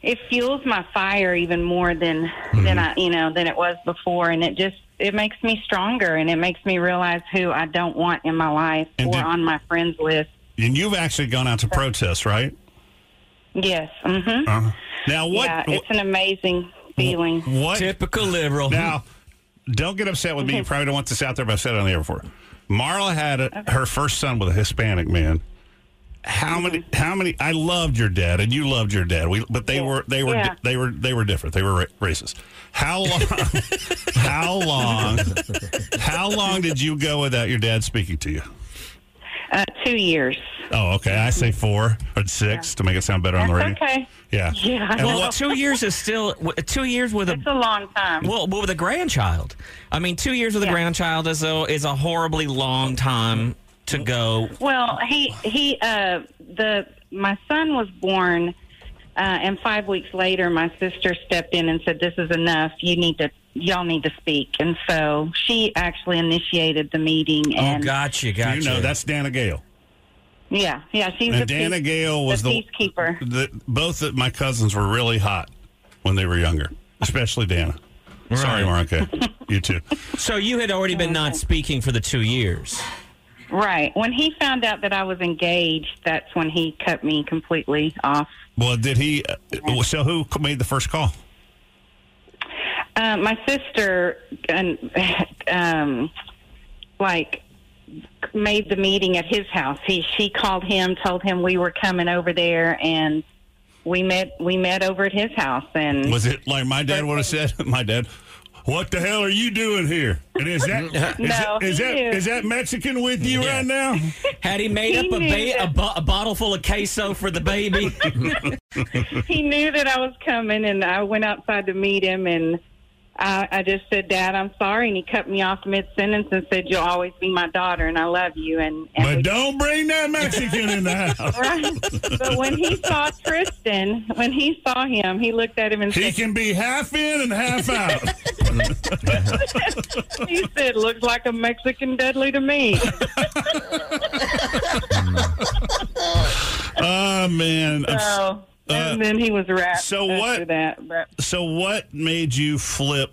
it fuels my fire even more than
Mm-hmm.
than I you know than it was before, and it just it makes me stronger and it makes me realize who I don't want in my life or on my friends list.
And you've actually gone out to protest, right?
Yes. Mm-hmm.
Uh-huh. Now what?
Yeah, it's an amazing feeling.
What?
Typical liberal.
Now, don't get upset with me. You probably don't want this out there, but I've said it on the air before. Marla had a, her first son with a Hispanic man.
Mm-hmm.
How many? How many? I loved your dad, and you loved your dad. We, but they were they were
Yeah.
they were they were different. They were ra- racist. How long? how long? How long did you go without your dad speaking to you?
Uh, two years.
Oh, okay. I say four or six to make it sound better on the
That's
radio.
okay.
Yeah.
Yeah.
And
Well,
what-
two years is still two years with a.
It's a long time.
Well, well, with a grandchild. I mean, two years with a grandchild is a is a horribly long time to go.
Well, he he uh the my son was born uh and 5 weeks later my sister stepped in and said this is enough. You need to y'all need to speak. And so she actually initiated the meeting
Oh,
and
Oh, gotcha,
You know that's Dana Gale.
yeah, yeah, she's
And
the
Dana
peace-
Gale was the-
peacekeeper.
the, both of my cousins were really hot when they were younger, especially Dana. Sorry, Maranka. you too.
So you had already been not speaking for the two years.
Right. When he found out that I was engaged, that's when he cut me completely off.
Well, did he? Uh, so who c- made the first call?
Uh, my sister and um, like made the meeting at his house. He she called him, told him we were coming over there, and we met we met over at his house. And
Was it like my dad would have said? My dad, what the hell are you doing here? And is that is,
No,
that, is,
he
that,
knew.
is that Mexican with you
Yeah.
right now?
Had he made
He
up a,
knew
ba- a,
that-
bo- a bottle full of queso for the baby?
he knew that I was coming, and I went outside to meet him, and I, I just said, "Dad, I'm sorry," and he cut me off mid sentence and said, "You'll always be my daughter, and I love you." And, and
But don't bring that Mexican in the house.
Right. But when he saw Tristan, when he saw him, he looked at him and
He
said,
can be half in and half out.
he said, looks like a Mexican Dudley to me.
oh man. I'm s-
So, and then he was wrapped
Uh, so
after
what-
that. But
So what made you flip?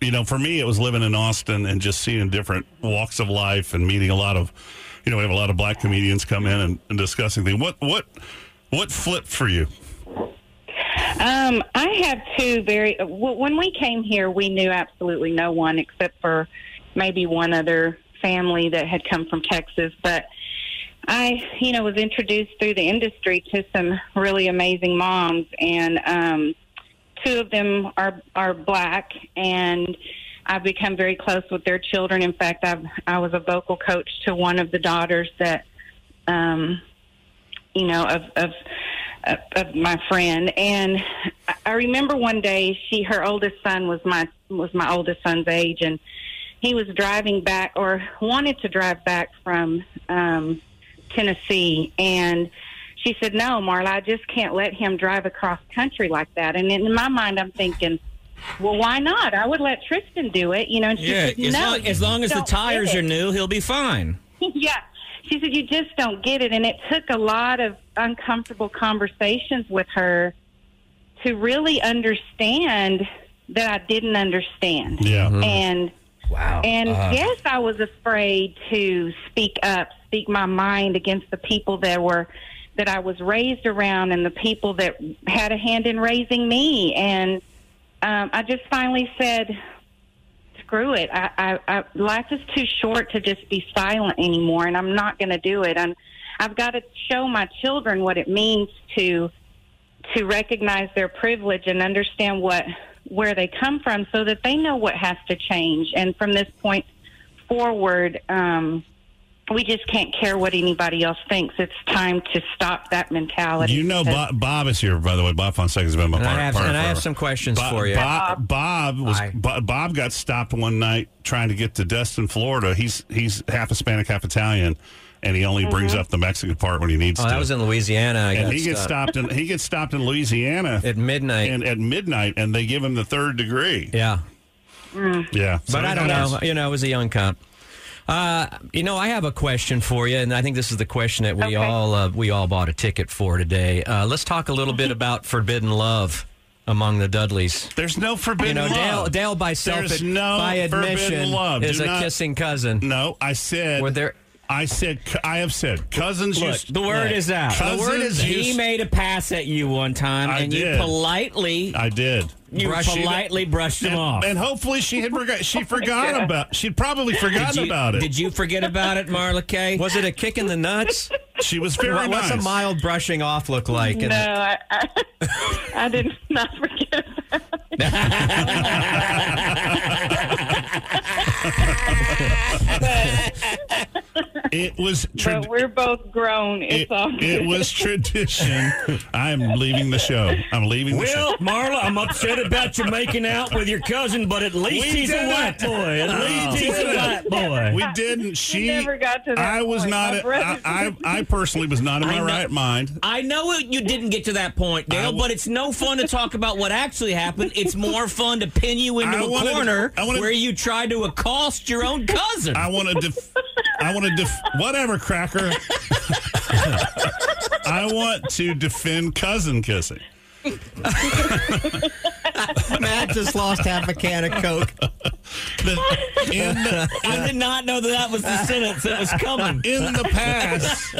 You know, for me, it was living in Austin and just seeing different walks of life and meeting a lot of, you know, we have a lot of black comedians come in and, and discussing things. What what what flipped for you?
Um, I have two very. w- When we came here, we knew absolutely no one except for maybe one other family that had come from Texas. But I, you know, was introduced through the industry to some really amazing moms, and um, two of them are are black, and I've become very close with their children. In fact, I've, I was a vocal coach to one of the daughters that, um, you know, of, of, of, of my friend. And I- I remember one day she, her oldest son was my, was my oldest son's age and he was driving back or wanted to drive back from, um, Tennessee. And she said, no, Marla, I just can't let him drive across country like that. And in my mind, I'm thinking, well, why not? I would let Tristan do it, you know. And she
Yeah,
said, no,
as, long, as, long as the
don't get
tires
it."
are new, he'll be fine.
yeah. She said, You just don't get it. And it took a lot of uncomfortable conversations with her to really understand that I didn't understand.
Yeah. Mhm.
And
Wow.
and
Uh.
yes, I was afraid to speak up, speak my mind against the people that were that I was raised around and the people that had a hand in raising me. And um, I just finally said, screw it. I, I, I, life is too short to just be silent anymore, and I'm not going to do it. And I've got to show my children what it means to to recognize their privilege and understand what where they come from, so that they know what has to change. And from this point forward, um, we just can't care what anybody else thinks. It's time to stop that mentality.
You know,
because-
Bob, Bob is here, by the way. Bob Fonseca has been my
And I
partner.
have-
partner
and I have
forever.
some questions
Bob,
for you.
Bob, Bob was
Hi.
Bo- Bob got stopped one night trying to get to Destin, Florida. He's he's half Hispanic, half Italian, and he only brings up the Mexican part when he needs
Oh,
to.
that was in Louisiana. I
and
got
he gets
stopped.
stopped in he gets stopped in Louisiana at
midnight.
And at midnight, and they give him the third degree.
Yeah,
Mm.
yeah.
But I don't know. You know, it was a young cop. Uh, you know, I have a question for you, and I think this is the question that we all uh, we all bought a ticket for today. Uh, let's talk a little bit about forbidden love among the Dudleys.
There's no forbidden
You know, Dale,
love.
Dale by self
There's no
by
forbidden
admission
love.
is
Do
a
not-
kissing cousin.
No, I said.
Were there?
I said. I have said cousins.
Look,
used,
the word is out.
Cousins
the word is
used-
he made a pass at you one time,
I
and
did.
you politely,
I did.
you politely brushed him
and,
off. Oh
and hopefully she had forgot. She forgot
Yeah.
about. She'd probably
Did
forgotten
you-
about it.
Did you forget about it, Marla Kay?
Was it a kick in the nuts?
She was very
What- What's
nice.
a mild brushing off look like? in
no,
the-
I, I, I did not forget.
it was. Tra-
But we're both grown. It's
it,
all
it
good.
was tradition. I'm leaving the show. I'm leaving the show.
Well, Marla, I'm upset about you making out with your cousin, but at least
We
he's
did
a white
it.
boy. At
We
least he's
did
a
it.
white boy.
We didn't. She
never got to that
I was
point.
not.
My
a-
brother-
I, I I personally was not in my
I know-
right mind.
I know it, you didn't get to that point, Dale, but it's no fun to talk about what actually happened. It's more fun to pin you into
I
a
wanted-
corner
I wanted-
where you try to accost your own cousin.
I want to. Def- I want to. Def- whatever, cracker. I want to defend cousin kissing.
Matt just lost half a can of Coke.
In the-
I did not know that that was the sentence that was coming.
in the past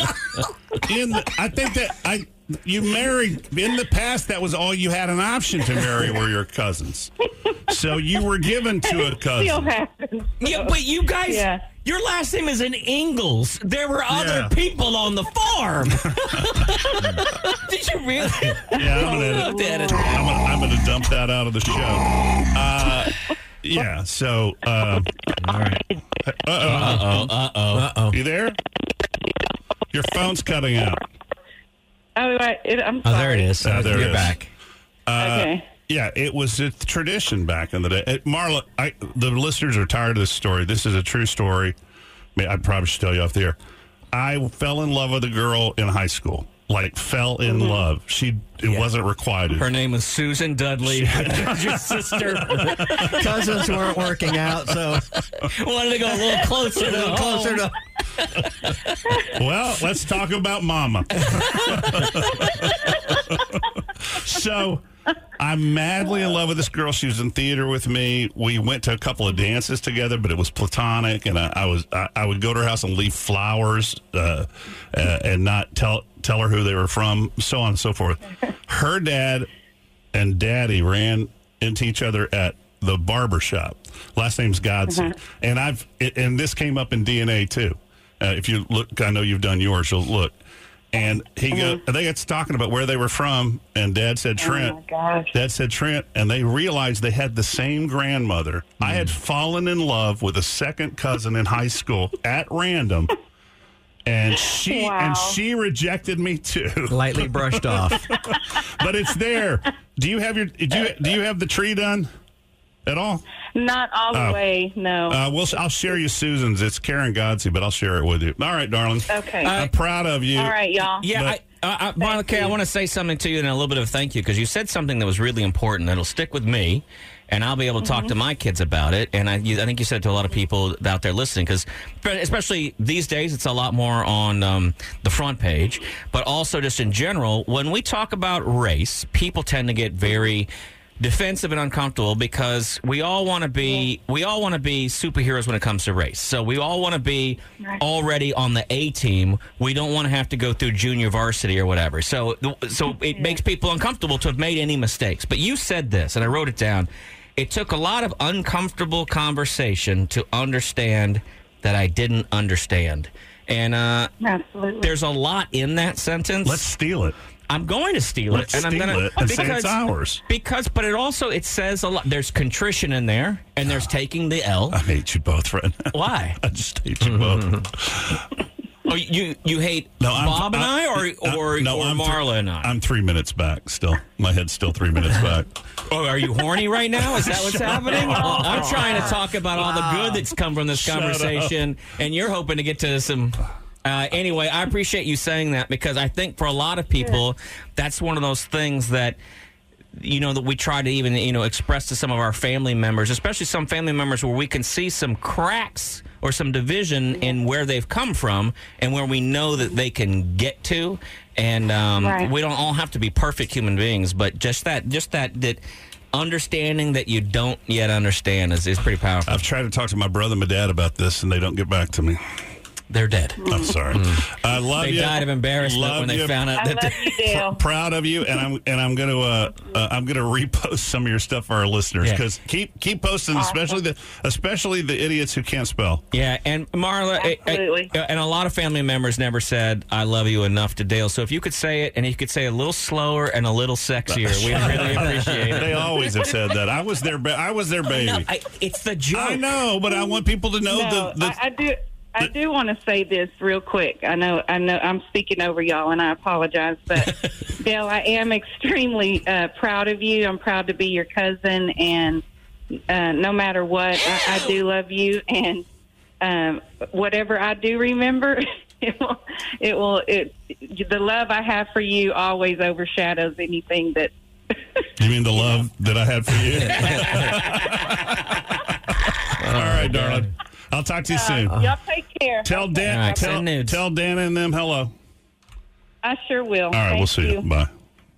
in the, i think that i you married in the past that was all you had an option to marry were your cousins so you were given to a
Still
cousin
happens.
Yeah,
so,
but you guys,
Yeah.
your last name is in Ingalls. There were other
Yeah.
people on the farm. Did you really?
yeah i'm gonna,
Looked at it.
I'm gonna, I'm gonna dump that out of the show uh, yeah so uh, all right uh-oh uh-oh uh-oh uh-oh you there your phone's cutting out
Oh, I, it, I'm
Oh,
sorry.
there it is.
Oh, there it
You're
is.
back.
Uh,
Okay.
Yeah, it was a tradition back in the day. Uh, Marla, I, the listeners are tired of this story. This is a true story. I, mean, I probably should tell you off the air. I fell in love with a girl in high school. Like fell in love. She it wasn't requited.
Her name was Susan Dudley. your sister
Cousins weren't working out, so
wanted to go a little closer
a
to
little closer
home.
to
well, let's talk about mama. so I'm madly in love with this girl. She was in theater with me. We went to a couple of dances together, but it was platonic. And I, I was I, I would go to her house and leave flowers uh, uh, and not tell tell her who they were from, so on and so forth. Her dad and daddy ran into each other at the barber shop. Last name's Godson, and I've it, and this came up in DNA too. Uh, if you look, I know you've done yours. You'll look. And he go, and they got to talking about where they were from, and Dad said Trent. Dad said Trent, and they realized they had the same grandmother. I
Mm.
had fallen in love with a second cousin in high school at random, and she
Wow.
and she rejected me too,
lightly brushed off.
but it's there. Do you have your do you, do you have the tree done at all?
Not all the
Oh.
way, no.
Uh, we'll, I'll share you Susan's. It's Karen Godsey, but I'll share it with you. All right, darling.
Okay.
I'm proud of you.
All right, y'all.
Yeah,
But-
I, I, I, Monica, I want to say something to you and a little bit of thank you because you said something that was really important that'll stick with me, and I'll be able to
Mm-hmm.
talk to my kids about it. And I, you, I think you said to a lot of people out there listening because, especially these days, it's a lot more on um, the front page, but also just in general. When we talk about race, people tend to get very defensive and uncomfortable because we all want to be we all want to be superheroes when it comes to race. So we all want to be already on the A team. We don't want to have to go through junior varsity or whatever. So so it makes people uncomfortable to have made any mistakes. But you said this and I wrote it down. It took a lot of uncomfortable conversation to understand that I didn't understand. And uh
Absolutely.
there's a lot in that sentence. Let's
steal it.
I'm going to steal
Let's
it, and
steal
I'm going
it and say it's ours.
Because, but it also it says a lot. There's contrition in there, and there's taking the L. I
hate you both, right now.
Why?
I just hate you both.
Oh, you you hate
I'm-
Bob and I, or
I'm-
or,
no,
or
I'm thr-
Marla and I?
I'm three minutes back still. My head's still three minutes back.
Oh, are you horny right now? Is that what's
Shut
happening?
up.
I'm trying to talk about all the good that's come from this
Shut
conversation, and you're hoping to get to some. Uh, anyway, I appreciate you saying that because I think for a lot of people, that's one of those things that you know that we try to even you know express to some of our family members, especially some family members where we can see some cracks or some division in where they've come from and where we know that they can get to. And um,
Right.
we don't all have to be perfect human beings, but just that, just that, that understanding that you don't yet understand is, is pretty powerful.
I've tried to talk to my brother and my dad about this, and they don't get back to me.
They're dead. Mm.
I'm sorry. I love
They
you.
died of embarrassment
Love
when they
you.
found out I that love
they- you, Dale.
Pr- proud of you, and I'm and I'm gonna uh, uh, I'm gonna repost some of your stuff for our listeners
Yeah.
because keep keep posting, especially the especially the idiots who can't spell.
Yeah, and Marla, I- I- and a lot of family members never said "I love you" enough to Dale. So if you could say it, and you could say it a little slower and a little sexier, we really appreciate it.
They always have said that. I was their ba- I was their baby.
No, I, it's the joke.
I know, but I want people to know
no,
the, the
I, I do. I do want to say this real quick. I know, I know, I'm speaking over y'all, and I apologize. But Dale, I am extremely uh, proud of you. I'm proud to be your cousin, and uh, no matter what, I, I do love you. And um, whatever I do remember, it will, it will, it the love I have for you always overshadows anything that
You mean the love that I had for you? All
Oh
right, darling. I'll talk to you soon.
um, Uh, Y'all take care.
Tell
Okay.
Dan. tell, tell Dana and them hello.
I sure will.
All right, we'll
Thank
see you.
you.
Bye.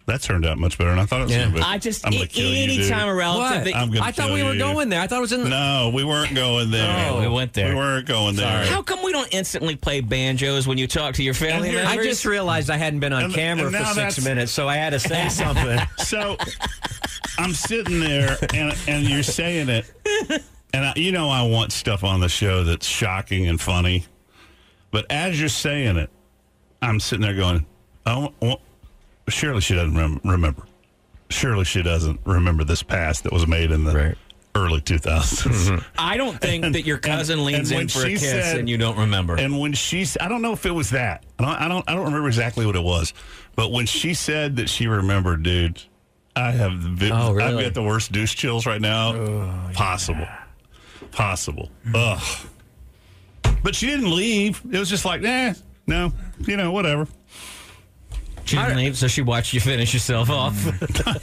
That turned out much better than I thought it was
Yeah.
going to be.
I just-
I'm gonna
a-
kill you, dude.
anytime a relative What? that-
I'm gonna
I thought
kill
we were
you.
going there. I thought it was in the-
No, we weren't going there.
Oh, we went there.
We weren't going there.
How come we don't instantly play banjos when you talk to your family
And you're-
members?
I just
realized I hadn't been
on And- camera and for now six that's- minutes,
so I had to say
so I'm sitting there, and and you're saying it, and I, you know I want stuff on the show that's shocking and funny, but as you're saying it, I'm sitting there going, "Oh, well, surely she doesn't rem- remember. Surely she doesn't remember this pass that was made in the early 2000s."
I don't think that your cousin leans
when
in for a
she
kiss
said-
and you don't remember.
And when she, s- I don't know if it was that. I don't, I don't, I don't remember exactly what it was. But when she said that she remembered, dude, I have, the vi-
Oh,
I've
really?
got the worst douche chills right now.
Oh,
possible, possible. Ugh. But she didn't leave. It was just like, nah, no, you know, whatever.
She didn't leave, so she watched you finish yourself off.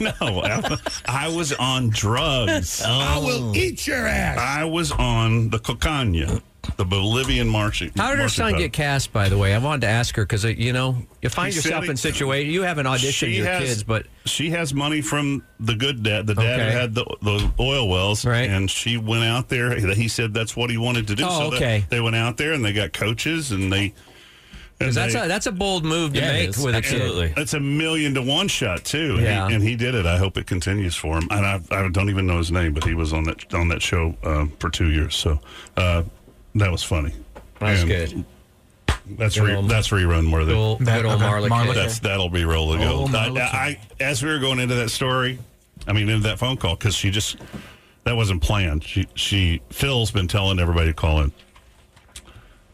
no, I, I was on drugs.
Oh.
I will eat your ass. I was on the cocaña, the Bolivian marching.
How did her
marching
son
band.
get cast? By the way, I wanted to ask her because you know you find
He
yourself
said he-
in situation you haven't auditioned
She
your
has-
kids, but
she has money from the good dad, the dad
Okay.
who had the, the oil wells, and she went out there. He said that's what he wanted to do.
Oh,
they-
okay.
They, went out there and they got coaches and they. and
'cause that's
they-
a that's a bold move to make with a kid.
And That's a million to one shot too. And,
Yeah.
he, and he did it. I hope it continues for him. And I, I don't even know his name, but he was on that on that show um, for two years. So uh, that was funny.
That's
And
good.
That's re- that's rerun worthy.
Good good old Marlick. Marlick.
That's that'll be roll to
Oh,
go. I,
Marlick.
I- as we were going into that story, I mean into that phone call because she just that wasn't planned. She she Phil's been telling everybody to call in.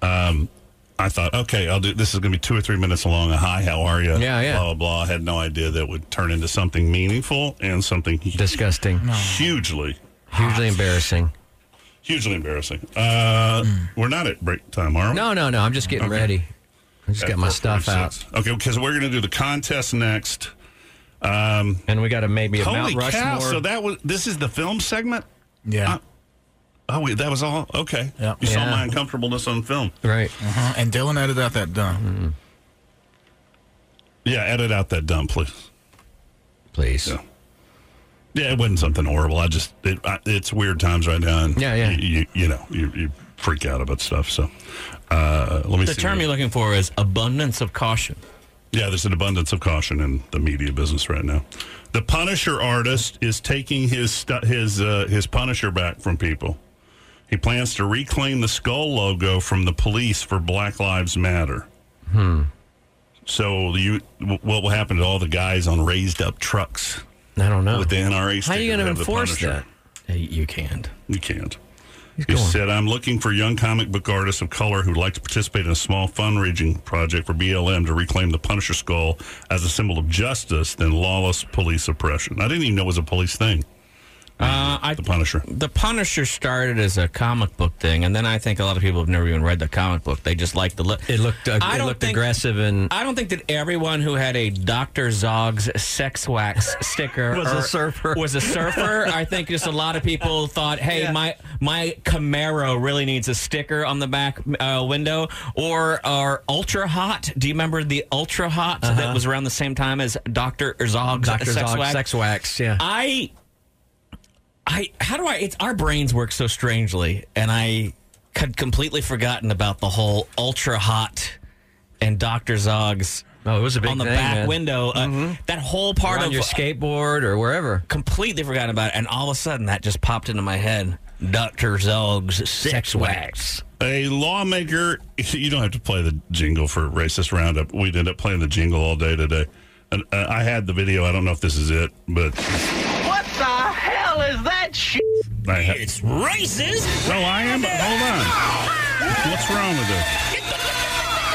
Um, I thought okay, I'll do. This is going to be two or three minutes long. A hi, how are you?
Yeah, yeah.
Blah blah blah. I had no idea that would turn into something meaningful and something
disgusting,
hugely,
hugely embarrassing. Hmm.
Hugely embarrassing. Uh, We're not at break time, are we?
No, no, no. I'm just getting
Okay.
ready. I just
At
got my stuff out.
446. Okay, because we're going to do the contest next. Um,
and we got a maybe
Holy
Mount
cow!
Rushmore.
So that was this is the film segment. Uh,
Yeah.
oh wait, that was all. Okay.
Yeah.
You saw
Yeah.
my uncomfortableness on film.
Right.
Uh-huh. And Dylan edited out that dumb.
Yeah, edit out that dump, please.
Please.
Yeah. Yeah, it wasn't something horrible. I just it, I, it's weird times right now. And yeah, yeah. You, you, you know you, you freak out about stuff. So uh, let me.
the
see
term
what-
you're looking for is abundance of caution.
Yeah, there's an abundance of caution in the media business right now. The Punisher artist is taking his stu- his uh, his Punisher back from people. He plans to reclaim the skull logo from the police for Black Lives Matter.
Hmm.
So you, w- what will happen to all the guys on raised up trucks?
I don't know.
With the NRA,
How are you
sticker
gonna
of the
enforce
Punisher?
You can't.
You can't. He said, I'm looking for young comic book artists of color who'd like to participate in a small fundraising project for BLM to reclaim the Punisher skull as a symbol of justice than lawless police oppression. I didn't even know it was a police thing.
Uh, I,
the Punisher.
The Punisher started as a comic book thing, and then I think a lot of people have never even read the comic book. They just like the look.
It looked. Uh, it looked aggressive and
I don't think that everyone who had a Doctor Zog's sex wax sticker
er, Was a
or-
surfer.
Was a surfer. I think just a lot of people thought, "Hey, my my Camaro really needs a sticker on the back uh, window." Or or ultra hot. Do you remember the ultra hot
Uh-huh.
that was around the same time as Doctor Zog's
Dr.
sex
Zog
wax?
sex wax. Yeah.
I, I, how do I? It's our brains work so strangely, and I had completely forgotten about the whole ultra hot and Doctor Zog's.
Oh, it was a big
on the
thing,
back
man.
window. Uh, That whole
Or
part
on
of uh,
your skateboard or wherever.
Completely forgotten about it, and all of a sudden that just popped into my head. Doctor Zog's sex wax.
A lawmaker, you don't have to play the jingle for Racist Roundup. We'd end up playing the jingle all day today. And uh, I had the video. I don't know if this is it, but
What the hell is that shit?
I ha-
Races?
No, I am. Hold on. What's wrong with it?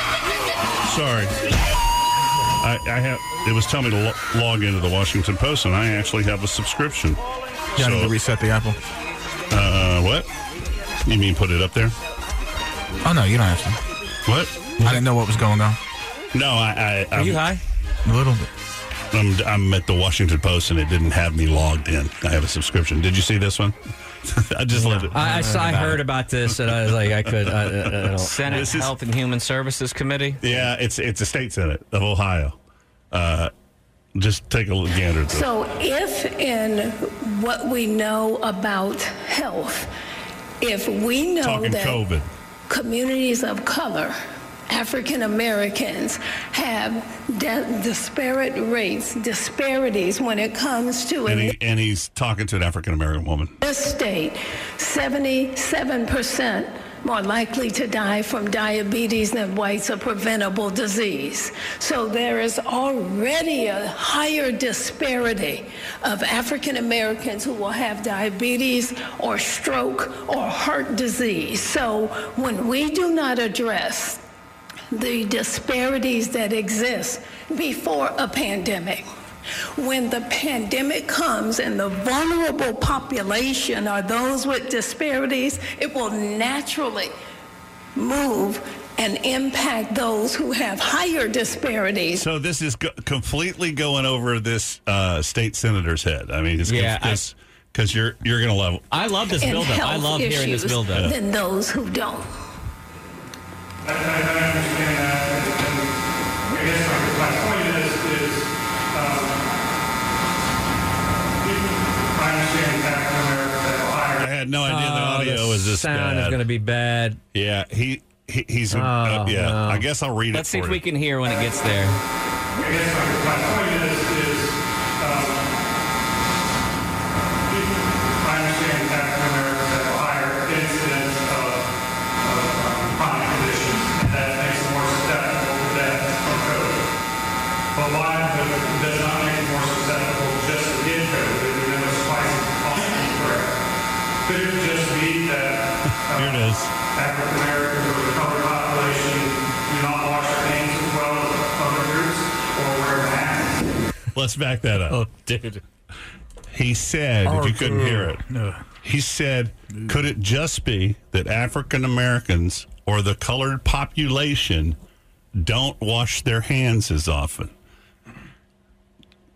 Sorry. I, I have. It was telling me to lo- log into the Washington Post, and I actually have a subscription.
Yeah, I need to reset the Apple.
Uh, what? You mean put it up there?
Oh no, you don't have to.
What?
I didn't know what was going on.
No, I. I
Are you
high?
A little bit.
I'm, I'm at the Washington Post, and it didn't have me logged in. I have a subscription. Did you see this one? I just let it.
I, I, saw, I heard about this and I was like, I could. I, I, I don't.
Senate
This is-
Health and Human Services Committee.
Yeah, it's it's a state senate of Ohio. Uh, just take a look gander at this.
So, if in what we know about health, if we know
Talking
that
COVID.
communities of color, African Americans, have de- disparate rates, disparities when it comes to
and,
in
he, and he's talking to an African American woman.
this state, 77% more likely to die from diabetes than whites, a preventable disease. So there is already a higher disparity of African Americans who will have diabetes or stroke or heart disease. So when we do not address the disparities that exist before a pandemic. When the pandemic comes and the vulnerable population are those with disparities, it will naturally move and impact those who have higher disparities.
So this is go- completely going over this uh, state senator's head. I mean, it's
Yeah, I-
because you're you're gonna love.
I love this
and
buildup. I
health
love hearing this
issues
buildup.
Than those who don't.
Uh,
I had no idea the
Oh,
audio
the
was this
sound is
bad.
gonna be bad.
Yeah, he, he he's uh,
Oh,
yeah.
no.
I guess I'll read
Let's
it.
see
for
if
you.
we can hear when it gets there.
That makes it more
does not make it more susceptible just to get COVID. We know it's twice as common as prayer. Could it just be that uh,
Here it is.
African Americans or the colored population do not wash their hands as well as other groups or wear masks?
Let's back that up. Oh, dude. He said, if you couldn't hear it, he said, could it just be that African Americans or the colored population don't wash their hands as often?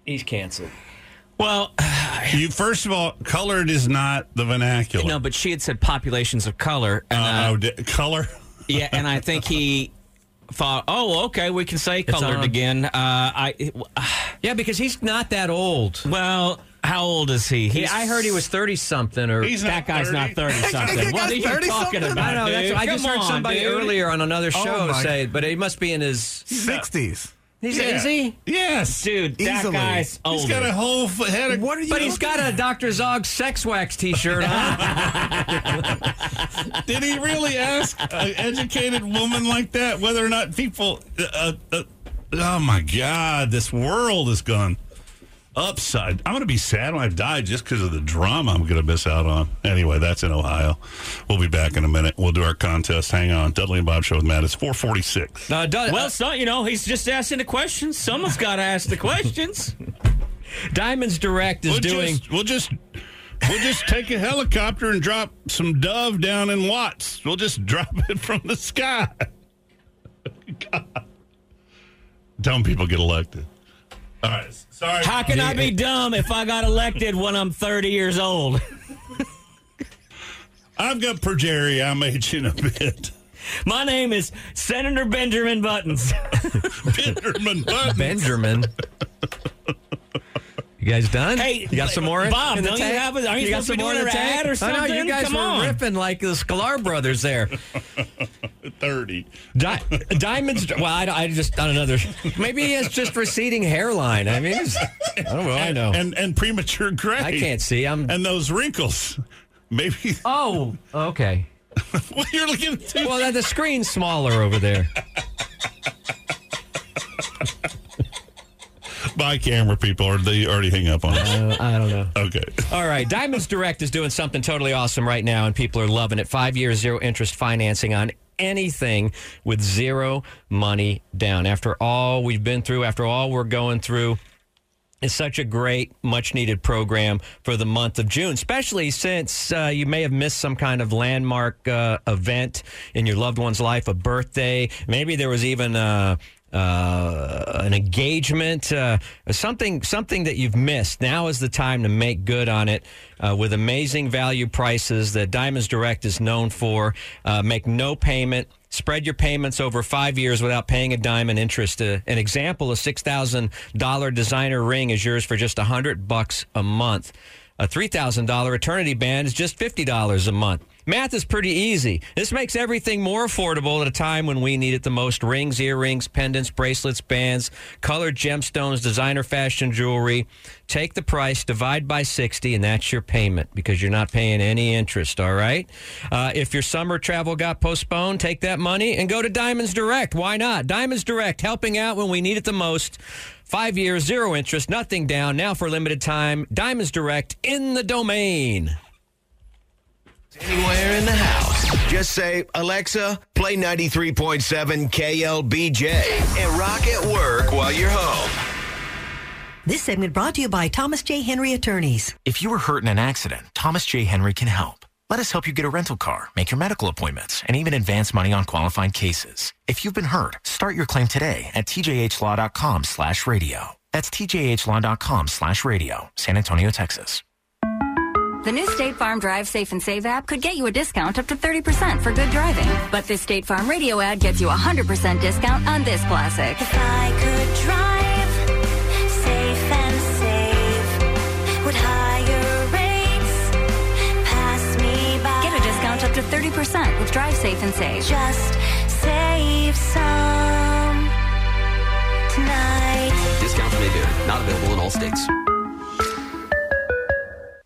He's canceled.
Well,
you first of all, colored is not the vernacular.
No, but she had said populations of color. And, uh,
oh, color?
yeah, and I think he thought, oh, okay, we can say colored
on.
again. Uh, I
Yeah, because he's not that old.
Well, how old is he?
He- I heard he was thirty something, or
He's not
that guy's
30.
not thirty something.
What are you talking about,
I know. That's,
dude?
I just
Come
heard
on,
somebody
dude.
earlier on another
Oh
show
my-
say, but he must be in his sixties. He's
Yeah.
is he?
Yes,
dude. That
Easily.
guy's older.
He's got a
whole head of.
What are you but he's got a Dr. Zog sex wax T-shirt on.
Did he really ask an educated woman like that whether or not people? Uh, uh, oh my God, this world has gone upside. I'm going to be sad when I die just because of the drama I'm going to miss out on. Anyway, that's in Ohio. We'll be back in a minute. We'll do our contest. Hang on, Dudley and Bob show with Matt. It's 446.
Uh, Dud-
well, it's not. You know, he's just asking the questions. Someone's got to ask the questions.
Diamonds Direct is
We'll
doing.
just- we'll just we'll just take a helicopter and drop some dove down in Watts. We'll just drop it from the sky. God. Dumb people get elected. All right. Sorry.
How can I be dumb if I got elected when I'm 30 years old?
I've got progeria. I'm aging a bit.
My name is Senator Benjamin Buttons.
Benjamin Buttons.
Benjamin. You guys done? Hey, you got some more?
Bob,
in the
don't you
tank?
have a- aren't you
got
supposed
some
to be
more
doing
in the
an
tank?
ad or
I know you
something?
guys
Come
were
on.
ripping like the Sklar brothers there.
30.
Di- diamonds. Well, I, I just on another. Maybe he has just receding hairline. I mean, it's- I don't know. I know.
And and premature gray.
I can't see. I'm.
And those wrinkles. Maybe.
Oh, okay.
well, you're looking. Too-
well, that- the screen's smaller over there.
My camera people are they already hang up on? us?
Uh, I don't know.
Okay.
All right, Diamonds Direct is doing something totally awesome right now, and people are loving it. Five years, zero interest financing on anything with zero money down. After all we've been through, after all we're going through, it's such a great, much needed program for the month of June, especially since uh, you may have missed some kind of landmark uh, event in your loved one's life, a birthday. Maybe there was even uh, uh, an engagement, uh, something, something that you've missed. Now is the time to make good on it uh, with amazing value prices that Diamonds Direct is known for. Uh, make no payment. Spread your payments over five years without paying a dime in interest. Uh, an example: a six thousand dollar designer ring is yours for just a hundred bucks a month. A three thousand dollar eternity band is just fifty dollars a month. Math is pretty easy. This makes everything more affordable at a time when we need it the most: rings, earrings, pendants, bracelets, bands, colored gemstones, designer fashion jewelry. Take the price, divide by sixty, and that's your payment because you're not paying any interest. All right. Uh, if your summer travel got postponed, take that money and go to Diamonds Direct. Why not? Diamonds Direct, helping out when we need it the most. Five years, zero interest, nothing down. Now for a limited time, Diamonds Direct in the domain.
Anywhere in the house. Just say, Alexa, play 93.7 KLBJ and rock at work while you're home.
This segment brought to you by Thomas J. Henry Attorneys.
If you were hurt in an accident, Thomas J. Henry can help. Let us help you get a rental car, make your medical appointments, and even advance money on qualified cases. If you've been hurt, start your claim today at tjhlaw.com slash radio. That's tjhlaw.com slash radio, San Antonio, Texas.
The new State Farm Drive Safe and Save app could get you a discount up to 30% for good driving. But this State Farm radio ad gets you a 100% discount on this classic. If I could drive safe and save, would higher rates pass me by? Get a discount up to 30% with Drive Safe and Save. Just save some tonight.
Discounts may vary. Not available in all states.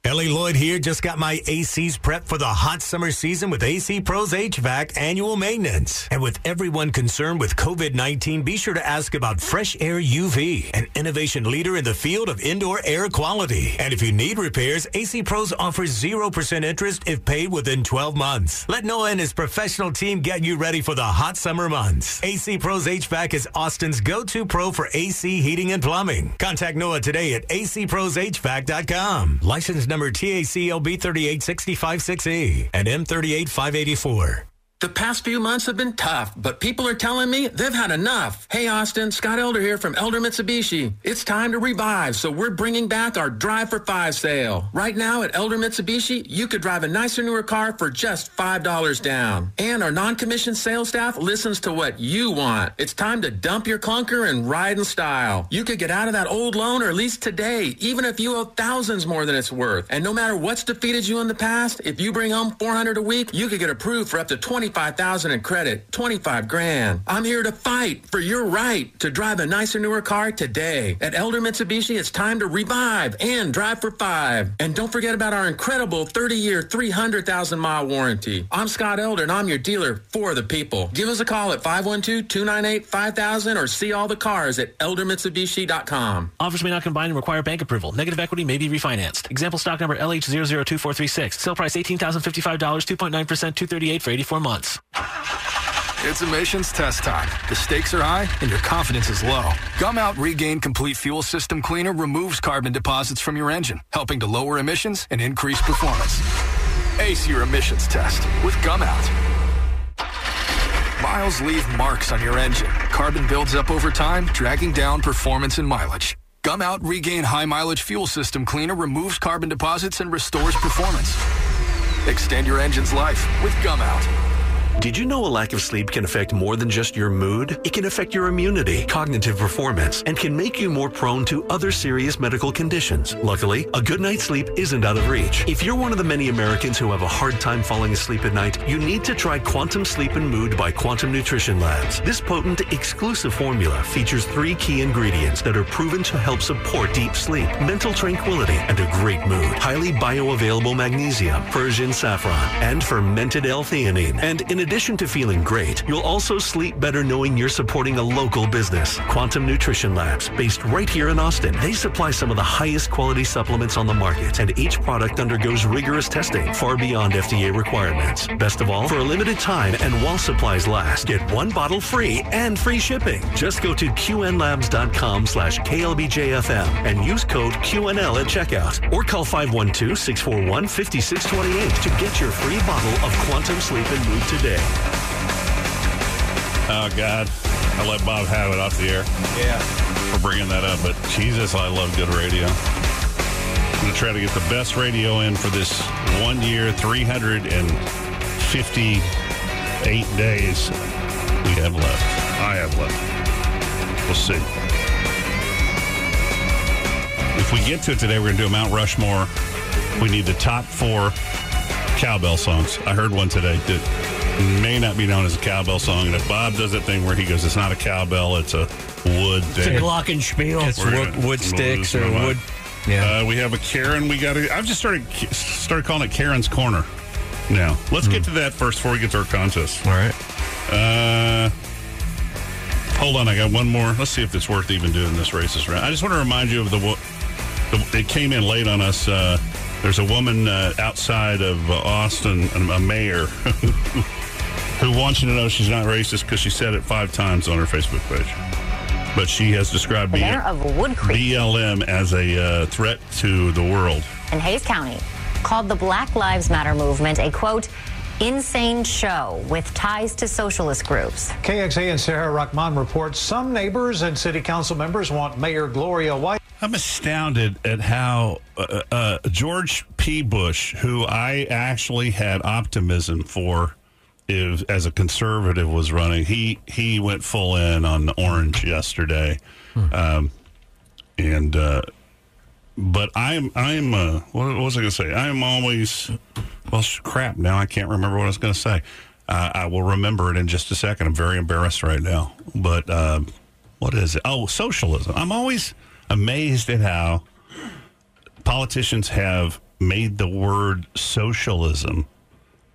LA
Lloyd here. Just got my ACs prepped for the hot summer season with AC Pros HVAC annual maintenance. And with everyone concerned with COVID 19, be sure to ask about Fresh Air UV, an innovation leader in the field of indoor air quality. And if you need repairs, AC Pros offers 0% interest if paid within 12 months. Let Noah and his professional team get you ready for the hot summer months. AC Pros HVAC is Austin's go to pro for AC heating and plumbing. Contact Noah today at acproshvac.com. License number TACLB 38656E E and M38584.
The past few months have been tough, but people are telling me they've had enough. Hey, Austin, Scott Elder here from Elder Mitsubishi. It's time to revive, so we're bringing back our Drive for Five sale. Right now at Elder Mitsubishi, you could drive a nicer, newer car for just $5 down. And our non-commissioned sales staff listens to what you want. It's time to dump your clunker and ride in style. You could get out of that old loan or lease today, even if you owe thousands more than it's worth. And no matter what's defeated you in the past, if you bring home 400 a week, you could get approved for up to 25,000 in credit, 25 grand. I'm here to fight for your right to drive a nicer, newer car today. At Elder Mitsubishi, it's time to revive and drive for five. And don't forget about our incredible 30-year, 300,000-mile warranty. I'm Scott Elder, and I'm your dealer for the people. Give us a call at 512-298-5000 or see all the cars at eldermitsubishi.com.
Offers may not combine and require bank approval. Negative equity may be refinanced. Example stock number LH002436. Sale price $18,055, 2.9%, 238 for 84 months.
It's emissions test time. The stakes are high and your confidence is low. Gum Out Regain Complete Fuel System Cleaner removes carbon deposits from your engine, helping to lower emissions and increase performance. Ace your emissions test with Gum Out. Miles leave marks on your engine. Carbon builds up over time, dragging down performance and mileage. Gum Out Regain High Mileage Fuel System Cleaner removes carbon deposits and restores performance. Extend your engine's life with Gum Out.
Did you know a lack of sleep can affect more than just your mood? It can affect your immunity, cognitive performance, and can make you more prone to other serious medical conditions. Luckily, a good night's sleep isn't out of reach. If you're one of the many Americans who have a hard time falling asleep at night, you need to try Quantum Sleep and Mood by Quantum Nutrition Labs. This potent, exclusive formula features three key ingredients that are proven to help support deep sleep, mental tranquility, and a great mood. Highly bioavailable magnesium, Persian saffron, and fermented L-theanine. And in addition to feeling great, you'll also sleep better knowing you're supporting a local business. Quantum Nutrition Labs, based right here in Austin. They supply some of the highest quality supplements on the market, and each product undergoes rigorous testing far beyond FDA requirements. Best of all, for a limited time and while supplies last, get one bottle free and free shipping. Just go to qnlabs.com slash klbjfm and use code QNL at checkout or call 512-641-5628 to get your free bottle of Quantum Sleep and Mood today.
Oh God, I let Bob have it off the air. Yeah, for bringing that up, but Jesus, I love good radio. I'm gonna try to get the best radio in for this one year, 358 days we have left. I have left. We'll see. If we get to it today, we're gonna do a Mount Rushmore. We need the top four cowbell songs. I heard one today that may not be known as a cowbell song. And if Bob does that thing where he goes, it's not a cowbell, it's a wood
It's a
thing.
glockenspiel.
We're gonna- we'll lose my mind. Uh, we have a Karen. We got to. I've just started started calling it Karen's Corner. Now let's get to that first before we get to our contest. All right. Uh, hold on. I got one more. Let's see if it's worth even doing this racist round. I just want to remind you of the. wo- the it came in late on us. Uh, there's a woman uh, outside of uh, Austin, um, a mayor, who wants you to know she's not racist because she said it five times on her Facebook page. But she has described
The
being.
mayor of Wood Creek
BLM as a uh, threat to the world.
in Hayes County called the Black Lives Matter movement a quote, insane show with ties to socialist groups.
KXA and Sarah Rahman report some neighbors and city council members want Mayor Gloria White.
I'm astounded at how uh, uh, George P. Bush, who I actually had optimism for if, as a conservative, was running. He he went full in on orange yesterday, um, and uh, but I'm I'm uh, what, what was I going to say? I'm always well sh- crap. Now I can't remember what I was going to say. Uh, I will remember it in just a second. I'm very embarrassed right now. But um what is it? Oh, socialism. I'm always amazed at how politicians have made the word socialism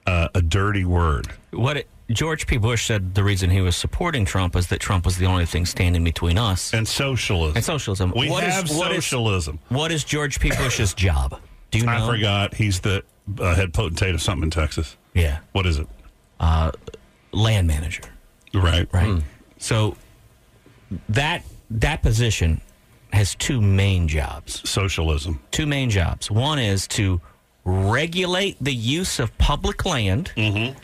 uh, a dirty word.
What it, George P. Bush said the reason he was supporting Trump is that Trump was the only thing standing between us
and socialism.
And socialism.
We
What is-
have
what is-
socialism.
what is George P. Bush's job? Do you
I
know?
forgot. He's the uh, head potentate of something in Texas.
Yeah.
What is it?
Uh, land manager.
Right. Hmm.
Right. So that that position has two main jobs.
Socialism.
Two main jobs. One is to regulate the use of public land. Mm-hmm.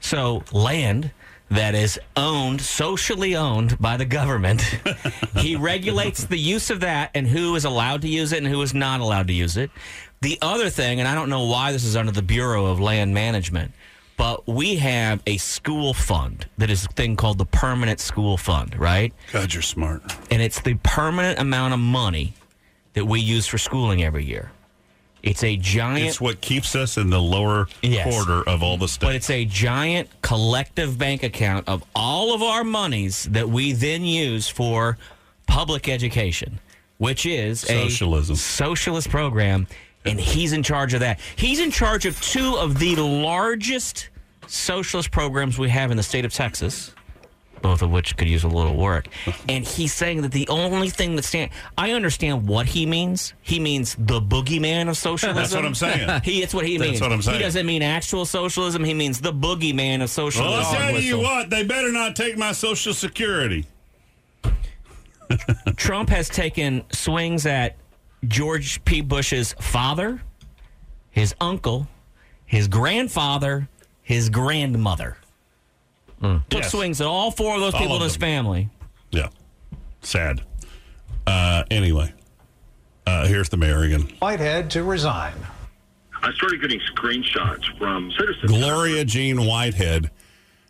So land that is owned, socially owned by the government. he regulates the use of that and who is allowed to use it and who is not allowed to use it. The other thing, and I don't know why this is under the Bureau of Land Management, but we have a school fund that is a thing called the Permanent School Fund, right?
God, you're smart.
And it's the permanent amount of money that we use for schooling every year. It's a giant.
It's what keeps us in the lower quarter of all the stuff.
But it's a giant collective bank account of all of our monies that we then use for public education, which is
Socialism.
a socialist program. And he's in charge of that. He's in charge of two of the largest socialist programs we have in the state of Texas, both of which could use a little work. And he's saying that the only thing that stand I understand what he means. He means the boogeyman of socialism.
That's what I'm saying.
he, it's what he
That's
means.
what I'm saying.
He doesn't mean actual socialism. He means the boogeyman of
Well,
socialism.
I'll tell you what, they better not take my Social Security.
Trump has taken swings at George P. Bush's father, his uncle, his grandfather, his grandmother. Took
Yes.
swings at all four of those
All
people
of
in his family.
Yeah. Sad. Uh, anyway, uh, here's the mayor again.
Whitehead to resign.
I started getting screenshots from citizens.
Gloria Jean Whitehead.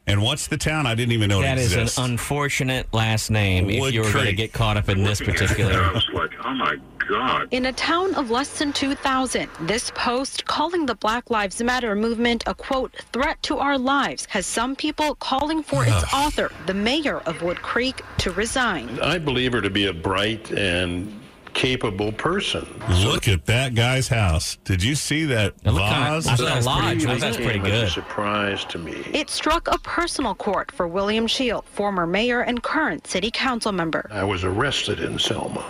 And what's the town? I didn't even know
That
it
is
exists.
an unfortunate last name if
Wood
you were going to
Creek.
get caught up in this
I
particular.
was like, oh my God.
In a town of less than 2,000, this post calling the Black Lives Matter movement a quote threat to our lives has some people calling for its author, the mayor of Wood Creek, to resign.
I believe her to be a bright and capable person.
Look at that guy's house. Did you see that vase?
Came as a surprise to me.
It struck a personal chord for William Shield, former mayor and current city council member.
I was arrested in Selma.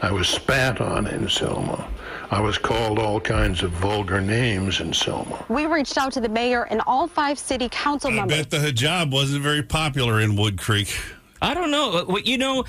I was spat on in Selma. I was called all kinds of vulgar names in Selma.
We reached out to the mayor and all five city council
I bet the hijab wasn't very popular in Wood Creek.
I don't know. What you know?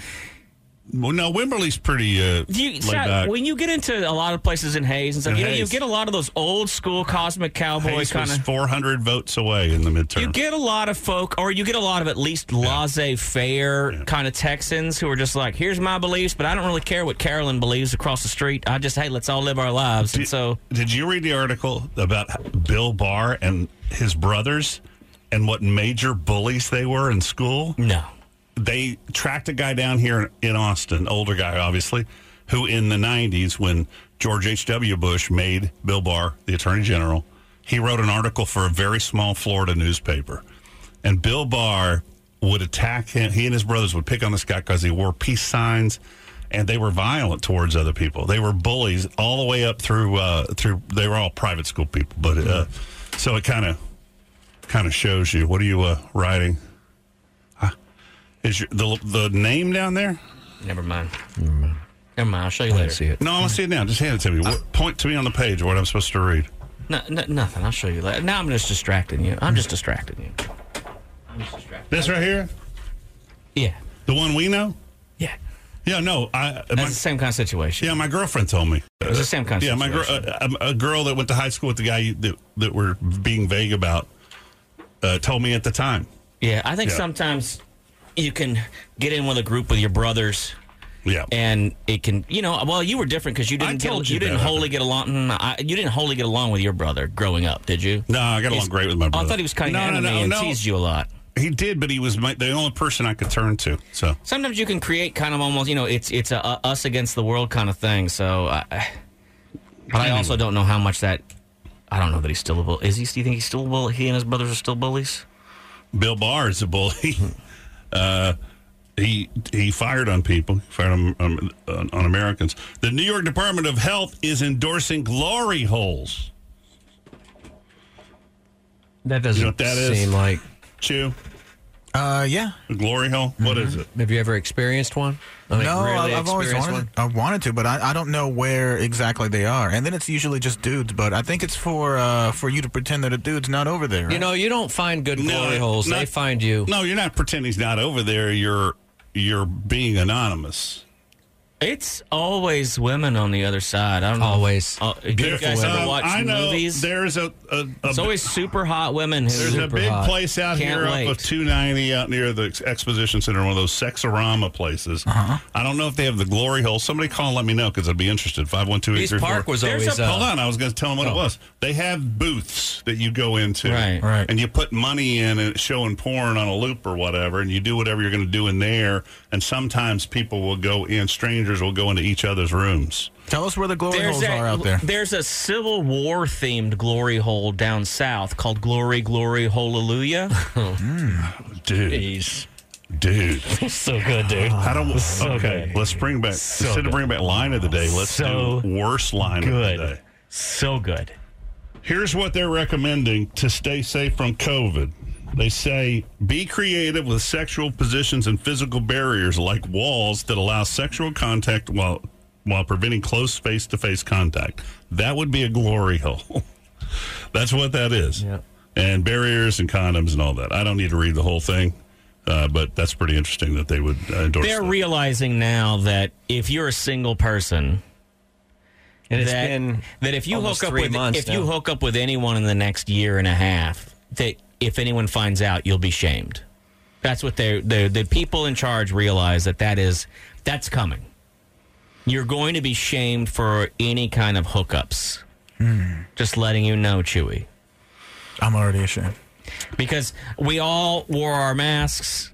Well, no, Wimberley's pretty uh,
Do you,
laid
Scott,
back.
when you get into a lot of places in Hayes and stuff,
In
you know, you
Hayes.
get a lot of those old school cosmic cowboy
Hayes
kind
was
of.
400 votes away in the midterm.
You get a lot of folk, or you get a lot of at least laissez faire kind of Texans who are just like, here's my beliefs, but I don't really care what Carolyn believes across the street. I just, hey, let's all live our lives. And so
Did you read the article about Bill Barr and his brothers and what major bullies they were in school?
No.
They tracked a guy down here in Austin, older guy, obviously, who in the 90s, when George H.W. Bush made Bill Barr the attorney general, he wrote an article for a very small Florida newspaper. And Bill Barr would attack him. He and his brothers would pick on this guy because he wore peace signs, and they were violent towards other people. They were bullies all the way up through uh, through. They were all private school people, but uh, so it kind of kind of shows you. What are you uh, writing? Uh, is your, the the name down there?
Never mind. Never mind. Never mind. I'll show you later. See it.
No, I want to see it now. Just hand it to me. What, point to me on the page what I'm supposed to read.
No, no, nothing. I'll show you later. Now I'm just distracting you. I'm just distracting you.
This right here?
Yeah.
The one we know?
Yeah.
Yeah, no. I, That's
the same kind of situation.
Yeah, my girlfriend told me.
It was the same kind of
yeah,
situation.
my girl, uh, a girl that went to high school with the guy you, that, that we're being vague about uh, told me at the time.
Yeah, I think
Yeah.
sometimes you can get in with a group with your brothers.
Yeah,
and it can you know well you were different because you didn't get,
told
you,
you
didn't
that.
wholly get along. mm, I, you didn't wholly get along with your brother growing up, did you?
No, I got
He's-
along great with my brother.
I thought he was kind of anime and teased you a lot.
He did, but he was my, the only person I could turn to. So
Sometimes you can create kind of almost you know it's it's a, a us against the world kind of thing. So, I, but I also don't know how much that I don't know that he's still a bully. Is he? Do you think he's still a bully? He and his brothers are still bullies.
Bill Barr is a bully. Uh, he he fired on people, he fired on, on, on Americans. The New York Department of Health is endorsing glory holes.
That doesn't
You know what that is?
seem like.
Chew.
Uh, yeah.
A glory hole.
Mm-hmm.
What is it?
Mm-hmm. Have you ever experienced one? I mean,
no,
really
I've, I've always
experienced
wanted,
one?
I've wanted to, but I, I don't know where exactly they are. And then it's usually just dudes, but I think it's for uh, for you to pretend that a dude's not over there.
You know, you don't find good Mm-hmm. glory holes. they
not-
find you.
No, you're not pretending he's not over there. You're you're being anonymous.
It's always women on the other side. I don't
always.
Know. Uh, you guys ever
Um,
watch
I know
movies?
There's a, a, a
It's always super hot women. who-
There's a
super
big
hot.
place out
Can't
here
wait.
up of 290 out near the ex- Exposition Center, one of those sexorama places. I don't know if they have the glory hole. Somebody call and let me know because I'd be interested. 512
East Park was
There's
always,
A,
uh,
hold on, I was going to tell them what it
oh.
was. They have booths that you go into.
Right.
Right.
And you put money in and it's showing porn on a loop or whatever, and you do whatever you're going to do in there. And sometimes people will go in, strangers will go into each other's rooms.
Tell us where the glory holes
a,
are out there.
There's a Civil War themed glory hole down south called Glory, Glory, Hallelujah.
Hmm, dude. Dude.
so good, dude.
I don't.
So
okay,
good.
let's bring back
So
instead of
good.
bringing back line of the day. Let's
So
do worst line
good.
of the day.
So good.
Here's what they're recommending to stay safe from COVID. They say be creative with sexual positions and physical barriers like walls that allow sexual contact while while preventing close face to face contact. That would be a glory hole. That's what that is. And barriers and condoms and all that. I don't need to read the whole thing, uh, but that's pretty interesting that they would uh, endorse.
They're realizing now that if you're a single person,
And it's
that,
been
that if you
almost
hook up
three
with
months
if
now.
you hook up with anyone in the next year and a half, that if anyone finds out, you'll be shamed. That's what they're, they're the people in charge realize that that is that's coming. You're going to be shamed for any kind of hookups. Hmm. Just letting you know, Chewy
I'm already ashamed.
because we all wore our masks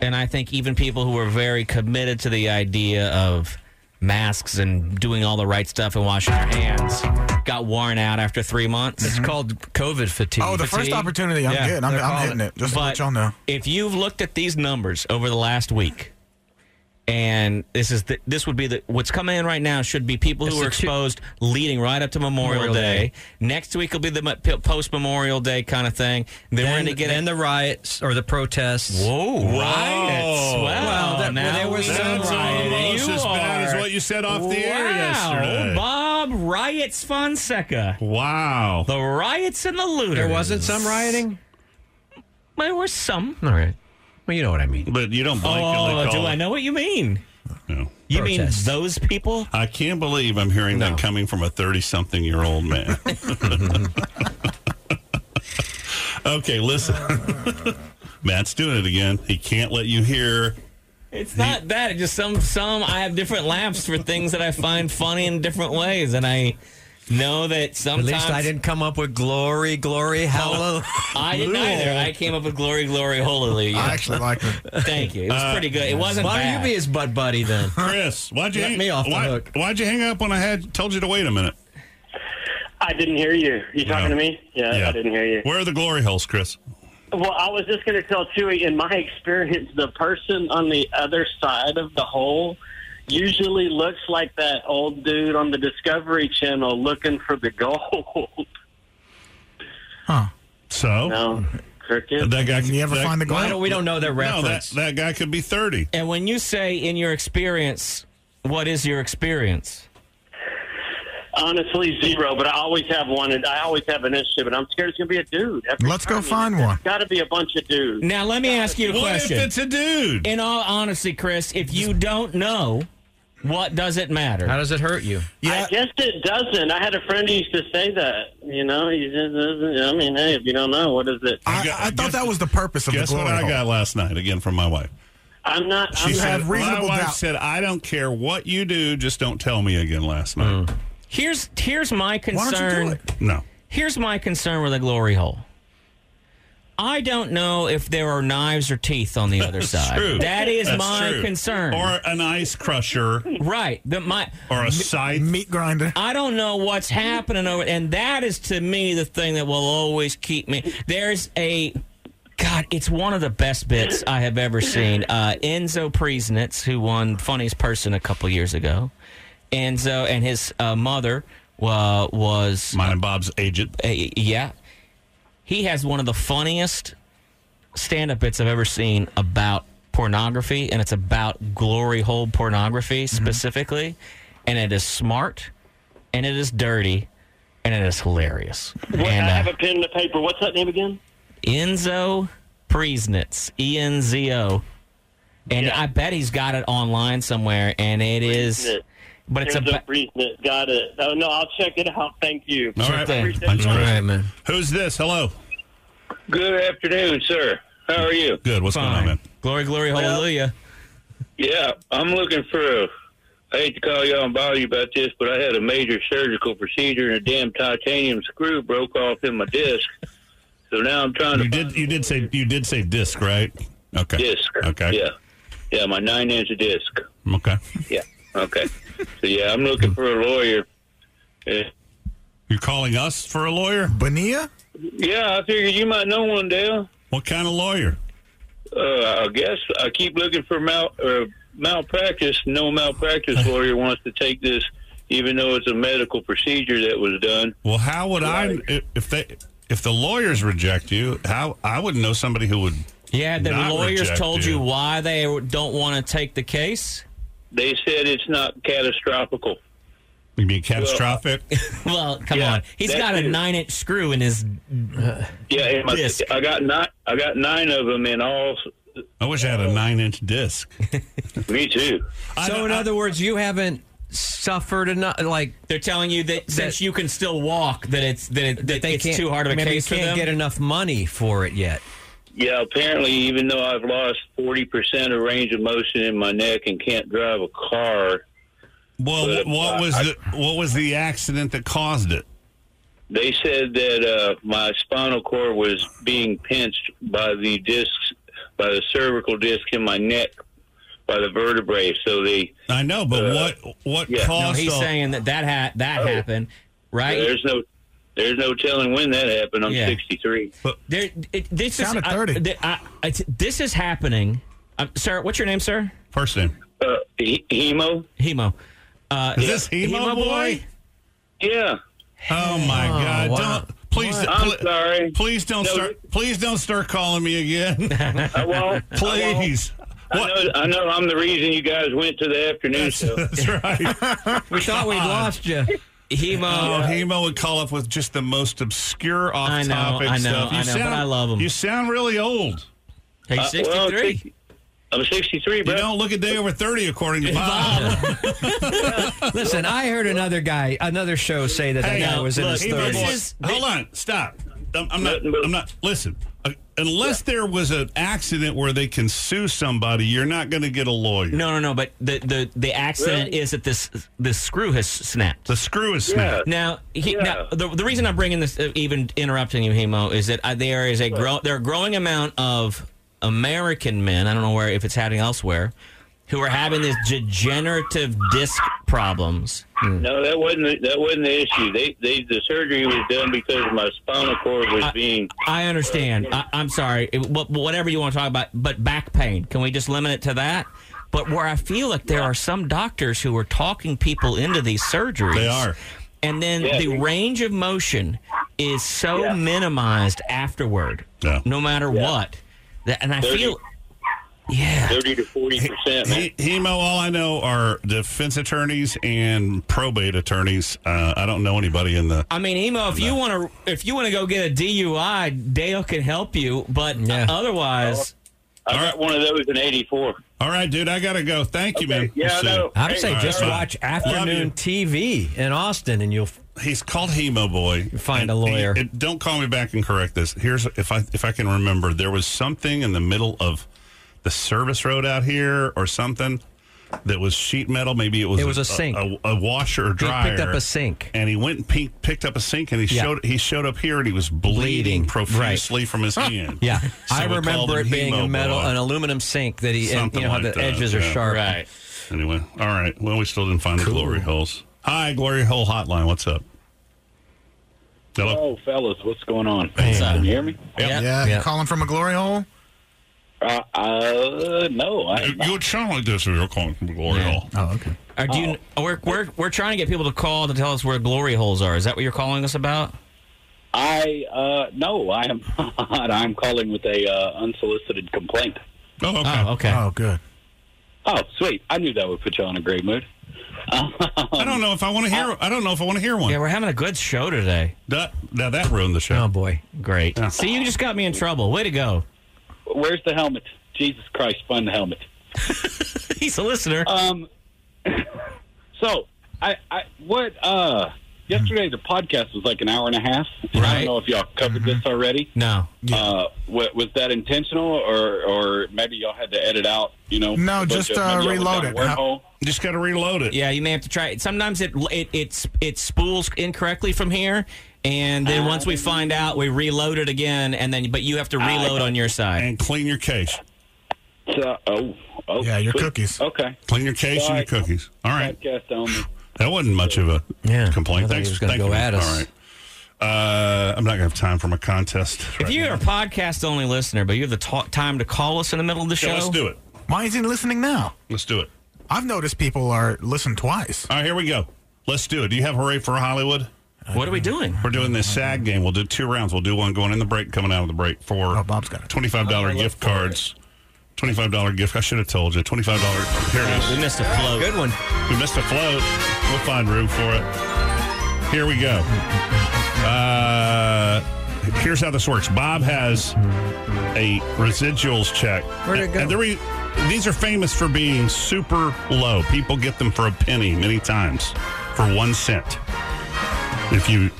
and i think even people who were very committed to the idea of masks and doing all the right stuff and washing their hands got worn out after three months it's
called covid fatigue
Oh, the first opportunity I'm getting, I'm, I'm hitting it. Just to let y'all know.
if you've looked at these numbers over the last week and this is the, this would be the what's coming in right now should be people who
It's
are
the two-
exposed leading right up to Memorial,
Memorial
Day.
Day.
Next week will be the post Memorial Day kind of thing. Then, we're
Then,
going to get
then the riots or the protests.
Whoa, riots. Wow.
Well, that,
Oh, Now
there was
we
some
know.
rioting.
You
as bad as
are-
what you said off the air
Wow,
yesterday.
Bob Riots Fonseca.
Wow.
The riots and the looters.
There wasn't some rioting?
There were some.
All right. Well, you know what I mean.
But you don't blink.
Oh,
and they
do
call
I
it-
know what you mean?
No.
You mean those people?
I can't believe I'm hearing that coming from a 30 something year old man. okay, listen. Matt's doing it again. He can't let you hear.
It's not that. It's just some some I have different laughs for things that I find funny in different ways, and I know that
At
sometimes
least I didn't come up with glory, glory, hello.
I didn't either. I came up with glory, glory, hallelujah.
I actually
like it.
Thank you. It was pretty good. It wasn't.
Why
bad.
don't you be his butt buddy then?
Uh, Chris, why'd you
Let
hang
me off the
why,
hook.
Why'd you hang up when I had told you to wait a minute?
I didn't hear you. You talking
No.
to me? Yeah, I didn't hear you.
Where are the glory holes, Chris?
Well, I was just going to tell Chewy, in my experience, the person on the other side of the hole usually looks like that old dude on the Discovery Channel looking for the gold.
So?
No. Cricket.
That guy,
You ever
that-
find the glory? Why don't- we don't know their
No, that,
reference.
that guy could be 30.
And when you say in your experience, what is your experience?
Honestly, zero. But I always have one. I always have an issue, but I'm scared it's going to be a dude.
Let's go find one.
Got to be a bunch of dudes.
Now let me ask you a
What if
question.
it's
a dude?
In all honesty, Chris, if you don't know, what does it matter? How
does it hurt you?
I guess it doesn't. I had a friend who used to say that. You know, he just doesn't. I mean, hey, if you don't know, what is it?
I thought that was the purpose of the
Guess
glory
what I
hole.
got last night, again, from my wife?
I'm not.
She
I'm
said,
not,
my wife said, I don't care what you do, just don't tell me again last night.
Here's here's my
Why
concern.
don't you do No.
Here's my concern with a glory hole. I don't know if there are knives or teeth on the other
That's
side.
true.
That is
That's
my
true.
concern.
Or an ice crusher.
Right. The, my
or a scythe.
Meat grinder.
I don't know what's happening over and that is to me the thing that will always keep me. There's a God, it's one of the best bits I have ever seen. Uh, Enzo Priesnitz, who won Funniest Person a couple years ago, Enzo and his uh, mother uh, was mine
and Bob's agent.
yeah, he has one of the funniest stand-up bits I've ever seen about pornography, and it's about glory hole pornography
Mm-hmm.
specifically, and it is smart, and it is dirty, and it is hilarious.
What,
and,
I
uh,
have a pen and a paper. What's that name again?
Enzo Priesnitz, E N Z O. And I bet he's got it online somewhere, and it is.
Priesnitz.
But it's a.
There's reason. Got it. Oh no, I'll check it out. Thank you.
All right, All right, man. Who's this? Hello.
Good afternoon, sir. How are you?
Good. What's going on, man?
Glory, glory, hallelujah.
Yeah, I'm looking for a. I hate to call y'all and bother you about this, but I had a major surgical procedure and a damn titanium screw broke off in my disc. So now I'm trying to.
You did. You did say. You did say disc, right? Okay.
Disc.
Okay.
Yeah. Yeah, my nine inch disc.
Okay.
Yeah. Okay. so yeah, I'm looking for a lawyer. Uh,
You're calling us for a lawyer, Benia?
Yeah, I figured you might know one, Dale.
What kind of lawyer?
Uh, I guess I keep looking for mal uh, malpractice. No malpractice lawyer wants to take this, even though it's a medical procedure that was done.
Well, how would I if they if the lawyers reject you? How I would know somebody who would.
Yeah, the
not
lawyers
reject
told you. why they don't want to take the case.
They said it's not catastrophical.
You mean catastrophic?
Well, come on. He's
that
got a
is-
nine inch screw in his.
Yeah, and my, I got nine. I got nine of them in all.
I wish I had a nine inch disc.
Me too.
So, in other words, you haven't suffered enough. Like
they're telling you that, since you can still walk, that it's that, it, that,
they
it's
can't-
too hard of a
maybe
case
you can't
for them.
get enough money for it yet.
Yeah, apparently, even though I've lost forty percent of range of motion in my neck and can't drive a car,
Well, what was the what was the accident that caused it?
They said that uh, my spinal cord was being pinched by the discs, by the cervical disc in my neck, by the vertebrae. So they.
I know, but what what
No,
caused?
he's
all-
saying that that ha- that happened, right?
There's no, there's no telling when that happened. I'm
Yeah.
63.
There, it, this
Sounded
is I-
30.
th- I- it's- this is happening, um, sir. What's your name, sir?
First name.
Uh, he- hemo.
Hemo. Uh,
Is this Hemo Boy? Yeah.
Oh my God! Don't please.
I'm
pl-
sorry.
Please don't
No,
start. Please don't start calling me again.
I won't. I won't.
Please.
I know, I know. I'm the reason you guys went to the afternoon show.
That's right.
We thought we'd lost
you.
Hemo.
Oh, Hemo would call up with just the most obscure
I
off
know,
topic
I know,
stuff.
I know, but I love him.
You sound really old.
Hey,
Uh, well, 63. I'm 63,
bro. You don't look a day over 30, according to Bob.
Listen, I heard another guy, another show say that that guy was in his
Hey, my boy,
thirties.
hold on, stop. I'm, I'm not. I'm not. Listen, uh, unless there was an accident where they can sue somebody, you're not going to get a lawyer.
No, no, no. But the the, the accident is that this the screw has snapped.
The screw is snapped.
Now, he, now the, the reason I'm bringing this, uh, even interrupting you, Hemo, is that uh, there is a grow, there are a growing amount of American men. I don't know where if it's happening elsewhere, who are having this degenerative disc problems.
No, that wasn't the, that wasn't the issue. They, they the surgery was done because my spinal cord was being
I understand. I, I'm sorry. It- wh- whatever you want to talk about, but back pain. Can we just limit it to that? But where I feel like there are some doctors who are talking people into these surgeries.
They are.
And then
Yeah.
the range of motion is so minimized afterward, no matter what. That, and I feel yeah,
thirty to forty percent.
He, Hemo, all I know are defense attorneys and probate attorneys. Uh, I don't know anybody in the.
I mean, Emo, if you want to, if you want to go get a DUI, Dale can help you. But uh, otherwise,
I got one of those in '84.
All right, dude, I gotta go. Thank you, man.
yeah, I
We'll see.
know.
I would say
All
just
right.
watch
Love
afternoon
you.
TV in Austin, and you'll.
He's called Hemo Boy.
find a lawyer.
And- and don't call me back and correct this. Here's if I if I can remember, there was something in the middle of the service road out here or something that was sheet metal. Maybe it was
It was a sink.
a, a washer or
He
dryer.
picked up a sink.
and he went and pe- picked up a sink, and he
Yeah.
showed he showed up here, and he was bleeding,
Bleeding,
profusely from his hand.
Yeah,
So
I
we called
remember
him
it being
Hemo
a metal,
Boy.
an aluminum sink that he, and, you
Something
know, how the
like that,
edges are
yeah.
sharp.
Anyway, all right. Well, we still didn't find the glory holes. Hi, glory hole hotline. What's up? Hello?
Oh, fellas, what's going on? Can you hear me?
Yeah, you calling from a glory hole?
Uh, uh, no. I,
you would sound like this if you were calling from Glory Hall.
Oh, okay.
Or do you,
Oh.
we're, we're, we're trying to get people to call to tell us where glory holes are. Is that what you're calling us about?
I uh, no, I am not. I'm calling with a uh, unsolicited complaint.
Oh, okay.
Oh, okay.
Oh, good.
Oh, sweet. I knew that would put you on a great mood.
I don't know if I want to hear. I don't know if I want to hear one. Yeah,
we're having a good show today.
That, now that ruined the show.
Oh boy, great. See, you just got me in trouble. Way to go.
Where's the helmet? Jesus Christ, find the helmet.
He's a listener.
Um, so I, I what uh yesterday the podcast was like an hour and a half. And I don't know if y'all covered this
Mm-hmm.
already.
No.
Uh, wa- was that intentional, or or maybe y'all had to edit out? You know, a bunch of-
uh,
maybe y'all was down a wormhole?
Just got to reload it.
Yeah, you may have to try it. Sometimes it it it, it spools incorrectly from here, and
Ah.
then once we find out, we reload it again, and then but you have to reload on your side
and clean your case.
So, oh, oh,
Yeah, your
sweet.
cookies.
Okay,
Clean your case
Sorry.
and your cookies. All right.
Podcast only.
That wasn't much of a
I
complaint.
thought he
Thanks.
was gonna
thank
go
you.
at us.
All right. Uh, I'm not going to have time for my contest.
If you are a podcast only listener, but you have the ta- time to call us in the middle of the show,
Yeah, let's do it.
Why is he listening now?
Let's do it.
I've noticed people are listen twice.
All right, here we go. Let's do it. Do you have Hooray for Hollywood?
Uh, What are we doing?
We're doing this SAG game. We'll do two rounds. We'll do one going in the break, coming out of the break for
Oh,
$25
Oh,
gift cards. $25 gift. I should have told you. $25. Here it is.
We missed a float. Good one.
We missed a float. We'll find room for it. Here we go. Uh, here's how this works. Bob has a residuals check. Where'd it go? And the re- these are famous for being super low. People get them for a penny many times, for one cent. If you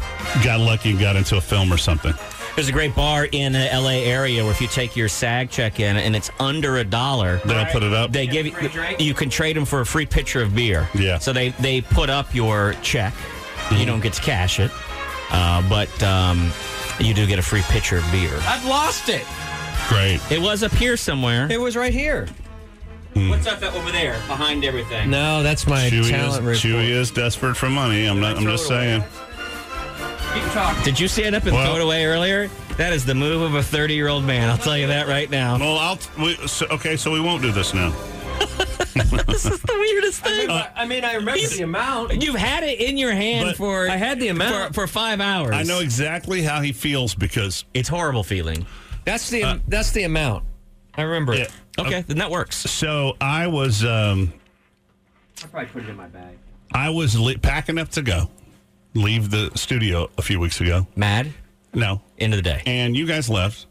got lucky and got into a film or something.
There's a great bar in the LA area where if you take your SAG check in and it's under a dollar,
they'll put it up.
They give you you can trade them for a free pitcher of beer. Yeah. So they they put up your check.
Mm-hmm.
You don't get to cash it, uh, but um, you do get a free pitcher of beer. I've lost it.
Great.
It was up here somewhere.
It was right here.
What's up over there behind everything?
No, that's my
Hmm. Chewy
talent
is,
report.
Chewy is desperate for money. I'm not. I'm just saying.
Did you stand up and throw it away earlier? That is the move of a 30 year old man. I'll tell you that right now.
Well, I'll. T- we, so, okay, so we won't do this now.
this is the weirdest thing.
I mean, I remember the amount.
You've had it in your hand for I had the amount for, for five hours.
I know exactly how he feels because
it's horrible feeling.
That's the
Uh,
that's the amount. I remember it.
Okay, then that works.
So I was um,
I probably put it in my bag.
I was le- packing up to go, leave the studio a few weeks ago.
Mad?
No.
End of the day.
And you guys left,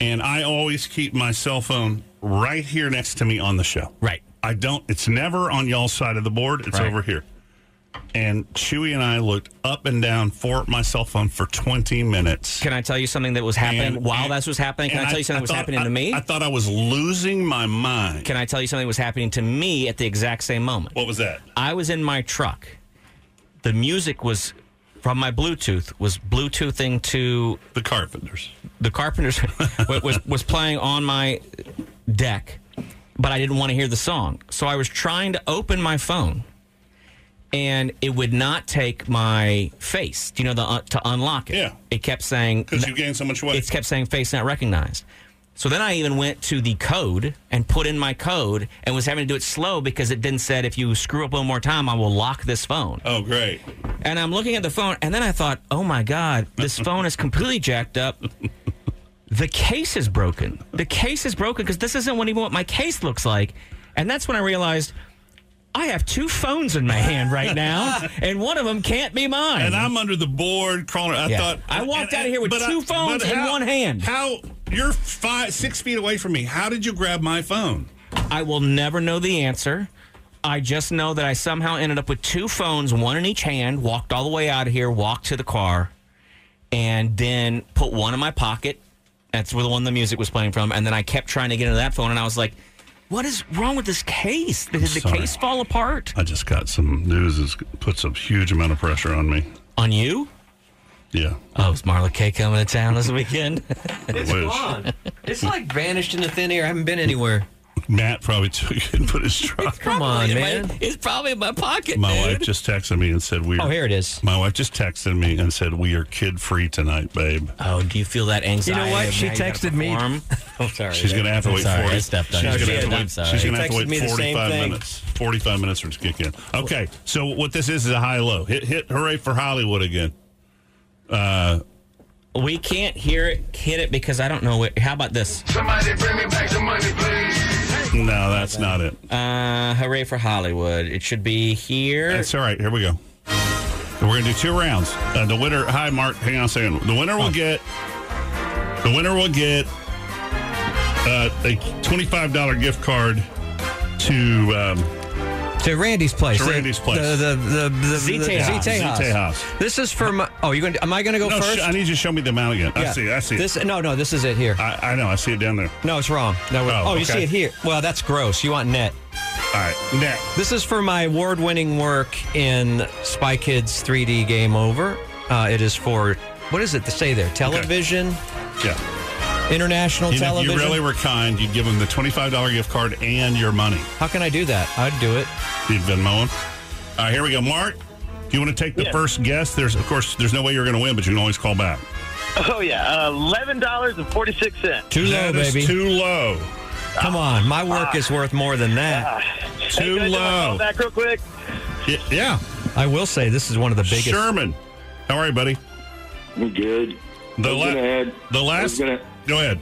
and I always keep my cell phone right here next to me on the show.
Right.
I don't. It's never on y'all's side of the board. It's
Right.
over here. And Chewy and I looked up and down for my cell phone for 20 minutes.
Can I tell you something that was happening
And-
while
and-
this was happening? Can
and
I tell you something that was
thought-
happening
I-
to me?
I thought I was losing my mind.
Can I tell you something that was happening to me at the exact same moment?
What was that?
I was in my truck. The music was from my Bluetooth was Bluetoothing to
the Carpenters.
The Carpenters wa- was was playing on my deck, but I didn't want to hear the song, so I was trying to open my phone, and it would not take my face. You know, the uh, to unlock it. Yeah. It kept saying
Because you gained so much weight.
It kept saying face not recognized. So then I even went to the code and put in my code and was having to do it slow because it then said, if you screw up one more time, I will lock this phone.
Oh, great.
And I'm looking at the phone and then I thought, oh my God, this phone is completely jacked up. The case is broken. The case is broken because this isn't what even what my case looks like. And that's when I realized I have two phones in my hand right now and one of them can't be mine.
And I'm under the board crawling. I
Yeah.
thought
I walked
and-
out of here with
but
two
but
phones in one hand.
How you're five six feet away from me? How did you grab my phone?
I will never know the answer. I just know that I somehow ended up with two phones, one in each hand, walked all the way out of here, walked to the car, and then put one in my pocket. That's where the one the music was playing from. And then I kept trying to get into that phone, and I was like, what is wrong with this case? Did the
sorry.
case fall apart?
I just got some news that's put some huge amount of pressure on me.
On you?
Yeah.
Oh, is Marla K coming to town this weekend?
It's
It's like vanished into thin air. I haven't been anywhere.
Matt probably took it and put his truck.
Come on, man. it's probably in my pocket,
My
dude.
wife just texted me and said we. Are,
Oh, here it is.
My wife just texted me and said we are kid free tonight, babe.
Oh, do you feel that
You know what? She texted me.
Oh, sorry.
She's gonna have to
I'm
wait.
sorry,
40,
I stepped on
she's
you.
gonna
She
have to
did. I'm
wait.
sorry.
She's gonna
She
have to
texted me
wait
the same
forty-five
thing.
minutes. Forty-five minutes for it to kick in. Okay, so what this is is a high-low. Hit, hit, hooray for Hollywood again. Uh,
we can't hear it. Hit it because I don't know. What, how about this?
Somebody bring me back the money, please.
No, that's not it.
Uh, hooray for Hollywood! It should be here.
That's all right. Here we go. We're going to do two rounds. Uh, the winner, hi Mark, hang on a second. The winner
Oh.
will get, the winner will get uh, a twenty-five dollar gift card to um,
to Randy's place.
To Randy's place.
The the the, the
Zite
the-
House.
Zite
Zite House.
This is for my. Oh, you going? to Am I going to go
No, sh-
first?
I need you to show me the amount again. I see. I see.
This
it.
no no. This is it here.
I, I know. I see it down there.
No, it's wrong. No. we're-
Oh,
Oh, you
okay.
see it here. Well, that's gross. You want net.
All right, net.
This is for my award-winning work in Spy Kids 3D Game Over. Uh, it is for what is it to say there? Television.
Yeah.
International
You know, if
television.
you really were kind, you'd give them the twenty-five dollar gift card and your money.
How can I do that? I'd do it.
You've been mowing. All right, here we go, Mark. Do you want to take the
Yes.
first guess? There's, of course, there's no way you're going to win, but you can always call back.
Oh yeah, eleven dollars and forty six cents.
Too low, baby.
Too low. Ah.
Come on, my work is worth more than that.
Ah.
Too low.
Back real quick.
Y- Yeah.
I will say this is one of the biggest.
Sherman, how are you, buddy?
We're good.
The,
I was
la-
gonna add-
the
I was
last.
gonna-
go ahead.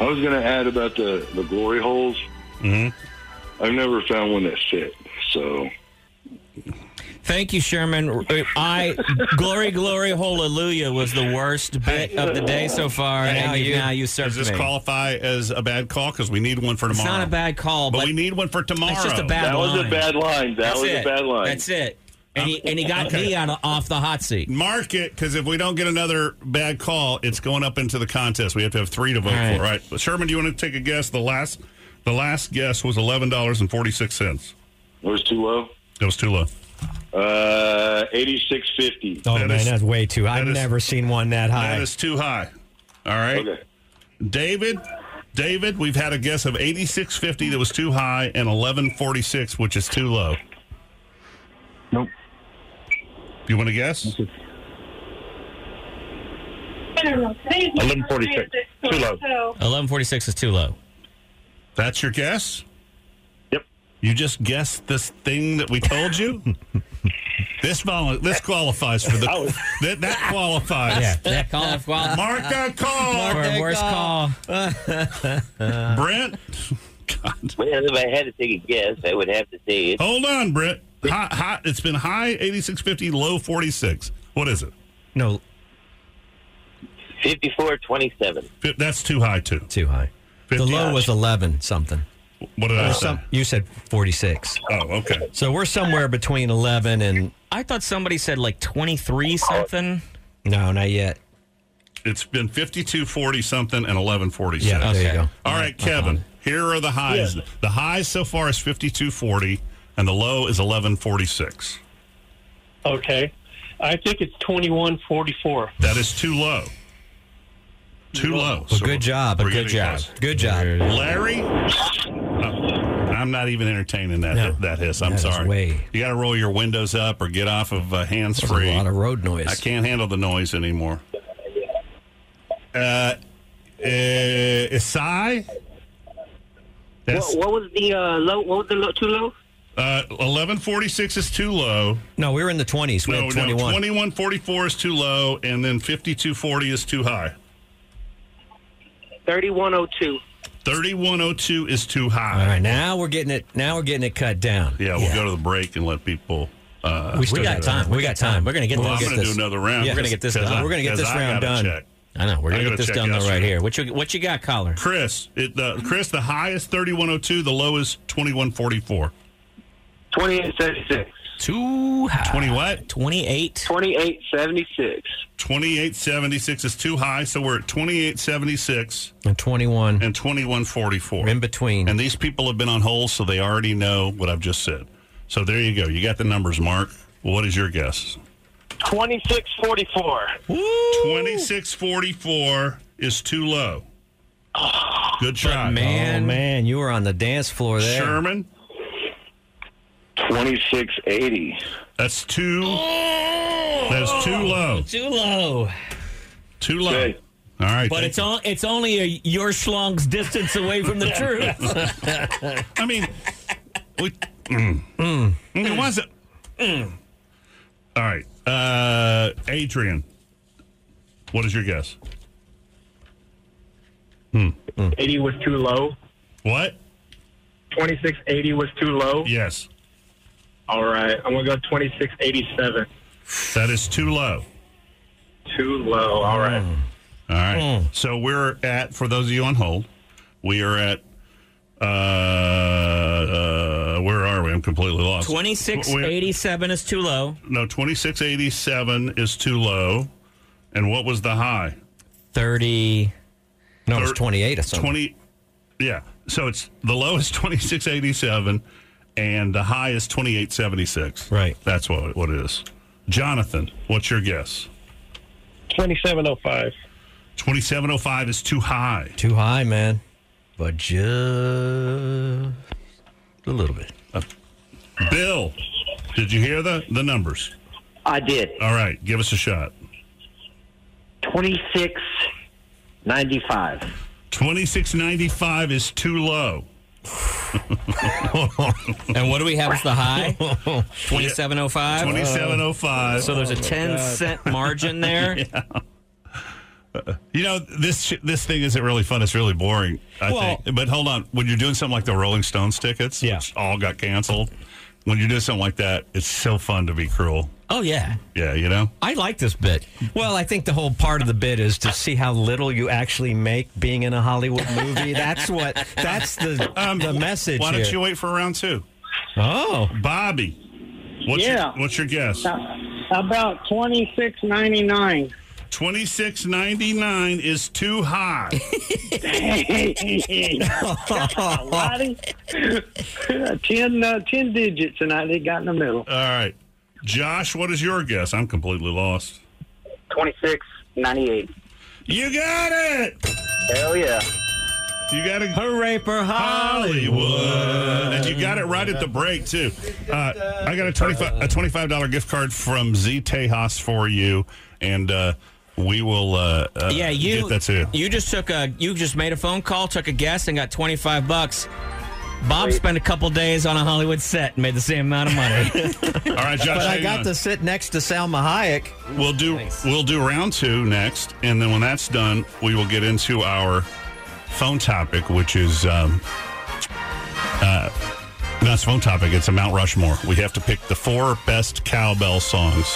I was going to add about the, the glory holes.
Mm-hmm.
I've never found one that fit. So
Thank you, Sherman. I glory, glory, hallelujah was the worst bit of the day so far, and, you, now you served
Does this
me.
qualify as a bad call? Because we need one for
It's
tomorrow.
not a bad call,
but,
but
we need one for tomorrow.
That's just a bad line. That's it. That's it. And he, and he got me out of, off the hot seat.
Mark it because if we don't get another bad call, it's going up into the contest. We have to have three to vote
All right.
for. Right, Sherman, do you want to take a guess? The last, the last guess was eleven dollars and forty six cents.
it was too low.
That was too low.
Uh, eighty six fifty.
Oh man, that's way too. I've never seen one that high.
That is too high. All right. David, David, we've had a guess of 8650 that was too high and 1146 which is too low. Nope. You want to guess?
1146.
Too low. 1146 is too low.
That's your guess? Yep. You just guessed this thing that we told you? this vol- this qualifies for
I
the
was-
that, that qualifies.
Yeah, that call- qual-
Mark that call.
Mark For that worst call.
Brent?
Well, if I had to take a guess, I would have to say it.
Hold on, Brent. Hot, hot. It's been high 8650, low 46. What is it?
No.
5427.
Fi- That's too high, too.
Too high. The low was eleven something.
What did I
Or
say?
you said forty six.
Oh, okay.
So we're somewhere between eleven and.
I thought somebody said like 23 something.
No, not yet.
It's been 5240 something and 1146.
Yeah, there you Okay. go.
All right, Kevin, here are the highs.
Yeah.
The high so far is 5240 and the low is 1146.
Okay. I think it's 2144.
That is too low. Too low.
Well, good job. A good job. Good job.
Larry? Uh, I'm not even entertaining that that hiss. I'm
That is
sorry.
way-
You got to roll your windows up or get off of uh, hands free.
That's a lot of road noise.
I can't handle the noise anymore. Uh, uh Isai? That's
What, what was the uh, low? What was the low, too low?
uh, 1146 is too low.
No, we were in the 20s. We
no,
had
no,
21.
2144 is too low, and then 5240 is too high.
3102.
3102 is too high.
All right, now we're getting it. Now we're getting it cut down.
Yeah, we'll go to the break and let people. Uh,
We still We got got time. time. We got time. We're gonna get
well,
this-
I'm
get
gonna
this.
do another round.
Yeah. We're gonna get this
Because
done.
I-
We're gonna get
because
this
I
round
gotta
done.
check.
I know. We're
I
going to
gotta
get this
check
done though right
yesterday.
here. What you, what you got, caller?
Chris, it, uh, Chris, the high is 3102, the low is 2144.
2876.
Too high.
20 what?
28.
2876. 2876 is too high, so we're at 2876
And 21.
and 2144.
In between.
And these people have been on hold, so they already know what I've just said. So there you go. You got the numbers, Mark. What is your guess?
2644.
2644 is too low. Good shot.
Oh,
man. man, you were on the dance floor there.
Sherman?
2680.
That's too.
Oh,
That's too low.
Too low.
Too low. All right.
But
thank
it's on, it's only a your schlong's distance away from the truth.
I mean,
Mm.
Mm. It wasn't. All right. Uh, Adrian, what is your guess? Hmm.
Mm.
80 was too low.
What?
2680 was too low.
Yes.
All right. I'm going to go 2687.
That is too low.
Too low. All right.
Mm. All
Mm.
right. So we're at, for those of you on hold, we are at, uh, uh where are we? I'm completely lost.
Twenty six eighty seven is too low.
No, 2687 is too low. And what was the high?
30. No, it was
Thir-
28 or something.
20. Yeah. So it's the low is 2687 and the high is 2876. Right. That's what, what it is. Jonathan, what's your guess?
2705.
2705 is too high.
Too high, man. But just a little bit.
Uh, Bill, did you hear the, the numbers?
I did.
All right. Give us a shot.
2695.
2695 is too low.
And what do we have as the high? 2705?
2705.
So there's a
Oh, my
10
God.
cent margin there.
Uh, You know this sh- this thing isn't really fun. It's really boring. I
Well-
think. But hold on, when you're doing something like the Rolling Stones tickets, which all got canceled, when you do something like that, it's so fun to be cruel.
Oh, yeah.
Yeah, you know.
I like this bit. Well, I think the whole part of the bit is to see how little you actually make being in a Hollywood movie. That's what. That's the the message.
Um, Why don't
here.
you wait for round two?
Oh,
Bobby, what's
Yeah. Uh,
your, what's your guess?
About 2699.
Twenty six ninety nine is too high.
Lottie, 10, uh, 10 digits, and I they got in the middle.
All right, Josh, what is your guess? I'm completely lost.
2698.
You got it.
Hell yeah.
You got it.
Hooray for
Hollywood. And you got it right at the break, too. Uh, I got a 25 a $25 gift card from Z Tejas for you. And uh, we will uh, uh,
yeah, you
get that too.
you just took a you just made a phone call, took a guess, and got twenty five bucks. Bob spent a couple days on a Hollywood set and made the same amount of money.
All right, uh, Josh.
but I
hang
got
on.
to sit next to Salma Hayek.
We'll do we'll do round two next, and then when that's done, we will get into our phone topic, which is um, uh, not it's a phone topic. It's a Mount Rushmore. We have to pick the four best cowbell songs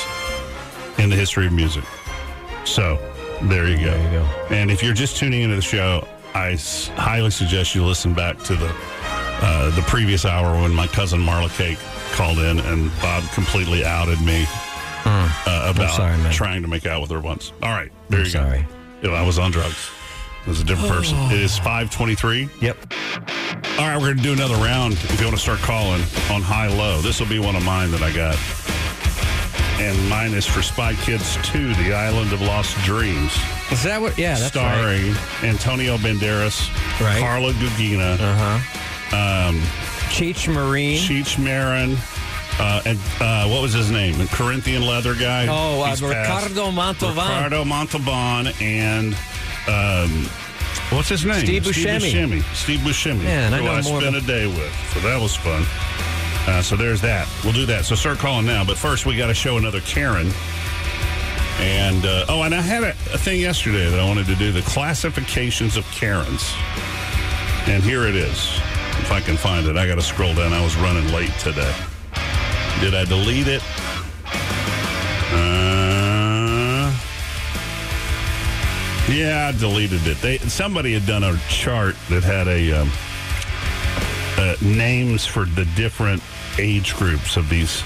in the history of music. So there you go. There you go. And if you're just tuning into the show, I s- highly suggest you listen back to the uh, the previous hour when my cousin Marla Cake called in and Bob completely outed me uh, about
Hmm. sorry, man.
trying to make out with her once. All right, there
I'm
you
sorry.
go. Yeah, I was on drugs. I was a different person. It is five twenty-three.
Yep.
All right, we're going to do another round. If you want to start calling on high low, this will be one of mine that I got. And mine is for Spy Kids 2, The Island of Lost Dreams.
Is that what? Yeah, that's right.
starring Antonio Banderas, Carla Gugina, uh-huh. um,
Cheech Marin,
Cheech Marin, uh, and uh, what was his name? The Corinthian leather guy.
Oh, uh,
He's passed.
Ricardo Montalban.
Ricardo Montalban and. Um, What's his name?
Steve Buscemi.
Buscemi. Steve Buscemi.
Man, I
who
know
I
more
spent a
about-
day with. So that was fun. Uh, so there's that. We'll do that. So start calling now. But first, we got to show another Karen. And uh, oh, and I had a, a thing yesterday that I wanted to do the classifications of Karens. And here it is. If I can find it, I got to scroll down. I was running late today. Did I delete it? Uh, yeah, I deleted it. They somebody had done a chart that had a um, uh, names for the different age groups of these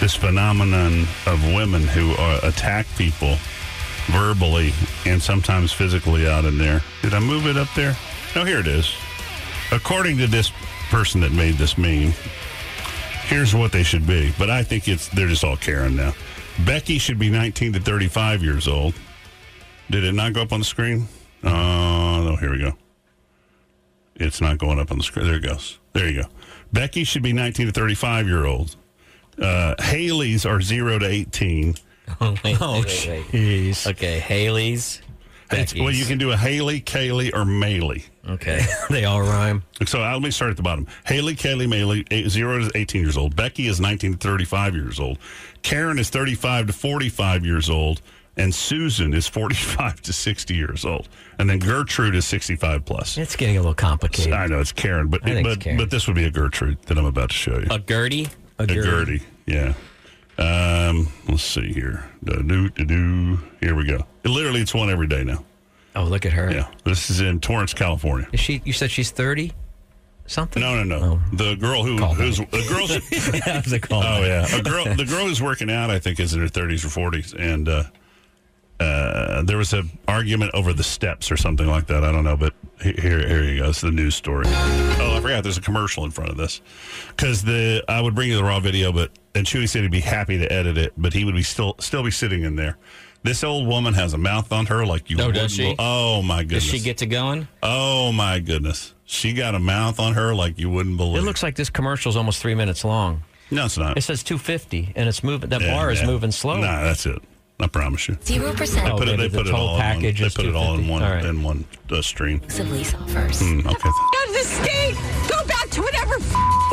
this phenomenon of women who uh, attack people verbally and sometimes physically out in there. Did I move it up there? No, here it is. According to this person that made this meme, here's what they should be. But I think it's they're just all Karen now. Becky should be 19 to 35 years old. Did it not go up on the screen? Oh, Uh, no, here we go. It's not going up on the screen. There it goes. There you go. Becky should be 19 to 35 year old. Uh, Haley's are 0 to 18.
Oh, jeez. Okay, Haley's.
It's- well, you can do a Haley, Kaylee, or Maley.
Okay, they all rhyme.
So uh, let me start at the bottom. Haley, Kaylee, Maley, eight, zero to eighteen years old. Becky is nineteen to thirty-five years old. Karen is thirty-five to forty-five years old, and Susan is forty-five to sixty years old. And then Gertrude is sixty-five plus.
It's getting a little complicated.
I know it's Karen, but
I think it's
but
Karen.
but this would be a Gertrude that I'm about to show you.
A Gertie?
A Gertie. Yeah. Um, let's see here. Do do do. Here we go. Literally, it's one every day now.
Oh, look at her.
Yeah. This is in Torrance, California.
Is she? You said she's thirty, something? Oh.
No, no, no. The girl who who's the girl.
that was a call.
oh yeah, a girl. The girl who's working out, I think, is in her thirties or forties, and uh, uh, there was an argument over the steps or something like that. I don't know, but he- here, here you go. It's the news story. Oh, I forgot. There's a commercial in front of this because the I would bring you the raw video, but and Chewy said he'd be happy to edit it, but he would be still still be sitting in there. This old woman has a mouth on her like you.
Oh, does
wouldn't
she?
bel- Oh my
Does
goodness.
she get to going?
Oh my goodness. She got a mouth on her like you wouldn't believe.
It looks like this commercial's almost three minutes long.
No, it's not.
It says two fifty, and it's moving. That
Yeah,
bar is
yeah.
moving slow.
Nah, that's it. I promise you.
0%.
They
Oh,
put it.
baby,
They
the
put it
whole
all
package
in one.
is
They put it all in one.
All right.
In one uh, stream.
Some lease offers.
Hmm, okay.
Out of the state! Go back to whatever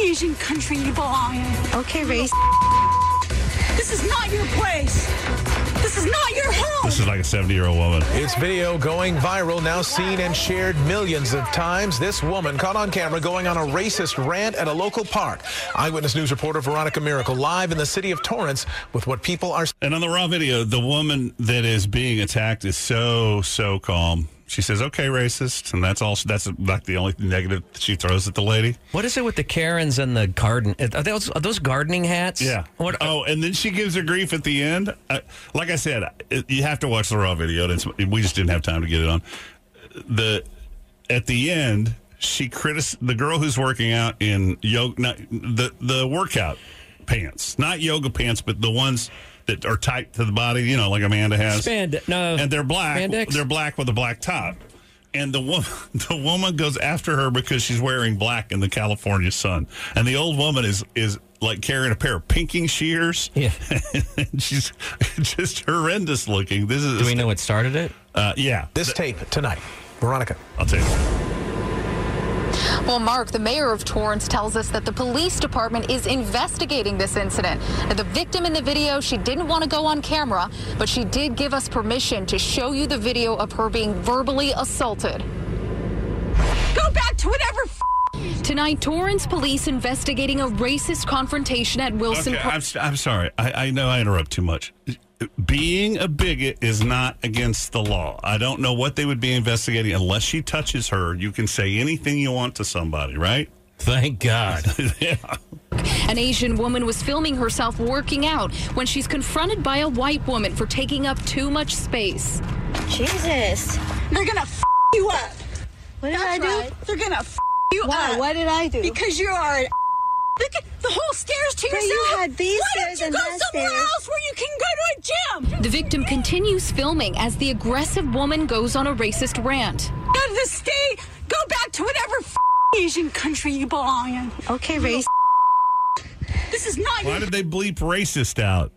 Asian country you belong in. Okay, race. This is not your place. This is not your home.
This is like a seventy-year-old woman.
It's video going viral, now seen and shared millions of times. This woman caught on camera going on a racist rant at a local park. Eyewitness News reporter Veronica Miracle live in the city of Torrance with what people are
And on the raw video, the woman that is being attacked is so so calm. She says, "Okay, racist," and that's all. That's like the only negative that she throws at the lady.
What is it with the Karens and the garden? Are those, are those gardening hats?
Yeah. oh, and then she gives her grief at the end. I, like I said, it, you have to watch the raw video. and It's, we just didn't have time to get it on. The at the end, she critic the girl who's working out in yoga, not, the the workout pants, not yoga pants, but the ones that are tight to the body. You know, like Amanda has.
Spand- no,
and they're black.
spandex?
They're black with a black top. And the woman, the woman goes after her because she's wearing black in the California sun. And the old woman is is like carrying a pair of pinking shears.
Yeah,
and she's just horrendous looking. This is. Do we
know what started it?
Uh, yeah,
this tape tonight. Veronica.
I'll take it.
Well, Mark, the mayor of Torrance tells us that the police department is investigating this incident. Now, the victim in the video, she didn't want to go on camera, but she did give us permission to show you the video of her being verbally assaulted. Go back to whatever. Tonight, Torrance police investigating a racist confrontation at Wilson
Okay,
Park.
I'm, s- I'm sorry. I, I know I interrupt too much. Being a bigot is not against the law. I don't know what they would be investigating unless she touches her. You can say anything you want to somebody, right?
Thank God.
yeah.
An Asian woman was filming herself working out when she's confronted by a white woman for taking up too much space. Jesus. They're gonna f- you up.
What did I do? They're gonna f- you
Why?
up.
What did I do?
Because you are an Look at the whole stairs to
But
yourself.
you had these
Why
stairs
don't
and
you go
that
somewhere
stairs.
else where you can go to a gym?
The victim continues filming as the aggressive woman goes on a racist rant.
Out of the state. Go back to whatever f- Asian country you belong in. Okay, race. This is not
Why
your
did they bleep racist out?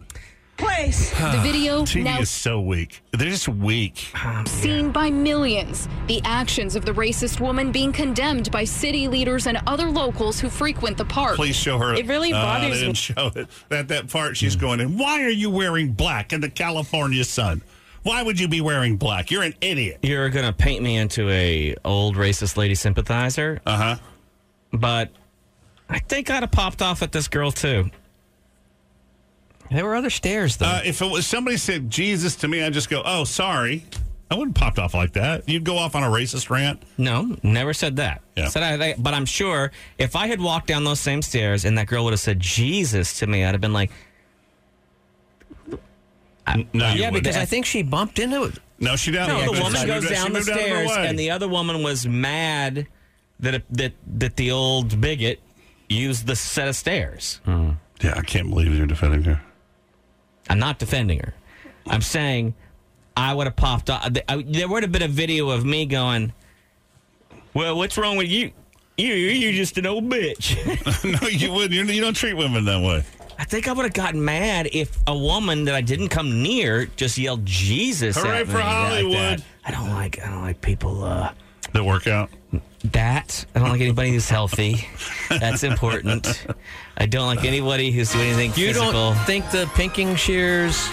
Place. The video
TV
now
is so weak. They're just weak.
seen by millions. The actions of the racist woman being condemned by city leaders and other locals who frequent the park.
Please show her. Uh, they didn't show it. That that part she's going in. Why are you wearing black in the California sun? Why would you be wearing black? You're an idiot.
You're gonna paint me into a old racist lady sympathizer.
Uh huh.
But I think I'd have popped off at this girl too. There were other stairs though.
Uh, if it was somebody said Jesus to me, I'd just go, "Oh, sorry." I wouldn't popped off like that. You'd go off on a racist rant.
No, never said that.
Yeah.
Said I, I- but I'm sure if I had walked down those same stairs and that girl would have said Jesus to me, I'd have been like,
no, you
yeah,
wouldn't.
because I think she bumped into it.
No, she didn't.
No, the
She
woman
moved-
goes
she
down the
moved out of her
stairs,
way.
and the other woman was mad that that that the old bigot used the set of stairs.
Yeah, I can't believe you're defending her.
I'm not defending her. I'm saying I would have popped off. I- There would have been a video of me going, Well, what's wrong with you? You, you're just an old bitch.
no, you wouldn't. You're, you don't treat women that way.
I think I would have gotten mad if a woman that I didn't come near just yelled Jesus.
Hooray
at me
for
like that.
Hollywood.
I don't like. I don't like people. Uh,
that work out.
That I don't like anybody who's healthy. That's important. I don't like anybody who's doing anything
You
physical.
don't think the pinking shears,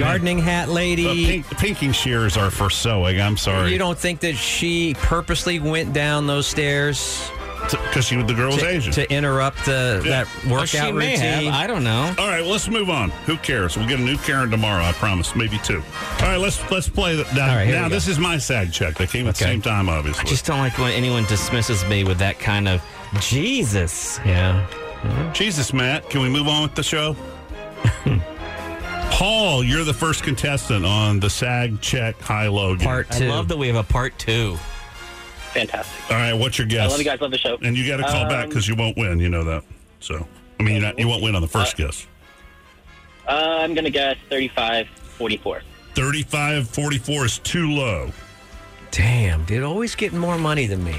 gardening hat lady,
The pink, pinking shears are for sewing. I'm sorry.
you don't think that she purposely went down those stairs?
Because she, the girl was
to,
Asian.
to interrupt the
Yeah.
that workout routine.
don't know.
All right, well, let's move on. Who cares? We'll get a new Karen tomorrow. I promise. Maybe two. All right, let's let's play. The, now,
here
now
we go.
this is my sag check. They came at the
Okay.
same time, obviously.
I just don't like when anyone dismisses me with that kind of Jesus. Yeah.
Jesus, Matt. Can we move on with the show? Paul, you're the first contestant on the SAG check high low game. Part
I love that we have a part two.
Fantastic. All right, what's your guess?
I love you guys. Love the show.
And you got to call
Um,
back because you won't win. You know that. So, I mean, you're not, you won't win on the first guess.
Uh, I'm going to guess 35, 44.
35 44 is too low.
Damn, dude, always getting more money than me.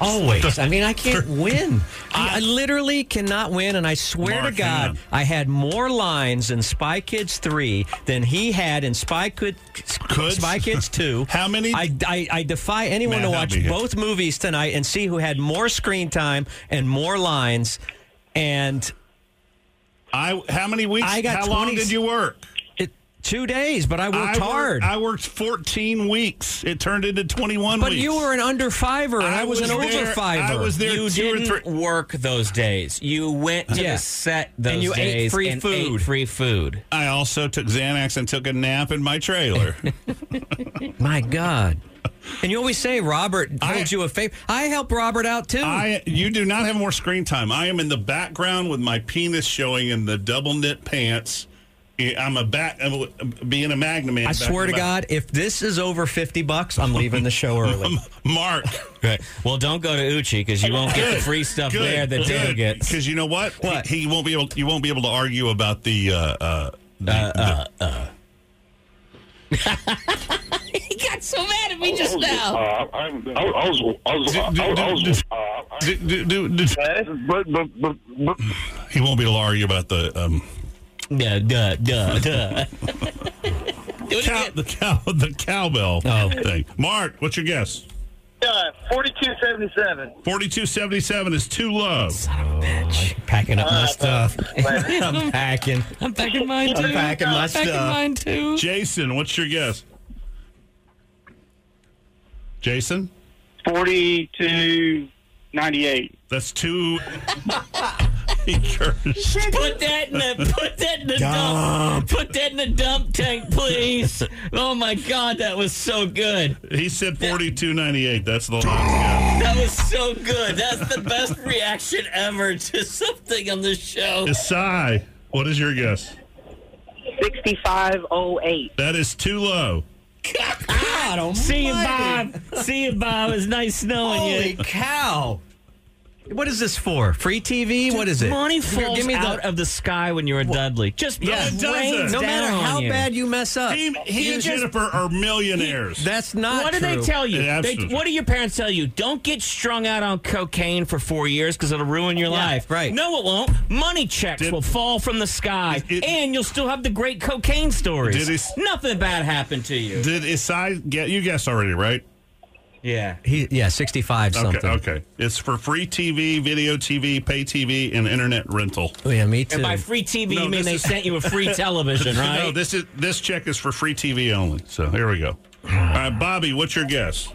Always. I mean, I can't win. I, I literally cannot win, and I swear
Mark,
to God, I had more lines in Spy Kids 3 than he had in Spy, Kid, Spy Kids 2.
How many?
I, I, I defy anyone
Man,
to
help
watch
me here.
both movies tonight and see who had more screen time and more lines. And
I how many weeks?
I got
how long
20
did you work?
It, two days, but I worked
I worked-
hard.
I worked 14 weeks. It turned into 21
but
weeks.
you were an under fiver, and I, was, an over
there-
fiver.
I was there
you
two or
didn't
three.
work those days. You went to
Yeah.
the set those
And you ate
days
free
and Ate
food.
free food.
I also took Xanax and took a nap in my trailer.
My God. And you always say Robert holds you a favor. I help Robert out too.
I you do not have more screen time. I am in the background with my penis showing in the double knit pants. I'm a back I'm a- being a magnum man.
I
back
swear
in
to
the back.
God, if this is over 50 bucks, I'm leaving the show early.
Mark.
Right. Well, don't go to Uchi because you won't get the
Good,
free stuff
good,
there that Dale
good.
gets.
Because you know what? What he, he won't be able. You won't be able to argue about the. Uh, uh, the,
uh,
the-
He got so mad at me
I was- Uh, I'm, I, I was, I was, I, I, was, uh, I- but, but, but, but,
he won't be able to argue about the. Um,
duh, duh, duh, duh.
cow, the cow, the cowbell
Oh.
thing. Mark, what's your guess?
Uh, 4277.
Forty-two seventy-seven is too low.
Oh, Packing up my
Uh,
stuff.
but-
I'm packing.
I'm packing mine
I'm packing my stuff.
too.
Jason, what's your guess? Jason?
4298.
That's two. he cursed.
Put that in the put that in the
Dump.
dump. Put that in the dump tank, please. oh my God, that was so good.
He said 4298. That's the last
That was so good. That's the best reaction ever to something on the show.
guess. Asai, what is your guess?
6508.
That is too low.
See you, Bob. See you, Bob. It was nice knowing
Holy
you.
cow. What is this for? Free TV? what is it?
Money
Give me-
falls
give me the-
out of the sky when you're a Dudley. Just
No,
yeah,
it doesn't.
rains
No
down
matter
on
how
you.
bad you mess up.
He, he
You
and
just-
Jennifer are millionaires.
That's not
What do they
true.
tell you?
Yeah,
They,
absolutely.
what do your parents tell you? Don't get strung out on cocaine for four years because it'll ruin your life. Right? No, it won't. Money checks will fall from the sky, and you'll still have the great cocaine stories.
Did it-
Nothing bad happened to you.
Did Asai get you guessed already, right?
Yeah.
He, yeah, 65 something.
Okay, okay. It's for free TV, video TV, pay TV, and internet rental.
Oh, yeah, me too.
And by free TV,
No,
you mean
this
they
is-
sent you a free television, right?
No, this is this check is for free TV only. So here we go. All right, Bobby, what's your guess?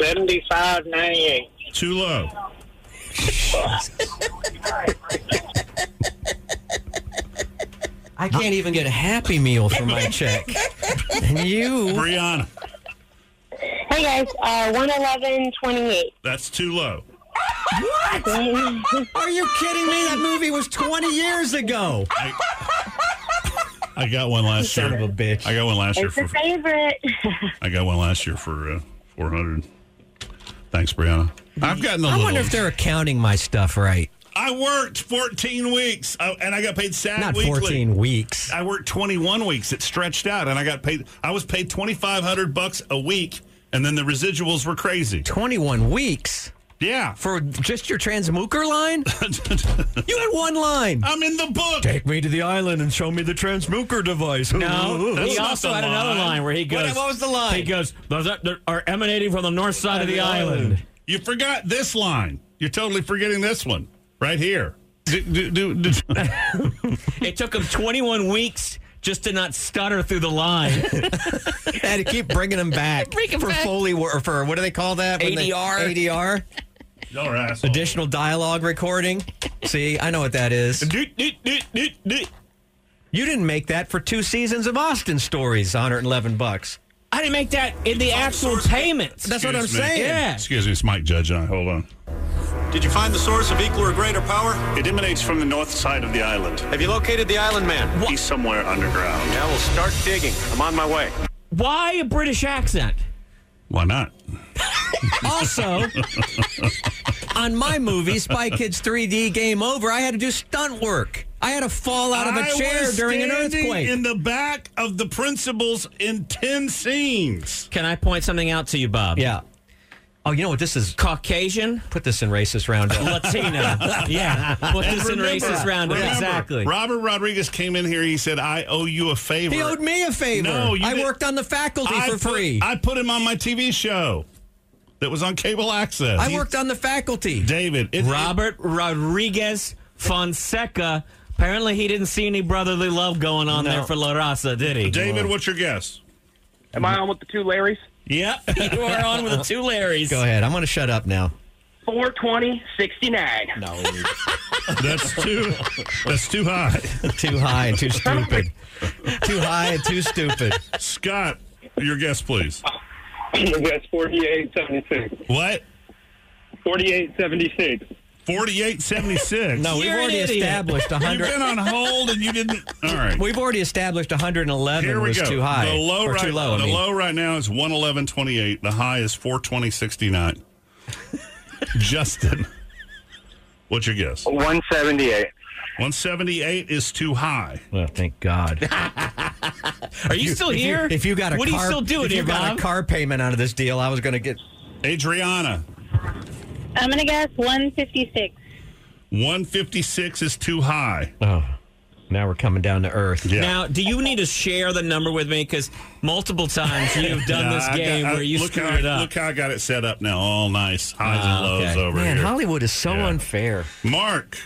7598.
Too low.
I can't even get a Happy Meal for my check. And you.
Brianna,
Hey guys, uh, 11128.
that's too low.
What? Are you kidding me? That movie was 20 years
Oh,
ago.
I got one last
Son
year.
of a bitch.
I got one last year
It's
for
a favorite.
I got one last year for uh, 400. Thanks, Brianna. I've gotten a
I
little.
wonder if they're accounting my stuff right.
I worked 14 weeks uh, and I got paid sad
Not
weekly.
14 weeks.
I worked 21 weeks. It stretched out and I got paid. I was paid 2,500 bucks a week and then the residuals were crazy.
Twenty-one weeks.
Yeah,
for just your transmooker line. you had one line.
I'm in the book.
Take me to the island and show me the transmooker device.
No, he also had another line where he
What-
goes.
What, was the line?
He goes. Those are, that are emanating from the north side of the island.
You forgot this line. You're totally forgetting this one right here. Do, do, do, do.
it took him 21 weeks just to not stutter through the line.
had to keep bringing him back
Bring 'em
for
back.
Foley work or for what do they call that? when they-
ADR.
ADR.
Your asshole.
Additional dialogue recording. See, I know what that is. You didn't make that for two seasons of Austin Stories, 111 bucks.
I didn't make that in the actual payments.
That's what
Excuse
I'm
me.
saying.
Excuse me, it's Mike Judge. and I hold on.
Did you find the source of equal or greater power?
It emanates from the north side of the island.
Have you located the island man?
He's somewhere underground.
Now we'll start digging. I'm on my way.
Why a British accent?
Why not?
Also, on my movie, Spy Kids 3D Game Over, I had to do stunt work. I had to fall out of a
I
chair
was
during an
standing
earthquake.
In the back of the principal's in 10 scenes.
Can I point something out to you, Bob?
Yeah. Oh, you know what? This is
Caucasian,
Put this in racist roundup.
Latino. yeah. Put
And
this in
remember-
racist roundup.
remember,
Exactly.
Robert Rodriguez came in here. He said, I owe you a favor.
He owed me a favor.
No, you
I
did-
worked on the faculty
I
for
put-
free.
I put him on my TV show that was on cable access.
I worked on the faculty.
David. it-
Robert Rodriguez Fonseca. Apparently, he didn't see any brotherly love going on there for La Raza, did he?
David, what's your guess?
Am I on with the two Larrys?
Yep, you are on with the two Larrys.
Go ahead. I'm going to shut up now.
420, 69.
No.
That's too. That's too high.
too high and too stupid. too high and too stupid.
Scott, your guess, please.
That's 4876.
What?
4876.
4876.
No, we've already established 100.
You've been on hold and you didn't. All right.
We've already established 111
Here we
was
go.
too high.
The low
or
right,
too low. I
the
mean.
low right now is 111.28. The high is 420.69. Justin, what's your guess?
178.
178 is too high.
Well, thank God.
Are you, still
if
here?
You, if you got a
what
car,
are you still doing
if you
here,
got
Bob?
a car payment out of this deal, I was going to get
Adriana,
I'm gonna guess 156.
156 is too high.
Oh, now we're coming down to earth.
Now, do you need to share the number with me? Because multiple times you've done
Nah,
this
I got-
game
I-
where you
look
screwed
how,
it up.
Look how I got it set up now. All nice highs
Ah,
and lows
okay.
over
Man,
here.
Hollywood is so unfair.
Mark.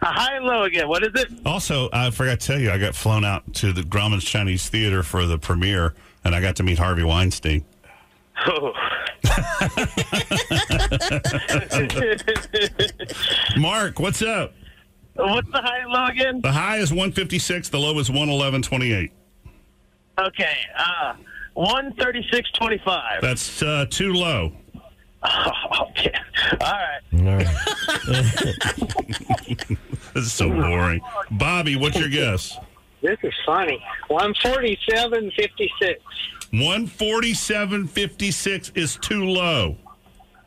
A high and low again. What is it?
Also, I forgot to tell you, I got flown out to the Grauman's Chinese Theater for the premiere, and I got to meet Harvey Weinstein.
Oh.
Mark, what's up?
What's the high and low again?
The high is 156, the low is 111.28.
Okay. Uh, 136.25.
That's uh, too low.
Oh, okay. All right.
This is so boring. Bobby, what's your guess?
This is funny. 147.56.
147.56 is too low.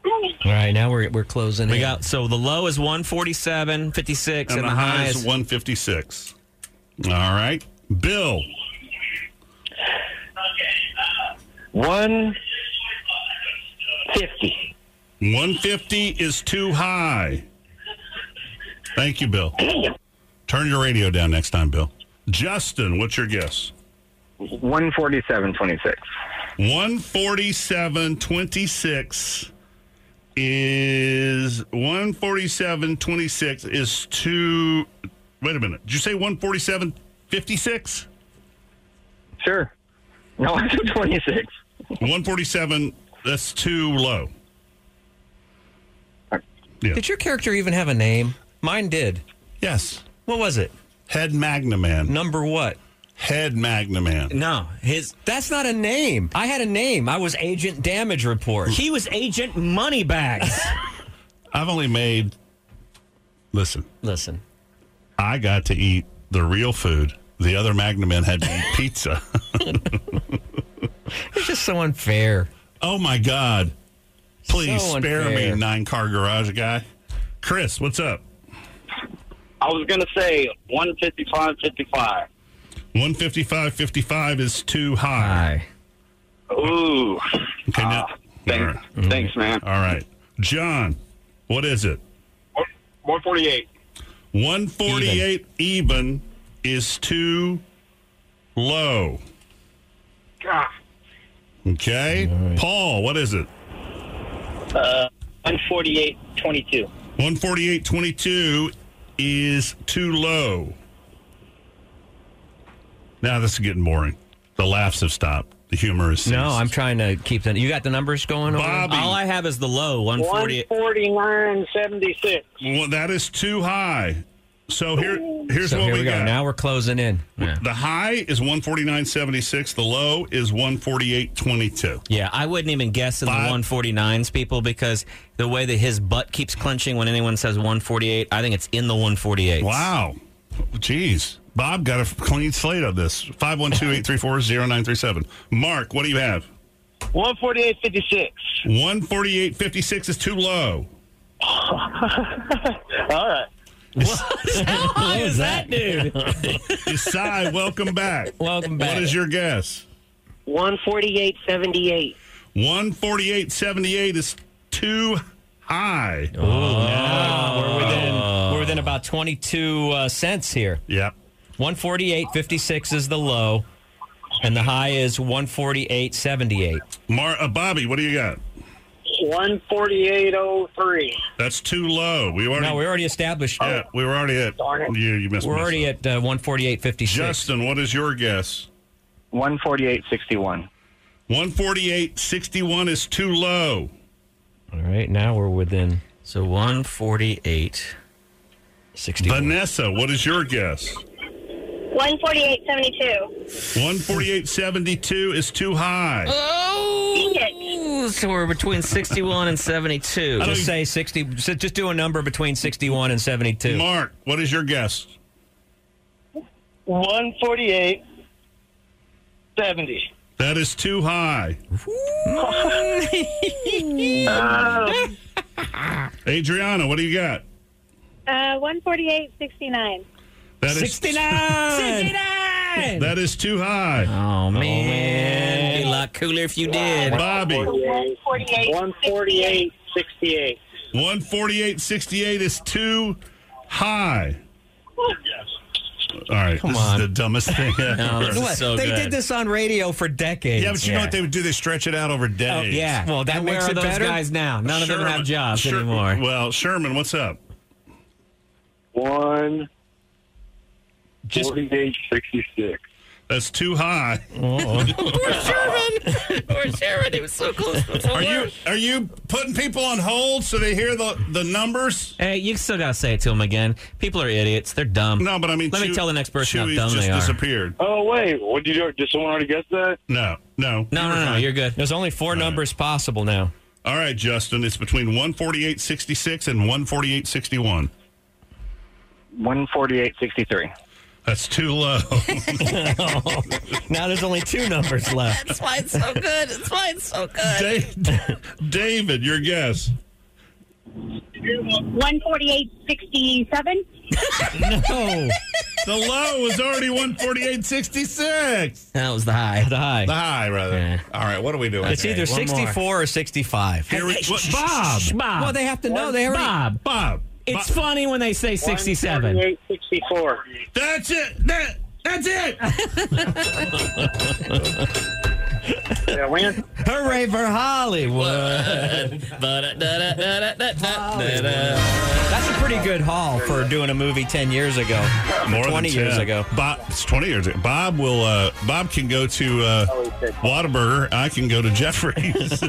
All right, now we're, we're closing
we
in.
got so the low is 147, 56,
And, the, high is 156. All right. Bill,
150.
150 is too high. Thank you, Bill. Turn your radio down next time, Bill. Justin, what's your guess?
147.26.
147.26 is 147.26 is too. Wait a minute. Did you say 147.56?
Sure. No, I said 26.
147. That's too low.
Did your character even have a name? Mine did.
Yes.
What was it?
Head Magna Man.
Number what?
Head Magna Man.
No, his
That's not a name. I had a name. I was Agent Damage Report.
he was Agent Moneybags.
I've only made. Listen,
Listen,
I got to eat the real food. The other Magna Men had to eat pizza.
it's just so unfair.
Oh my God. Please
So
spare
unfair.
me, nine car garage guy. Chris, what's up?
I was going to say 155.55.
155.55 is too high.
Ooh. Ah,
Okay, now, thanks,
thanks, man.
All right, John, what is it?
148.
148 even, is too low.
God.
Okay, Paul, what is it?
Uh, 148, 22.
148.22 is too low. Now this is getting boring. The laughs have stopped. The humor is
No, I'm trying to keep the. You got the numbers going over?
Bobby. All I
have is the low
148.
149.76.
Well, that is too high. So here, here's
So
what
here
we,
we go.
got.
Now we're closing in.
The high is 149.76. The low is 148.22.
Yeah, I wouldn't even guess in the 149s, people, because the way that his butt keeps clenching when anyone says 148, I think it's in the 148.
Wow. Jeez. Bob got a clean slate on this. 512-834-0937. Mark, what do you have?
148.56.
148.56 is too low.
All right.
How high is that, dude?
Isai, welcome back.
Welcome
back. What is your guess?
148.78.
148.78 is too high.
Oh, now
Oh.
we're within we're within about 22 uh, cents here.
Yep.
148.56 is the low, and the high is 148.78.
Mar- uh, Bobby, what do you got?
148.03.
That's too low. We already
No, we already established.
Yeah, we were already at. You, you missed
We're already at uh, 148.56.
Justin, what is your guess?
148.61.
148.61 is too low.
All right, now we're within.
So 148.
60.
Vanessa, what is your guess?
148.72.
148.72 is too high.
Oh, so we're between 61 and 72.
Just say 60. so Just do a number between 61 and 72.
Mark, what is your guess?
148. 70.
That is too high. Adriana, what do you got?
Uh, 148.69.
That is
69! 69!
That is too high.
Oh man, It'd be a lot cooler if you did,
Bobby.
148. 68.
148.68 is too high. All right, this is the dumbest thing ever.
Uh, they did this on radio for decades.
Yeah, but you know what they would do? They stretch it out over days.
yeah. Well, that
And
makes it better. Sherman- Sher-
Well, Sherman, what's up?
One. Just, 4866.
That's too high.
Poor Sherman. Poor Sherman. It was so close.
are you are you putting people on hold so they hear the the numbers?
Hey, you still gotta say it to them again. People are idiots. They're dumb.
No, but I mean,
let me
Chew-
tell the next person
Chewy's
how dumb
just
they are.
disappeared.
Oh, wait. What did you do? Did someone already guess that?
No, no,
no, no, no. You're good.
There's only four numbers possible now.
All right, Justin, it's between 148.66 and 148.61.
148.63.
That's too low.
now there's only two numbers left.
That's why it's so good. That's why it's so good.
Da- David, your guess.
148.67.
No.
The low was already 148.66.
That was the high.
The high.
The high, rather. All right, what are we doing?
It's either 64 or 65.
Here we-
Hey,
what-
shh, shh,
Bob.
shh, shh.
Bob.
Well, they have to know. They already.
Bob.
Bob.
It's funny when they say 67.
64.
That's it. That, that's it.
Hooray for Hollywood.
uh,
That's a pretty good haul for doing a movie 10 years ago.
More than
20 years
10.
ago.
Bob, it's 20 years ago. Bob will. Uh, Bob can go to uh, Whataburger. I can go to Jeffrey's.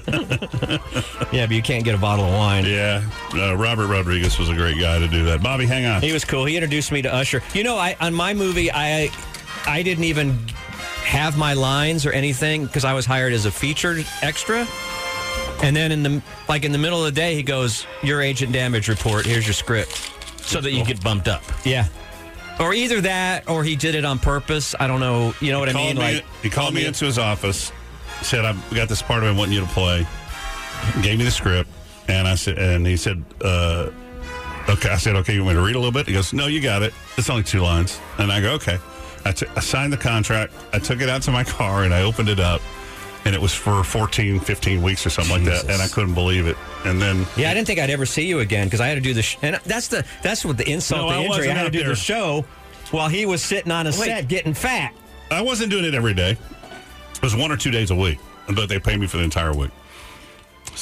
Yeah, but you can't get a bottle of wine.
yeah, uh, Robert Rodriguez was a great guy to do that. Bobby, hang on.
He was cool. He introduced me to Usher. You know, I on my movie, I I didn't even have my lines or anything because I was hired as a featured extra. And then in the like in the middle of the day, he goes, "Your agent damage report. Here's your script."
So that you get bumped up.
Yeah. Or either that, or he did it on purpose. I don't know. You know what I mean?
Called me-
like
he called me into his office, said, "I've got this part of it I want you to play." Gave me the script, and I said, and he said, uh, "Okay." I said, "Okay, you want me to read a little bit?" He goes, "No, you got it. It's only two lines." And I go, "Okay." I, t- I signed the contract. I took it out to my car and I opened it up, and it was for 14, 15 weeks or something like that, and I couldn't believe it. And then
Yeah, I didn't think I'd ever see you again because I had to do the. Sh- and that's the that's what the insult,
No,
the
I
injury.
wasn't
I had to
out
do
there.
the show while he was sitting on a set getting fat.
I wasn't doing it every day. It was one or two days a week, but they paid me for the entire week.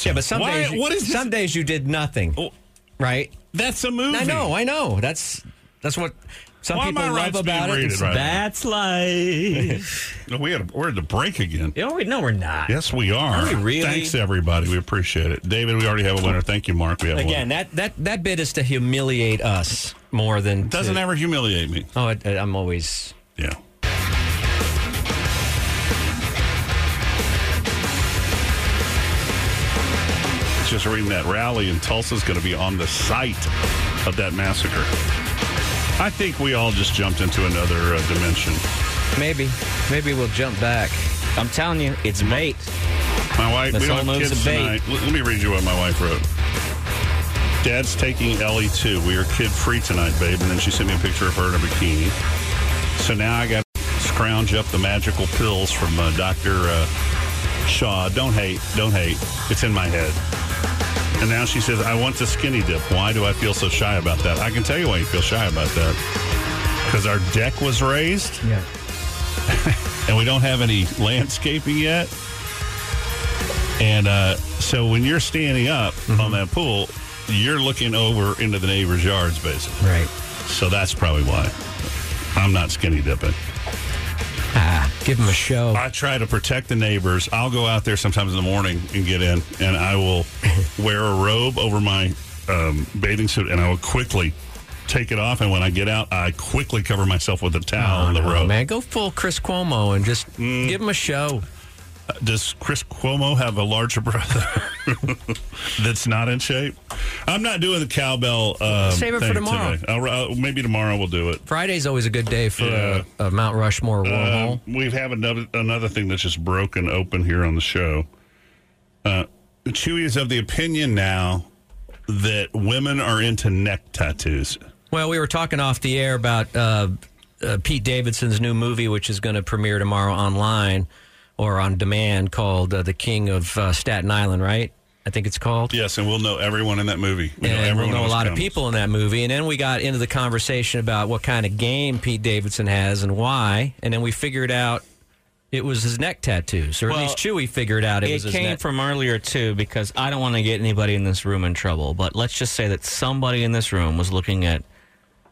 Yeah, but some
Why-
days, you-
what is this-
some days you did nothing, right?
Oh. That's a movie.
I know, I know. That's that's what some
Why
people
am I
love
rights being
about it.
raided
It's
right now?
that's life.
No, we had we're at the break again.
Oh, wait, no, we're not.
Yes, we are.
Are we really?
Thanks, everybody. We appreciate it. David, we already have a winner. Thank you, Mark. We have a
Again,
winner.
that, that that bit is to humiliate us more than
Doesn't
to,
ever humiliate me.
Oh, I, I'm always
yeah. Just reading that rally in Tulsa is going to be on the site of that massacre. I think we all just jumped into another uh, dimension.
Maybe, maybe we'll jump back.
I'm telling you, it's bait.
My wife,
This
we don't
whole
have
move's
kids
a bait.
tonight. L- let me read you what my wife wrote. Dad's taking Ellie too. We are kid free tonight, babe. And then she sent me a picture of her in a bikini. So now I got to scrounge up the magical pills from uh, Dr. Uh, Shaw. Don't hate. Don't hate. It's in my head. And now she says, I want the skinny dip. Why do I feel so shy about that? I can tell you why you feel shy about that. Because our deck was raised.
Yeah.
and we don't have any landscaping yet. And uh, so when you're standing up on that pool, you're looking over into the neighbor's yards, basically.
Right.
So that's probably why I'm not skinny dipping.
Ah, give them a show.
I try to protect the neighbors. I'll go out there sometimes in the morning and get in, and I will wear a robe over my um, bathing suit, and I will quickly take it off. And when I get out, I quickly cover myself with a towel and the
Oh, no,
robe.
man, go full Chris Cuomo and just give him a show.
Uh, Does Chris Cuomo have a larger brother that's not in shape? I'm not doing the cowbell. Uh,
Save it for
thing
tomorrow.
today. I'll, uh, maybe tomorrow we'll do it.
Friday's always a good day for
Yeah.
a, a Mount Rushmore wormhole.
Um, we have another another thing that's just broken open here on the show. Uh, Chewy is of the opinion now that women are into neck tattoos.
Well, we were talking off the air about uh, uh, Pete Davidson's new movie, which is going to premiere tomorrow online or on demand, called uh, "The King of uh, Staten Island." Right? I think it's called.
Yes, and we'll know everyone in that movie. We know
and
everyone
we'll know a
else
lot of
comes.
people in that movie. And then we got into the conversation about what kind of game Pete Davidson has and why. And then we figured out it was his neck tattoos, or
Well,
at least Chewy figured out it, was his
came
neck.
from earlier too because I don't want to get anybody in this room in trouble. But let's just say that somebody in this room was looking at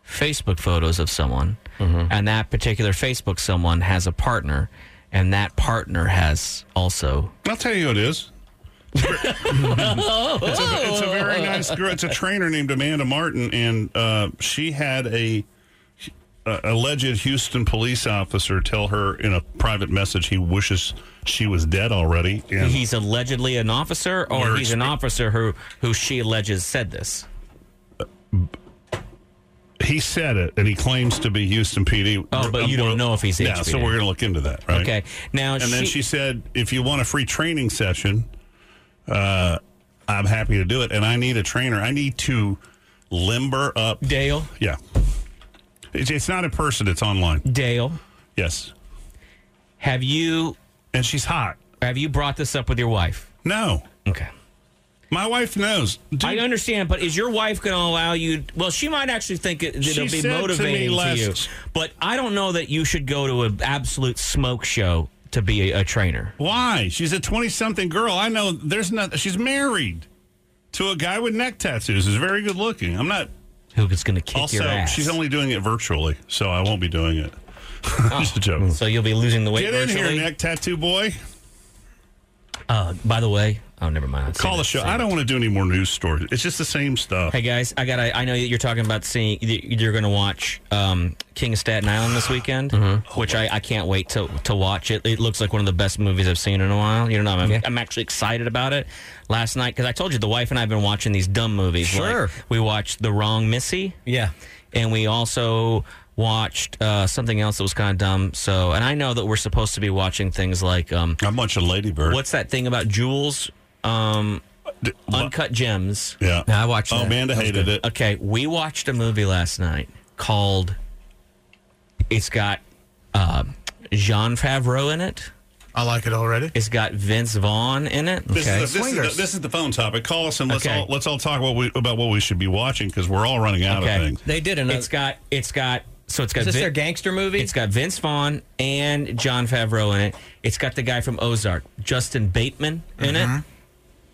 Facebook photos of someone,
Mm-hmm.
and that particular Facebook someone has a partner, and that partner has also.
I'll tell you who it is.
Oh!
it's, a, it's a very
Oh!
nice girl. It's a trainer named Amanda Martin, and uh, she had a, a alleged Houston police officer tell her in a private message he wishes she was dead already. And
He's allegedly an officer, or
Your
he's an officer who who she alleges said this.
he said it, and he claims to be Houston PD.
Oh, but you don't know if he's
yeah.
HPD.
So we're going to look into that, right?
Okay. Now
and then
she-
she said, if you want a free training session, uh, I'm happy to do it. And I need a trainer. I need to limber up.
Dale?
Yeah. It's, it's not in person, it's online.
Dale?
Yes.
Have you?
And she's hot.
Have you brought this up with your wife?
No.
Okay.
My wife knows.
I understand, but is your wife going to allow you? Well, she might actually think it,
She
it'll
said
be
to me
motivating to,
last-
you, but I don't know that you should go to an absolute smoke show to be a, a trainer.
Why? She's a 20 something girl. I know there's nothing. She's married to a guy with neck tattoos who's very good looking. I'm not.
Who's going to kick
also,
your ass.
she's only doing it virtually, so I won't be doing it. Just a joke.
Oh. So you'll be losing the weight.
Get in here, neck tattoo boy.
Uh, by the way, oh, never mind. I'll say
Call
that-
the show.
say
I
that.
don't want to do any more news stories. It's just the same stuff.
Hey guys, I got. I know that you're talking about seeing. that You're going to watch um, King of Staten Island this weekend, which I, I can't wait to to watch. It it looks like one of the best movies I've seen in a while. You know, I'm I'm actually excited about it. Last night, because I told you the wife and I have been watching these dumb movies. Sure, we watched The Wrong Missy.
Yeah,
and we also watched uh, something else that was kind of dumb. So, and I know that we're supposed to be watching things like um,
I'm watching Lady Bird.
What's that thing about jewels? Um, uncut gems.
Yeah,
I watched.
Oh,
that.
Amanda
That was
hated
good.
it.
Okay, we watched a movie last night called. It's got uh, Jean um, Favreau in it. I like it already. It's got Vince Vaughn in it.
This, is the, this, is the, this is the phone topic. Call us and let's
Okay.
all let's all talk what we, about what we should be watching because we're all running out of things.
They did another. It's got. It's got. So it's got.
Is this their
gangster movie? It's got Vince Vaughn and John Favreau in it. It's got the guy from Ozark, Justin Bateman, in it.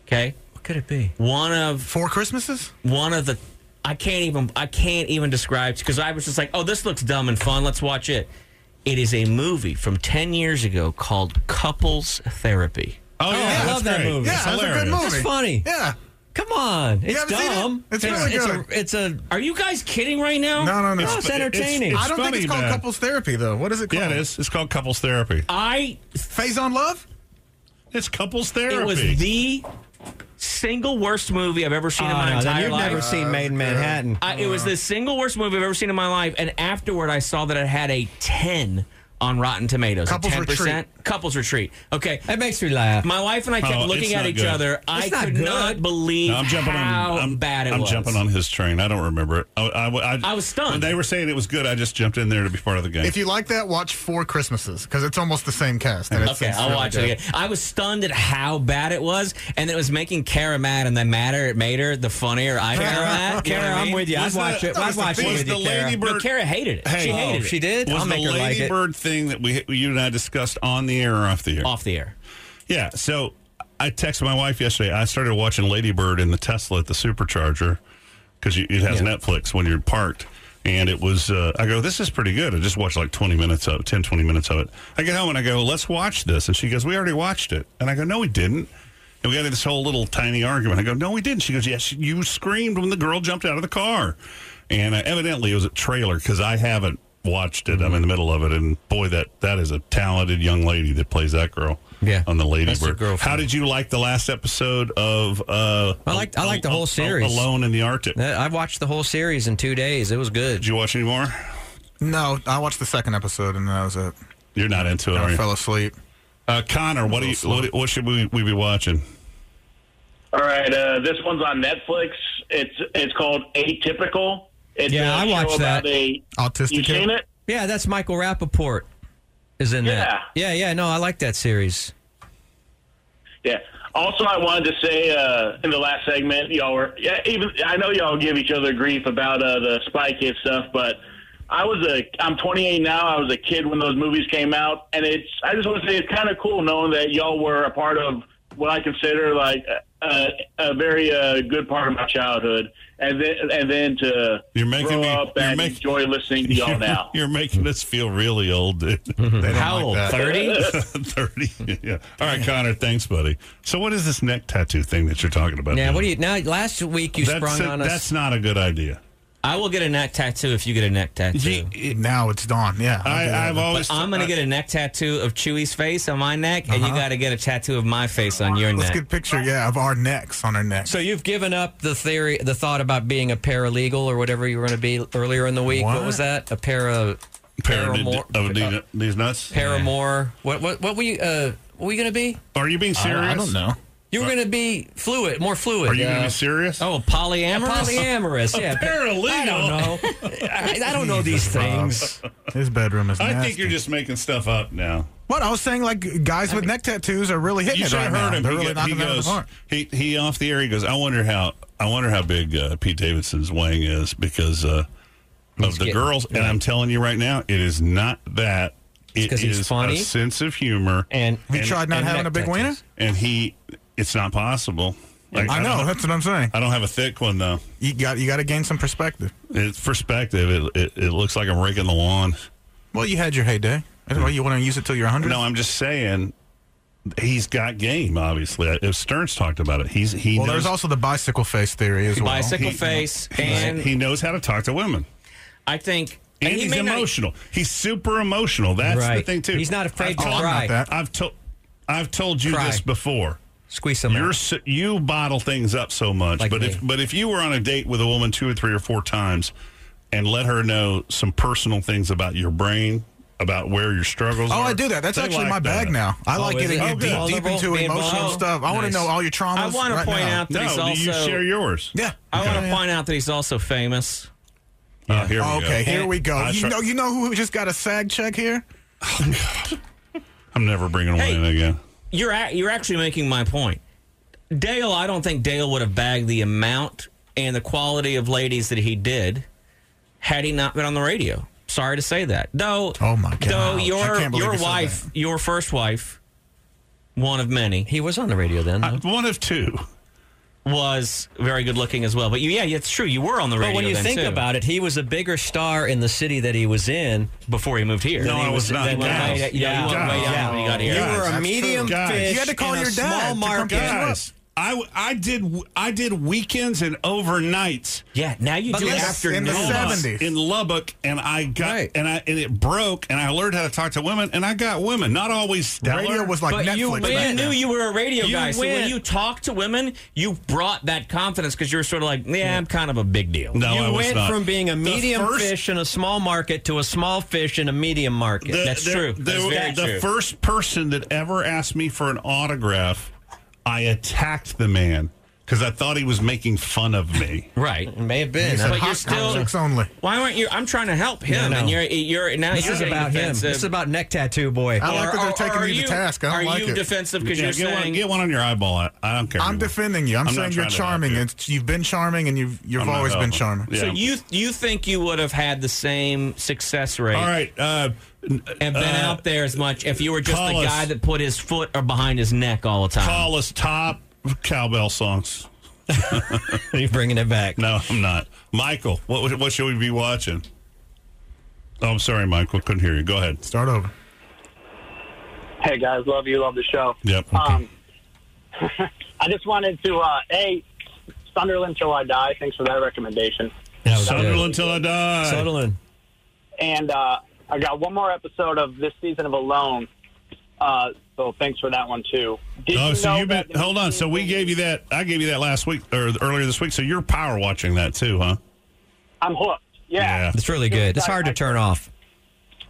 Okay. What could it be? One of four Christmases. One of the. I can't even. I can't even describe because I was just like, oh, this looks dumb and fun. Let's watch it. It is a movie from ten years ago called Couples Therapy.
Oh,
I love that movie. It's funny.
Yeah.
Come on.
You
It's
haven't seen it?
dumb.
It's really good.
It's a,
Are you guys kidding right now?
No, it's entertaining.
I don't think it's called couples therapy though. What is it called?
Yeah, it is. It's called couples therapy.
I
phase on love.
It's couples
It was the single worst movie I've ever seen in
Oh,
my
no, then
entire
you've
life.
never seen Made in Manhattan.
I, it was the single worst movie I've ever seen in my life. And afterward, I saw that it had a 10 on Rotten Tomatoes. a
Couples
10%.
Retreat.
Couples Retreat. Okay.
That makes me laugh.
My wife and I kept
Oh, it's
looking at
not
each
good.
other.
It's
I
not
could
good.
not believe
No, I'm jumping
how
on. I'm
bad it
I'm
was.
jumping on his train. I don't remember it. I, I, I,
was stunned.
When they were saying it was good, I just jumped in there to be part of the game.
If you like that, watch Four Christmases because it's almost the same cast. and it's-
Okay,
it's
I'll
really
watch
good.
it again. I was stunned at how bad it was, and it was making Kara mad, and the madder it made her, the funnier I got at. You know
Kara,
what I
I'm
mean?
with you. I'd Was watch the- it. I'd was the watch it thing- with was you, the Kara. Lady
No,
Bird-
Kara hated it. she hated it.
Was the Ladybird thing that we you and I discussed on the air or off the air?
Off the air.
Yeah. So I texted my wife yesterday. I started watching Ladybird in the Tesla at the supercharger because it has Netflix when you're parked. And it was, uh, I go, this is pretty good. I just watched like 20 minutes of it, 10, 20 minutes of it. I get home and I go, let's watch this. And she goes, we already watched it. And I go, no, we didn't. And we got into this whole little tiny argument. I go, no, we didn't. She goes, yes, you screamed when the girl jumped out of the car. And uh, evidently it was a trailer because I haven't watched it. I'm in the middle of it. And boy, that that is a talented young lady that plays that girl. Yeah. On the Ladybird. How did you like the last episode of uh
I liked- I liked the whole
Al-
series.
Alone in the Arctic?
I watched the whole series in two days. It was good. Did
you watch any more?
No, I watched the second episode and that was it.
You're not into it,
I
are you?
fell asleep.
Uh, Connor, what do you what, what should we, we be watching?
All right, uh, this one's on Netflix. It's it's called Atypical. It's
yeah,
a
I
show
watched
about
that.
A, You seen it?
Yeah, that's Michael Rappaport is in that. Yeah, yeah, no, I like that series.
Yeah. Also, I wanted to say uh, in the last segment, y'all were yeah. Even I know y'all give each other grief about uh, the Spy Kid stuff, but I was a I'm 28 now. I was a kid when those movies came out, and it's I just want to say it's kind of cool knowing that y'all were a part of what I consider like a, a, a very uh, good part of my childhood, and then and then to
you're making
grow up and enjoy listening to y'all now.
You're making us feel really old, dude.
How like old? that. 30?
30. Yeah. All right, Connor, thanks, buddy. So, what is this neck tattoo thing that you're talking about?
Yeah,
dude?
what do you now? Last week you
That's
sprung
a-
on us.
that's not a good idea.
I will get a neck tattoo if you get a neck tattoo.
now it's dawn. Yeah,
I, I've always.
But I'm going to get a neck tattoo of Chewy's face on my neck, and you got to get a tattoo of my face on your
Let's
neck.
get a picture, yeah, of our necks on our necks.
So you've given up the theory, the thought about being a paralegal or whatever you were going to be earlier in the week. What,
What?
was that? A para,
Pair of,
paramore,
of these, these nuts.
paramore. What what what were you? Uh, what were you going to be?
Are you being serious?
You were going to be fluid, more fluid.
Are you gonna
Uh,
be serious?
Oh, polyamorous.
Polyamorous,
A
yeah. but
paralegal.
I don't know. I, I don't know these
Jesus, Bob.
things.
His bedroom is.
I
Nasty.
think you're just making stuff up now.
What I was saying, like guys with neck tattoos are really hitting
you
it
should
right
have
now.
heard him.
They're
He
really
go- he,
knocking it out of
goes,
the park.
he he off the air. He goes. I wonder how I wonder how big uh, Pete Davidson's weighing is because uh, of the girls. And I'm telling you right now, it is not that. It
'cause he's
is
funny.
a sense of humor. And
Have you tried not having a big wiener?
And he, it's not possible. Like,
I know.
don't-
That's what I'm saying.
I don't have a thick one though.
You got you got to gain some perspective.
It's perspective. It, it, it looks like I'm raking the lawn.
Well, you had your heyday. That's why you want to use it till you're 100.
No, I'm just saying. He's got game, obviously. Uh, If Stearns talked about it, he's he.
well,
knows
there's also the bicycle face theory as well.
Bicycle face, and
he knows how to talk to women.
I think.
And,
he
he's
may not-
emotional. he's super emotional. That's the
Right.
thing too.
He's not afraid
I've
to
told-
cry.
I've told I've told you
Cry.
this before.
Squeeze some
You're so, you bottle things up so much, but if but if you were on a date with a woman two or three or four times, and let her know some personal things about your brain, about where your struggles.
Oh,
are,
I do that. That's
they
actually
like
my bag
that.
now. I like getting
Oh,
in deep,
good.
deep into
Being
emotional
vulnerable.
stuff. I want to
Nice.
know all your traumas.
I want
right
to point
now.
out that he's
No, do
also.
you share yours?
Yeah.
I want
Okay.
to point out that he's also famous.
Uh, here we
okay,
go.
here we go.
I
You
try-
know, you know who just got a sag check here?
I'm never bringing one in again.
You're ac you're actually making my point. Dale, I don't think Dale would have bagged the amount and the quality of ladies that he did had he not been on the radio. Sorry to say that. Though Oh my god. Though
I
your
can't believe you
your
said
wife, your first wife, one of many.
He was on the radio then.
one of two.
Was very good looking as well. But you, yeah, it's true. You were on the radio.
But when you
then,
think
too.
about it, he was a bigger star in the city that he was in
before he moved here.
than he than when
Guys.
he-
Yeah, you went way down when you got here.
You were a medium fish. in a small market.
Guys, I, I did I did weekends and overnights.
Yeah, now you do
in
afternoons.
the seventies in Lubbock, and I got and I and it broke, and I learned how to talk to women, and I got women. Not always stellar.
Radio was like But you Netflix back win. then. knew you were a radio
You
guy, so when
win.
you talk to women, you brought that confidence because you were sort of like, yeah, I'm kind of a big deal.
you went from being a medium fish in a small market to a small fish in a medium market.
The- the- The, the first person that ever asked me for an autograph, I attacked the man because I thought he was making fun of me.
right, it
may have
He said
but you're
hot topics
still
only.
Why aren't you? I'm trying to help him,
No, no.
and you're you're now
this
you're
is
getting
about
defensive.
him. This is about neck tattoo boy.
I like Or- that they're or- taking or me to you- task. I don't are like you it. defensive 'cause you're
get one,
saying-
get one on your eyeball. I, I don't care.
I'm
defending
you. I'm, saying you're charming. It's, you've been charming, and you've you've
I'm not
always been
helping.
charming.
So you you think you would have had the same success rate?
All right, uh,
been
and
out there as much if you were just the
call us.
guy that put his foot or behind his neck all the time.
Call us top cowbell songs. Are
you bringing it back?
No, I'm not. Michael, what what should we be watching? Oh, I'm sorry, Michael. Couldn't hear you. Go ahead. Start over.
Hey guys, love you, love the show.
Yep.
Um, I just wanted to uh, a Sunderland till I die. Thanks for that recommendation.
Sunderland till I die.
Sunderland.
And uh, I got one more episode of this season of Alone. Uh, so thanks for that one too. Did
oh,
you
so
know
you've been hold on. So we gave you that. I gave you that last week or earlier this week. So you're power watching that too, huh?
I'm hooked. Yeah.
It's really good. It's hard to turn off.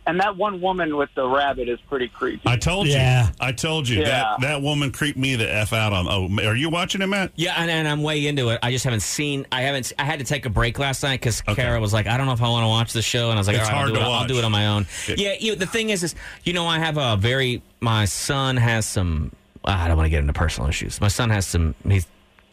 And that one woman with the rabbit is pretty creepy.
I told
Yeah.
you. I told you
Yeah.
that that woman creeped me the f out on. Oh, are you watching it, Matt?
Yeah, and, and I'm way into it. I just haven't seen. I haven't. I had to take a break last night because Kara was like, "I don't know if I want to watch the show," and I was like,
It's
"All right, I'll,
hard
do
to
it, I'll do
watch.
it on my own."
It-
yeah, you, the thing is, is you know, I have a very. My son has some. ah, I don't want to get into personal issues. My son has some. He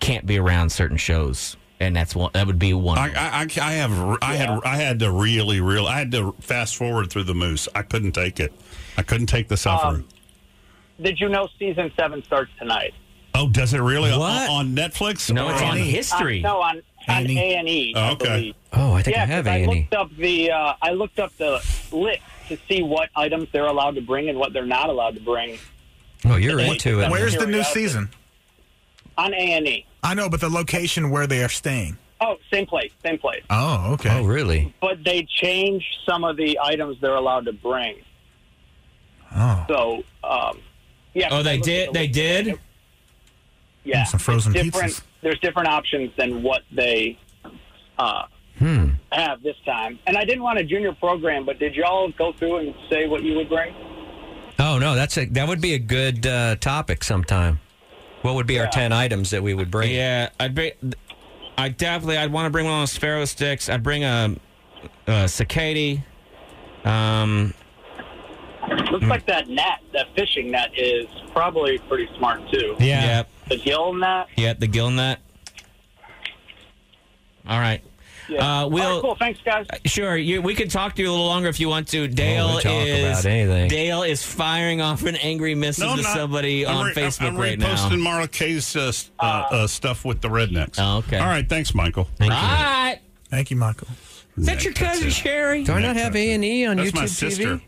can't be around certain shows, and that's one. That would be one.
I, I, I- I have I had I had to really real I had to fast forward through the moose. I couldn't take it. I couldn't take the suffering.
Um,
Did you know season seven starts tonight?
oh, does it really on, on Netflix?
No,
or
it's on History. Uh, no, on- E. on A&E. A&E, I
Oh, okay.
believe.
Oh, I
yeah, 'cause I looked up the uh, I looked up the list to see what items they're allowed to bring and what they're not allowed to bring
Oh, you're
Wait,
into it.
Where's the new season?
on A and E.
I know, but the location where they are staying.
Oh, same place, same place.
Oh, okay. Oh,
really?
But they changed some of the items they're allowed to bring.
Oh.
So, um, yeah.
Oh, they did. They did.
Yeah,
Some frozen
it's different,
pizzas.
There's different options than what they uh,
Hmm.
have this time. And I didn't want a junior program, but did y'all go through and say what you would bring?
Oh no, that's a that would be a good uh, topic sometime. What would be our ten items that we would bring?
Yeah, I'd bring. I definitely. I'd want to bring one of those Sparrow sticks. I'd bring a, a cicada. Um,
Looks
Hmm.
like that net, that fishing net, is probably pretty smart too.
Yeah. Yep.
The gill net.
Yeah, the gill nut. All right.
Yeah.
Uh, we'll,
All right, cool. Thanks, guys.
Sure, you, we can talk to you a little longer if you want to. Dale
Oh, we'll talk
is
about anything.
Dale is firing off an angry missive
No, I'm
to
not.
somebody
I'm
on
re-
Facebook
I'm, I'm
right now.
reposting Marla Kay's uh, s- uh, uh, stuff with the rednecks.
Oh, okay.
All right. Thanks, Michael.
Thank you. All right.
Thank you, Michael.
Is that your cousin Sherry? Do I not have A&E on
That's my
YouTube TV?
sister.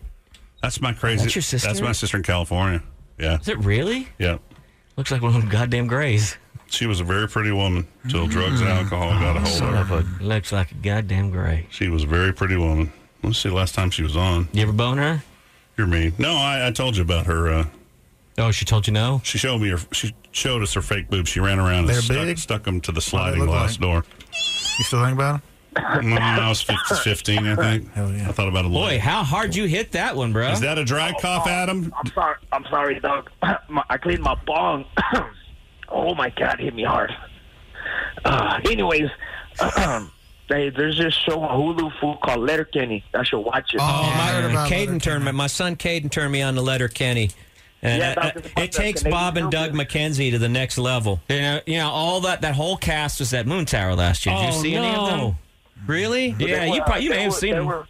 That's my crazy.
That's your sister?
That's my sister in California. Yeah. Is
it really?
Yeah.
Looks like one of them goddamn grays. Hmm. Oh,
She was a very pretty woman till drugs and alcohol got a hold
Son
of
of
her.
a, looks like a goddamn gray.
She was a very pretty woman. Let's see, last time she was on.
You ever bone her?
You're mean. No, I, I told you about her. Uh,
oh, she told you no.
She showed me her. She showed us her fake boobs. She ran around
They're
and stuck,
big?
stuck them to the
they
sliding
look
glass
like?
door.
You still think about
Mm,
him?
when I was 50, 15, I think. Hell yeah. I thought about it.
Boy, how hard you hit that one, bro.
Is that a dry
Oh,
cough, Adam?
I'm sorry. I'm sorry, Doug. My, I cleaned my bong. oh my God, hit me hard. Uh, anyways, hey, there's this show on Hulu fool called Letterkenny. I should watch it.
Oh, my, Caden turned my, my son Caden turned me on to Letter Kenny. And
Yeah,
uh,
Dr.
uh, it takes Bob and Doug McKenzie to the next level.
You know, you know, all that that whole cast was at Moon Tower last year. Did you
Oh,
see any of them?
no. Really?
Yeah,
They
you
were-
probably you
they
may have
were-
seen
they
them.
Were,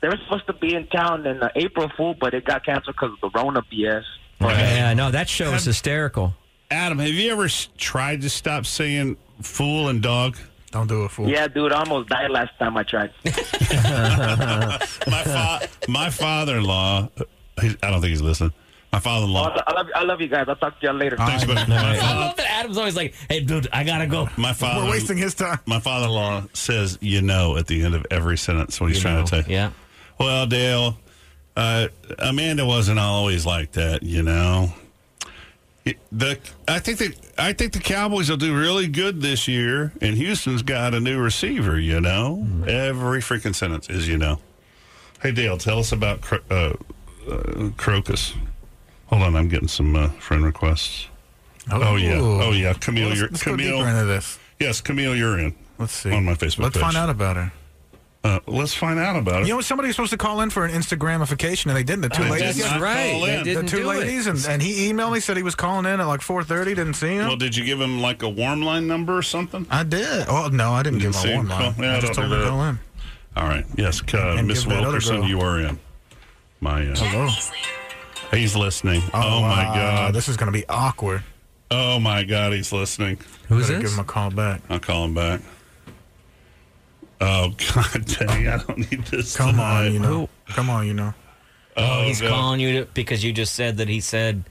they were supposed to be in town in uh, April Fool, but it got canceled because of the Rona BS.
Oh,
Yeah, no, that show is hysterical.
Adam, have you ever s- tried to stop saying fool and dog? Don't do it, fool.
Yeah, dude, I almost died last time I tried.
my, fa- my father-in-law, he, I don't think he's listening. My father-in-law.
I love, I love you guys. I'll talk to y'all later.
Thanks, buddy. My father-
love that Adam's always like, "Hey, dude, I gotta go."
My father.
We're wasting
his time. My father-in-law says, "You know," at the end of every sentence when he's
You
trying to
know,
take. Yeah. Well, Dale, uh, Amanda wasn't always like that, you know. It- The I think the I think the Cowboys will do really good this year, and Houston's got a new receiver. You know, every freaking sentence is you know. Hey Dale, tell us about Cro- uh, uh, Crocus. Hold on, I'm getting some uh, friend requests. Oh, yeah, oh yeah, Camille,
Well, let's,
you're
let's
Camille.
Go deeper into this.
Yes, Camille, you're in.
Let's see
on my Facebook.
Let's
page.
find out about her.
Uh, let's find out about it.
You know, somebody was supposed to call in for an Instagramification, and they didn't. The two
They
ladies,
did not Right, call they in. didn't
the two
do it.
ladies, and, and he emailed me said he was calling in at like four thirty. Didn't see him.
Well, did you give him like a warm line number or something?
I did. Oh no, I didn't,
Didn't
give my
see
warm
him.
line.
Well, yeah,
I
I
just told
don't do
him to
that.
call in.
All right. Yes, uh,
And
Miss
give that other
Wilkerson,
girl-
you are in. My uh, hello. He's listening. Oh, my
wow,
god,
this is going to be awkward.
Oh my god, he's listening.
Who's Better this? give him a call back.
I'll call him back. Oh god, dang! I don't need this. Come on, you
know. Come on, you know.
Oh, he's
no.
calling you to, because you just said that he said.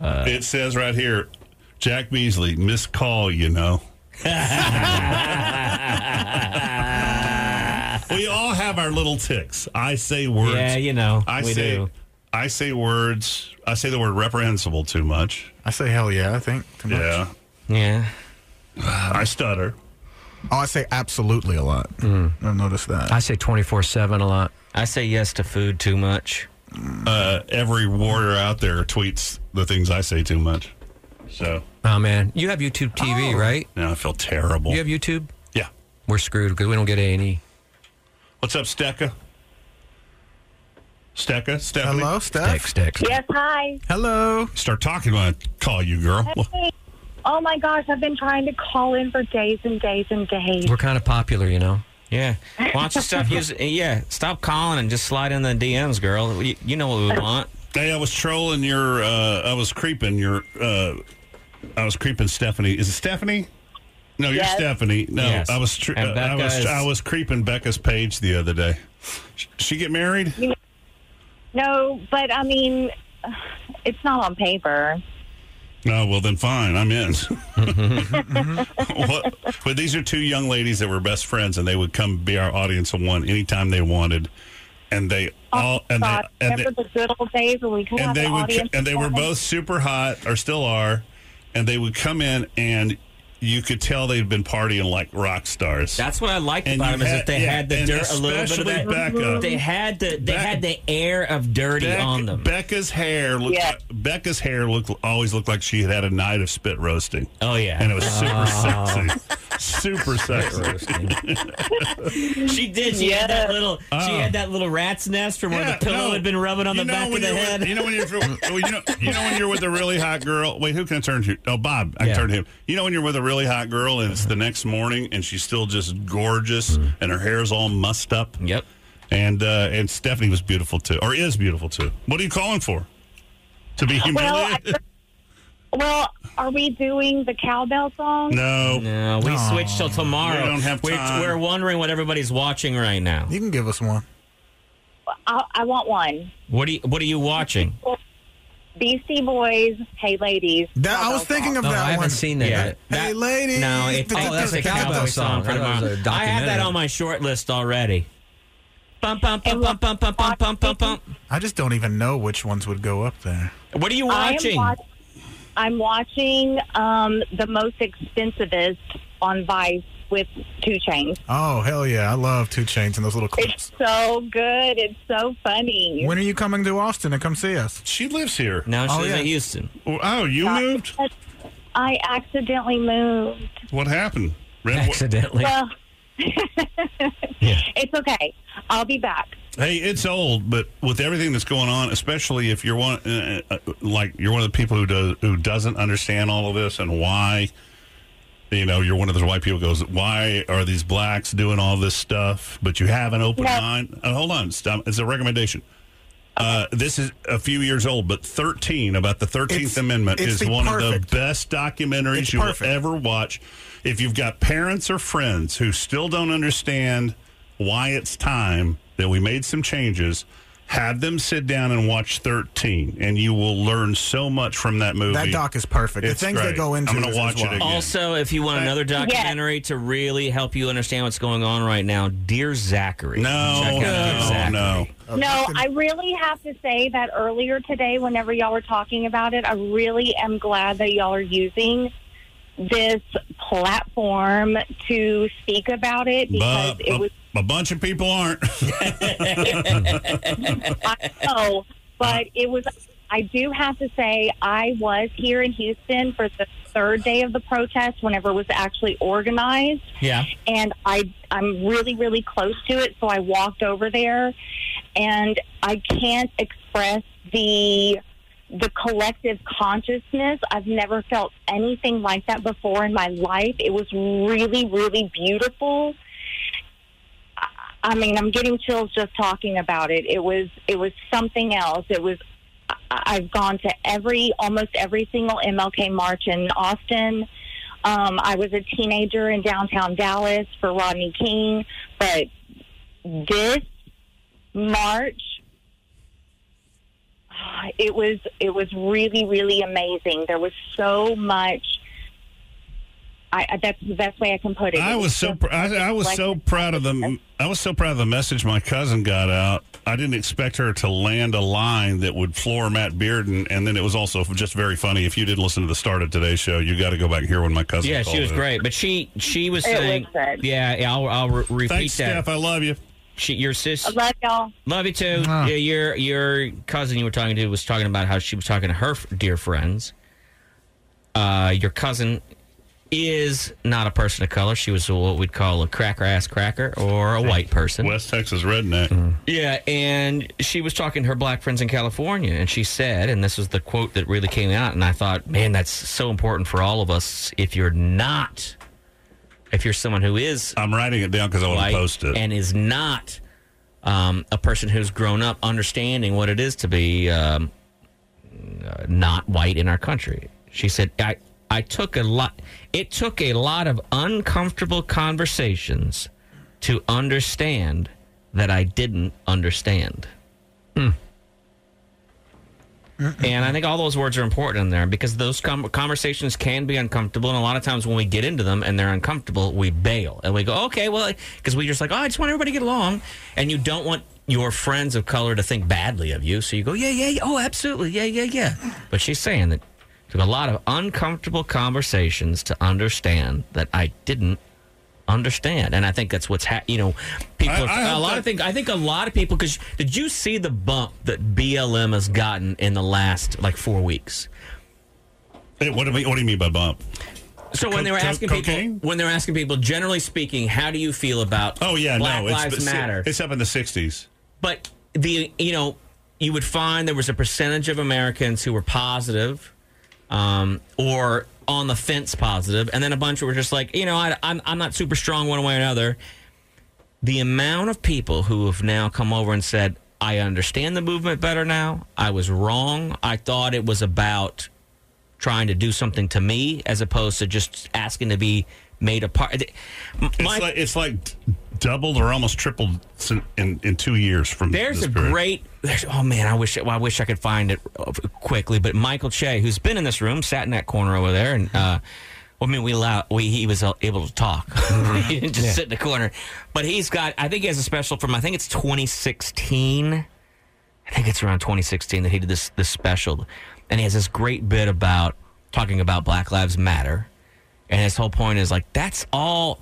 Uh,
It says right here, Jack Beasley missed call. You know. we all have our little ticks. I say words.
Yeah, you know,
I
we
say,
do.
I say words. I say the word reprehensible too much.
I say hell yeah. I think too much.
Yeah.
Yeah.
I stutter.
Oh, I say absolutely a lot.
Mm.
I've noticed that.
I say 24 7 a lot.
I say yes to food too much.
Uh, every warrior out there tweets the things I say too much. So Oh.
Oh, man. You have YouTube TV, right?
now I feel terrible.
You have YouTube?
Yeah.
We're screwed because we don't get E. A&E.
What's up, Stecca? Stecca, Stephanie.
Hello, Steph.
Steck,
Yes, hi.
Hello.
Start talking when I call you, girl.
Hey. Oh my gosh, I've been trying to call in for days and days and days.
We're kind of popular, you know?
Yeah. Why don't you stop using? Yeah, stop calling and just slide in the DMs, girl. You, you know what we want.
Hey, I was trolling your. Uh, I was creeping your. Uh, I was creeping Stephanie. Is it Stephanie? No, you're
Yes.
Stephanie. No,
Yes.
I was. Tr-
And
uh, I
Becca
was.
is-
I was creeping Becca's page the other day. Sh- She get married?
No, but I mean, it's not on paper.
No, well then fine, I'm in. what, but these are two young ladies that were best friends, and they would come be our audience of one anytime they wanted, and they all and they
God,
and they,
remember the good old days when we could have
and they
an
would
audience
and they were
performance?
both super hot or still are, and they would come in and you could tell they'd been partying like rock stars.
That's what I liked
And
about
you
them is
had-
that they
yeah,
had the
and
dirt a little bit of
especially
that.
Becca.
They had the they
Bec-
had the air of dirty
Beck-
on them.
Becca's hair looked.
Yeah.
Like, Becca's hair looked always looked like she had had a night of spit roasting.
Oh yeah,
and it was super
Oh.
sexy, super sexy.
She did. She had that little. She
Oh.
had that little rat's nest from where
Yeah,
the pillow
no.
had been rubbing on
You
the
know
back
when
of the
you're
head.
With, you know when you're well, you know you know when you're with a really hot girl. Wait, who can I turn to? Oh, Bob, I can
Yeah.
turn to him. You know when you're with a really hot girl and it's the next morning and she's still just gorgeous and her hair's all mussed up.
Mm. Yep.
And uh, and Stephanie was beautiful too, or is beautiful too. What are you calling for? To be humiliated?
Well, are we doing the cowbell song?
no,
no. We
No.
switch till tomorrow.
We don't have
We're-
time.
We're, wondering what everybody's watching right now.
You can give us one.
I, I want one.
What do you, What are you watching?
BC Boys, hey ladies.
That, I was thinking of
Oh,
that
I haven't
one.
seen that Yeah. yet.
Hey, ladies.
No, it's
Da- da-
oh, that's
da-
a
da-
cowboy,
da- da-
song for
I thought it
tomorrow.
was a
I had that
documentary.
on my short list already. Bum, bum, bum, bum, bum, bum, bum, bum, bum, bum.
I just don't even know which ones would go up there.
What are you
I am
watching?
watch- I'm watching um, the most expensivest on Vice with Two Chains.
Oh hell yeah! I love Two Chains and those little clips.
So good. It's so funny.
When are you coming to Austin and come see us?
She lives here.
No,
Oh,
she's
yeah.
in Houston.
Oh, you moved?
I accidentally moved.
What happened?
Accidentally.
Well, it's okay. I'll be back.
Hey, it's old, but with everything that's going on, especially if you're one uh, uh, like you're one of the people who does who doesn't understand all of this and why, you know, you're one of those white people who goes, why are these blacks doing all this stuff? But you have an open
No.
mind. Uh, hold on, stop. It's a recommendation. Uh, this is a few years old, but 13 about the 13th Amendment
it's
is
the
one of
perfect-
the best documentaries
It's
you will
perfect.
ever watch. If you've got parents or friends who still don't understand why it's time that we made some changes, have them sit down and watch 13, and you will learn so much from that movie.
That doc is perfect. The things they go into
I'm going
is-
to
is
watch it
wild.
again.
Also, if you want another documentary to really help you understand what's going on right now, Dear Zachary.
No, no, no.
Oh,
No, I really have to say that earlier today, whenever y'all were talking about it, I really am glad that y'all are using this platform to speak about it because
But
it was
a, a bunch of people aren't.
oh, but it was. I do have to say, I was here in Houston for the third day of the protest, whenever it was actually organized.
Yeah.
and I I'm really really close to it, so I walked over there, and I can't express the the collective consciousness. I've never felt anything like that before in my life. It was really really beautiful. I- I mean, I'm getting chills just talking about it. It was it was something else. It was I- I've gone to every almost every single MLK march in Austin. Um, I was a teenager in downtown Dallas for Rodney King, but this March, ah, it was it was really really amazing. There was so much. I, I- that's the best way I can put it.
I
It
was so
just-
pr- I, I was
like-
so proud of the I was so proud of the message my cousin got out. I didn't expect her to land a line that would floor Matt Bearden, and then it was also just very funny. If you didn't listen to the start of today's show, you got to go back and hear when my cousin.
Yeah, she
called
was
it.
great, but she she was
It was
saying, yeah, yeah, I'll, I'll re- repeat
Thanks,
that.
Steph. I love you.
She, your sis,
I love y'all.
love you too.
Ah.
Yeah, your your cousin you were talking to was talking about how she was talking to her f- dear friends. Uh, your cousin is not a person of color. She was what we'd call a cracker ass cracker or a white person. Mm-hmm.
West Texas redneck.
Yeah, and she was talking to her black friends in California, and she said, and this was the quote that really came out, and I thought, man, that's so important for all of us. If you're not, if you're someone who is,
I'm writing it down because I wanna post it.
and is not um, a person who's grown up understanding what it is to be um, uh, not white in our country. She said, I, I took a lot, it took a lot of uncomfortable conversations to understand that I didn't understand. And I think all those words are important in there because those com- conversations can be uncomfortable. And a lot of times when we get into them and they're uncomfortable, we bail and we go, okay, well, because we just like, oh, I just want everybody to get along. And you don't want your friends of color to think badly of you. So you go, yeah, yeah, yeah. Oh, absolutely. Yeah, yeah, yeah. But she's saying that it took a lot of uncomfortable conversations to understand that I didn't understand. And I think that's what's, ha- you know, people,
I-
are-
I
a
hope
lot
that-
of think I think a lot of people because did you see the bump that BLM has gotten in the last like four weeks?
Hey, what, do we, what do you mean by bump?
So when they were
Co- co-
asking
cocaine?
people, when they were asking people, generally speaking, how do you feel about?
Oh yeah,
Black
no,
Lives
it's,
Matter.
It's up in the 60s.
but the you know you would find there was a percentage of Americans who were positive, um, or on the fence positive, and then a bunch were just like, you know, I, I'm I'm not super strong one way or another. The amount of people who have now come over and said, I understand the movement better now. I was wrong. I thought it was about trying to do something to me as opposed to just asking to be made a part.
It's like it's like d- doubled or almost tripled sin- in in two years from.
There's
this
a
period.
great. There's, oh man, I wish well, I wish I could find it uh, quickly. But Michael Che, who's been in this room, sat in that corner over there, and uh, well, I mean, we allow we he was uh, able to talk. he didn't just
Yeah.
sit in the corner. But he's got. I think he has a special from. I think it's 2016. I think it's around 2016 that he did this this special, and he has this great bit about talking about Black Lives Matter, and his whole point is like that's all.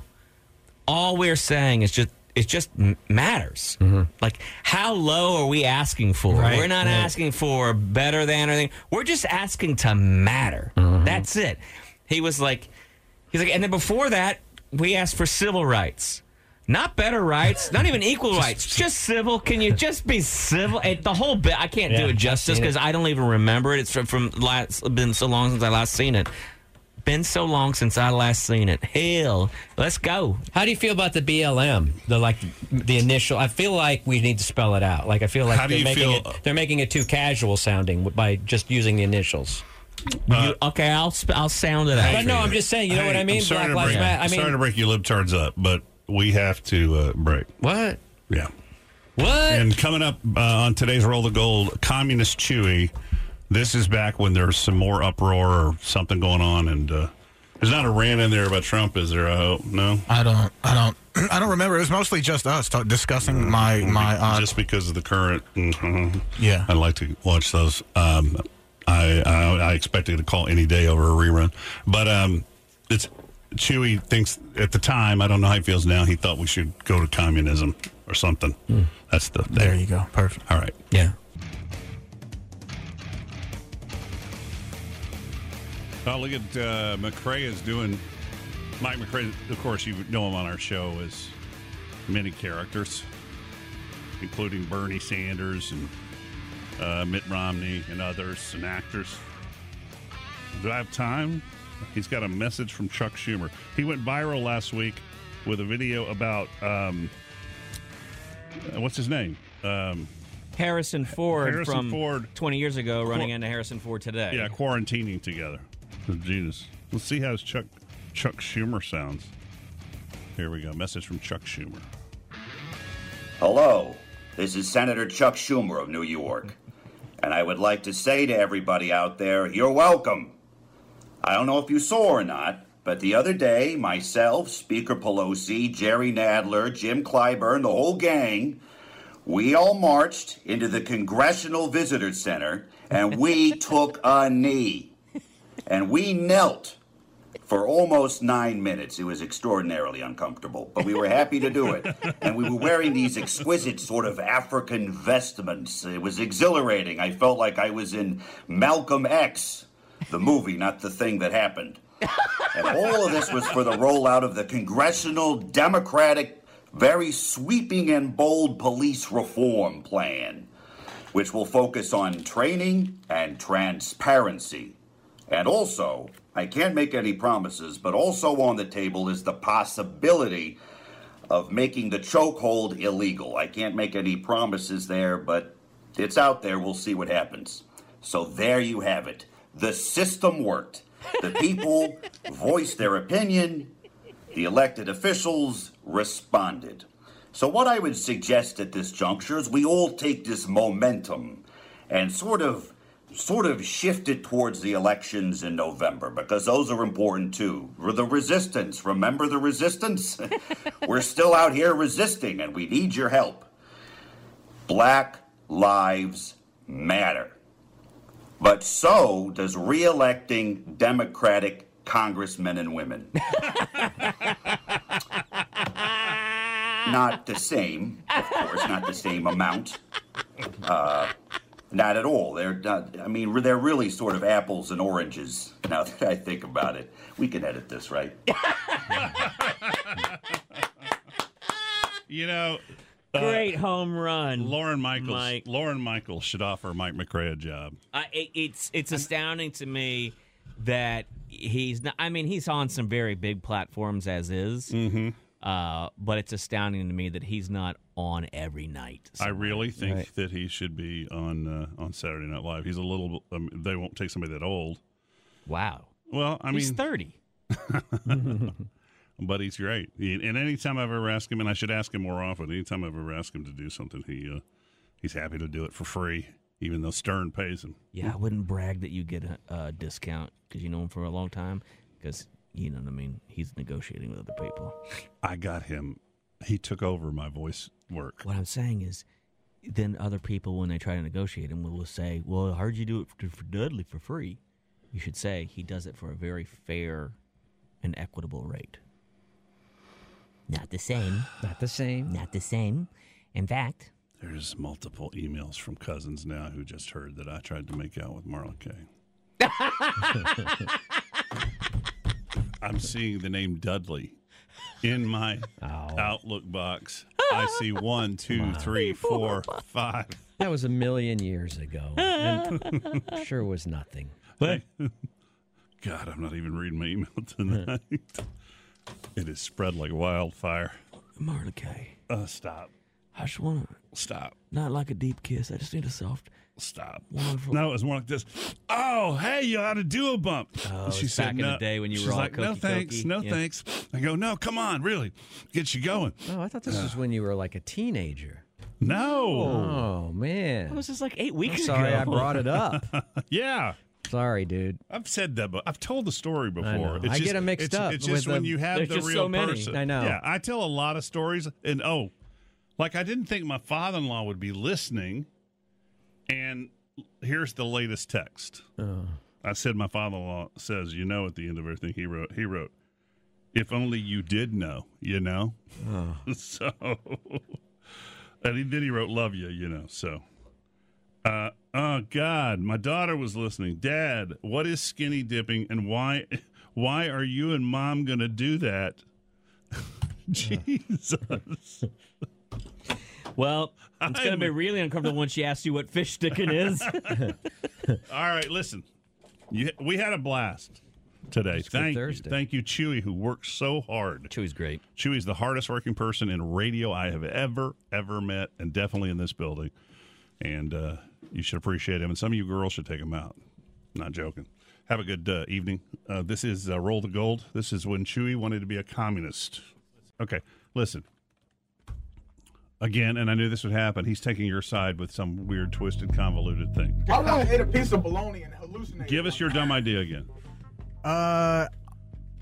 All we're saying is just it just m- matters. Like how low are we asking for?
Mm-hmm. Right,
we're not
right.
asking for better than or anything. We're just asking to matter.
Mm-hmm.
That's it. He was like, he's like, and then before that we asked for civil rights. Not better rights, not even equal rights, just civil. Can you just be civil? It, the whole bit, I can't
Yeah,
do it
I've
justice
seen it.
because I don't even remember it. It's from, from last, been so long since I last seen it. Been so long since I last seen it. Hell, let's go.
How do you feel about the BLM? The like the initial. I feel like we need to spell it out. Like I feel like
How do
they're
you
making
feel-
it. They're making it too casual sounding by just using the initials.
You- okay, I'll sp- I'll sound it
But
out.
no, I'm just saying. You know what I mean?
I'm sorry,
Black
to
Lives
break,
Matter. I
I'm
mean,
sorry to break you libtards up, but we have to uh, break.
What?
Yeah.
What?
And coming up uh, on today's Roll the Gold, Communist Chewy. This is back when there's some more uproar or something going on, and uh, there's not a rant in there about Trump, is there? I hope no.
I don't. I don't. I don't remember. It was mostly just us talk, Uh, discussing my my aunt.
just because of the current. mhm.
Yeah.
I'd like to watch those. Um, I, I I expected to call any day over a rerun, but um, it's Chewy thinks at the time. I don't know how he feels now. He thought we should go to communism or something. That's the.
Hmm. There you go. Perfect.
All right.
Yeah.
Oh, look at uh, McCray is doing. Mike McCray, of course, you know him on our show as many characters, including Bernie Sanders and uh, Mitt Romney and others and actors. Do I have time? He's got a message from Chuck Schumer. He went viral last week with a video about um, uh, what's his name? Um,
Harrison Ford
Harrison
from
Ford.
20 years ago running
Cor-
into Harrison Ford today.
Yeah, quarantining together. Oh, Jesus. Let's see how Chuck Chuck Schumer sounds. Here we go. Message from Chuck Schumer.
Hello, this is Senator Chuck Schumer of New York, and I would like to say to everybody out there, you're welcome. I don't know if you saw or not, but the other day, myself, Speaker Pelosi, Jerry Nadler, Jim Clyburn, the whole gang, we all marched into the Congressional Visitor Center and we took a knee. And we knelt for almost nine minutes. It was extraordinarily uncomfortable, but we were happy to do it. And we were wearing these exquisite sort of African vestments. It was exhilarating. I felt like I was in Malcolm X, the movie, not the thing that happened. And all of this was for the rollout of the congressional Democratic, very sweeping and bold police reform plan, which will focus on training and transparency. And also, I can't make any promises, but also on the table is the possibility of making the chokehold illegal. I can't make any promises there, but it's out there. We'll see what happens. So there you have it. The system worked. The people voiced their opinion, the elected officials responded. So, what I would suggest at this juncture is we all take this momentum and sort of sort of shifted towards the elections in November because those are important too. We're the resistance. Remember the resistance? We're still out here resisting and we need your help. Black lives matter. But so does re-electing Democratic congressmen and women. not the same, of course, not the same amount. Uh, not at all. They're not, I mean, they're really sort of apples and oranges. Now that I think about it, we can edit this, right?
You know, uh,
Great home run.
Lauren Michaels. Lauren Michaels should offer Mike McRae a job.
I, it, it's it's astounding to me that he's not. I mean, he's on some very big platforms as is. Mm-hmm. Uh, but it's astounding to me that he's not on every night.
I really think
Right.
that he should be on uh, on Saturday Night Live. He's a little. Um, they won't take somebody that old.
Wow.
Well, I
He's
mean,
30.
but he's great. He, and anytime I've ever asked him, and I should ask him more often. Anytime I've ever asked him to do something, he uh, he's happy to do it for free, even though Stern pays him.
Yeah, I wouldn't brag that you get a, a discount because you know him for a long time. Because you know what I mean. He's negotiating with other people.
I got him. He took over my voice work.
What I'm saying is, then other people, when they try to negotiate him, will will say, "Well, I heard you do it for, for Dudley for free." You should say he does it for a very fair and equitable rate. Not the same.
Not the same.
Not the same. In fact,
There's multiple emails from cousins now who just heard that I tried to make out with Marla Kay. I'm seeing the name Dudley in my Outlook box. I see one, two, three, four, five.
That was a million years ago. And sure was nothing.
But God, I'm not even reading my email tonight. it is spread like wildfire.
Mordecai.
Uh, stop.
I just want to
stop.
Not like a deep kiss. I just need a soft.
Stop.
Wonderful.
No, it was more like this. Oh, hey, you ought to do a bump.
Oh, it was back in the day when you
She's
were all
like, no
cokey
thanks,
cokey."
no
Yeah.
thanks. I go, no, come on, really, get you going.
Oh, I thought this was when you were like a teenager.
No.
Oh, man.
That was just like eight
I'm
weeks
sorry
ago.
I brought it up.
yeah.
Sorry, dude.
I've said that, but I've told the story before.
know. I get 'em mixed
it's,
up
It's just
with
when
the-
you have
there's
the
just
real
so many.
person.
I know.
Yeah, I tell a lot of stories, and oh, like I didn't think my father-in-law would be listening. And here's the latest text.
Uh.
I said my father-in-law says, "You know," at the end of everything he wrote. He wrote, "If only you did know, you know."
Uh.
so, and he, then he wrote, "Love you," you know. So. Uh, oh God, my daughter was listening. Dad, what is skinny dipping, and why? Why are you and Mom gonna do that? Jesus.
Well, it's going to be really uncomfortable when she asks you what fish sticking is.
All right, listen. You, we had a blast today. Thank you,
Thursday.
thank you, Chewy, who works so hard.
Chewy's great.
Chewy's the hardest working person in radio I have ever ever met, and definitely in this building. And uh, you should appreciate him. And some of you girls should take him out. Not joking. Have a good uh, evening. Uh, this is uh, Roll the Gold. This is when Chewy wanted to be a communist. Okay, listen again, and I knew this would happen. He's taking your side with some weird, twisted, convoluted thing.
Oh,
I want to eat a piece of bologna and hallucinate.
Give us your dumb idea again.
Uh,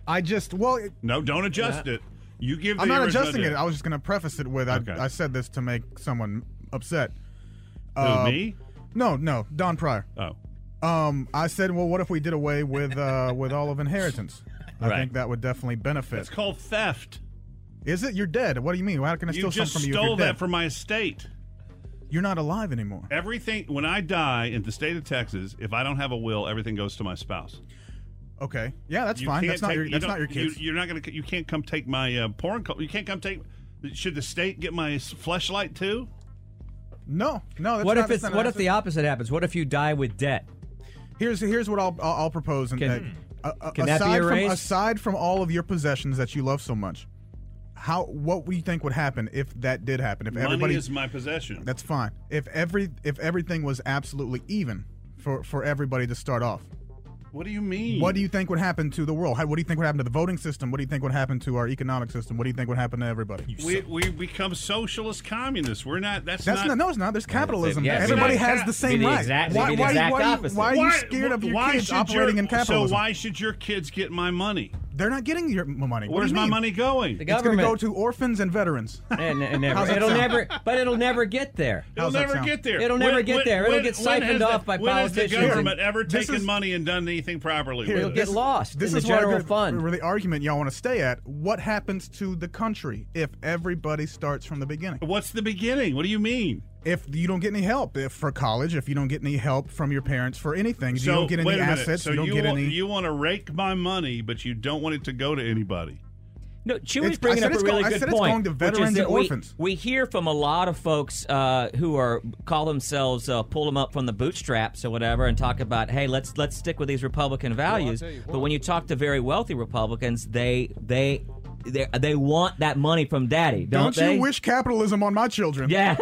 I just well. It,
No, don't adjust
Yeah.
it. You give. The
I'm not
original
adjusting it.
idea.
I was just going to preface it with I, I said this to make someone upset. Um,
Who, me?
No, no, Don Pryor.
Oh.
Um, I said, well, what if we did away with uh, with all of inheritance? I
Right.
think that would definitely benefit.
It's called theft.
Is it? You're dead. What do you mean? How can I steal
You just
something from you?
stole
if you're
that
dead?
from my estate.
You're not alive anymore.
Everything. When I die in the state of Texas, if I don't have a will, everything goes to my spouse.
Okay. Yeah, that's
You
fine.
can't
That's not
take-
your.
you
That's not your
don't-
kids.
You, you're not gonna. You can't come take my uh, porn. Co- you can't come take. Should the state get my s- fleshlight too?
no, no.
Oh,
That's
what
not,
if
that's
it's
not-
what
that's
if the opposite happens? What if you die with debt?
Here's here's what I'll I'll, I'll propose. And
Can-
uh, uh,
can that
aside
be
from
erased?
aside from all of your possessions that you love so much, how what do you think would happen if that did happen? If
Money
everybody
is my possession.
that's fine. If every if everything was absolutely even for for everybody to start off,
What do you mean?
what do you think would happen to the world? How, what do you think would happen to the voting system? What do you think would happen to our economic system? What do you think would happen to everybody?
We, we become socialist communists. We're not. That's,
That's
not.
not- no, it's not. There's capitalism. Everybody has the same Be the rights. exact- Why- be the why- exact why- opposite. why are you scared of your kids
should
operating in
So
capitalism?
why should your kids get my money?
They're not getting your m- money. What do
Where's
you
my
mean?
money going? The
it's going to
government.
go to orphans and veterans.
And, and never,
How's that
it'll
sound?
never, but it'll never get there.
It'll never get there.
It'll
When-
never get
when-
there. It'll
when-
get
when
siphoned
has
off
the-
by
when has
politicians.
the government
and-
ever
This
taken
is-
money and done anything properly
Here,
with it?
this- This is where the fund. Where the argument y'all want to stay at. What happens to the country if everybody starts from the beginning?
What's the beginning? What do you mean?
If you don't get any help if for college, if you don't get any help from your parents for anything, if
So,
you don't get
wait
any
a minute.
assets,
So
you don't get
want,
any.
You want to rake my money, but you don't want it to go to anybody.
No,
It's-
Chewy's
I
bringing
said
up a
it's
really
going- I
good
said it's
point.
going to
which
veterans
is that
and
we-
orphans.
We, hear from a lot of folks uh, who are call themselves uh, pull them up from the bootstraps or whatever, and talk about, hey, let's let's stick with these Republican values.
tell you
but when you talk to very wealthy Republicans, they they they, they want that money from daddy, don't,
Don't
they?
you wish capitalism on my children?
Yeah.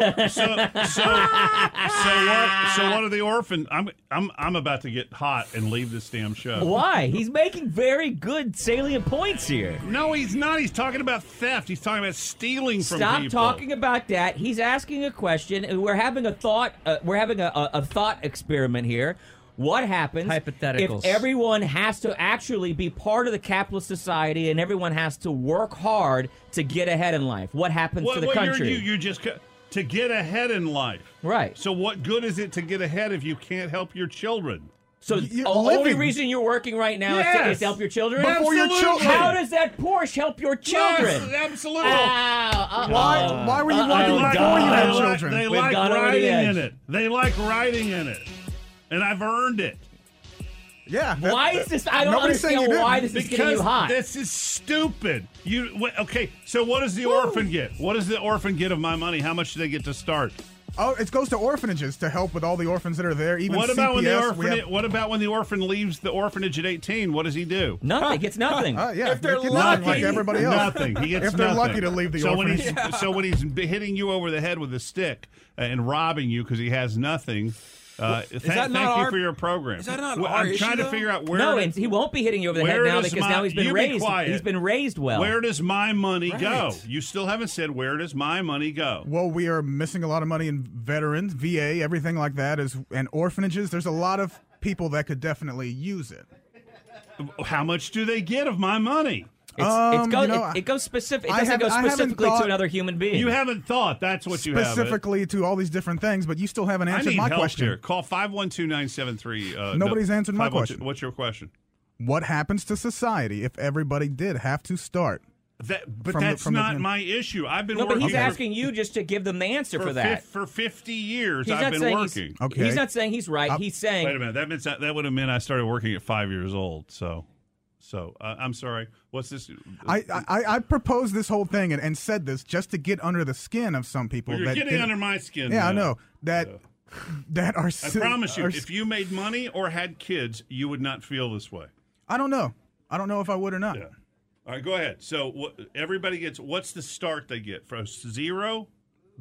So what? So what are the orphan? I'm I'm I'm about to get hot and leave this damn show.
Why? He's making very good salient points here.
No, he's not. He's talking about theft. He's talking about stealing from
Stop
people.
talking about that. He's asking a question. and We're having a thought. Uh, we're having a, a, a thought experiment here. What happens
Hypotheticals.
if everyone has to actually be part of the capitalist society and everyone has to work hard to get ahead in life? What happens
What,
to the
what you're,
country?
you you just co- to get ahead in life,
right?
So what good is it to get ahead if you can't help your children?
So the only reason you're working right now is, to, is to help your children.
Before your Absolutely. children.
How does that Porsche help your children?
absolutely.
Uh, Why- why were you uh-oh, walking
like,
before you had
they like-
children?
They
We've
like
gone over the
riding
edge.
in it. They like riding in it, and I've earned it.
Yeah. that-
Why is this? I don't
nobody's saying
understand
you didn't.
why this is getting you
Because
hot.
This is stupid. You wh- okay? So what does the orphan get? What does the orphan get of my money? How much do they get to start?
Oh, it goes to orphanages to help with all the orphans that are there. Even
what about when the
CPS, we
orphan?
have-
what about when the orphan leaves the orphanage at eighteen? What does he do?
Nothing. Gets nothing.
Uh, yeah, If they're they get nothing like lucky. everybody else.
Nothing. He gets
If they're
nothing.
lucky to leave the
so When he's,
orphanage. Yeah.
So when he's b- hitting you over the head with a stick uh, and robbing you because he has nothing. Uh,
Is
thank
that not
thank you
our-
for your program.
is that not
Well,
our
I'm trying
issue,
to
though?
figure out where.
No,
it-
and he won't be hitting you over the head
where
now
does
because
my-
now he's been
you be
raised-
quiet.
he's been raised well.
Where does my money go?
Right.
You still haven't said where does my money go?
Well, we are missing a lot of money in veterans, VA, everything like that, is and orphanages. There's a lot of people that could definitely use it.
How much do they get of my money?
It's, it's
Um,
go, it, it goes specific. It doesn't go specifically to another human being.
You haven't thought. That's what you have.
specifically to all these different things, but you still haven't
I
answered
need
my
help
question.
here. Call 512-973. Uh,
Nobody's answered my
512
question.
What's your question?
What happens to society if everybody did have to start?
That, but
From the-
that's
from the-
not my issue. I've been
no,
working
but he's
for-
asking you just to give them the answer
for,
for, that.
fif- for 50 years.
He's
I've
not
been
saying he's-
working.
Okay. he's not saying he's right. Uh, He's saying-
Wait a minute. That meant that would have meant I started working at five years old. So, so uh, I'm sorry. What's this?
I, I I proposed this whole thing and, and said this just to get under the skin of some people.
Well, you're
that
getting
didn't-
under my skin
Yeah, I
now.
know that that are.
I
si-
promise you,
are
if you made money or had kids, you would not feel this way.
I don't know. I don't know if I would or not.
All right, go ahead. So what, everybody gets what's the start they get from zero?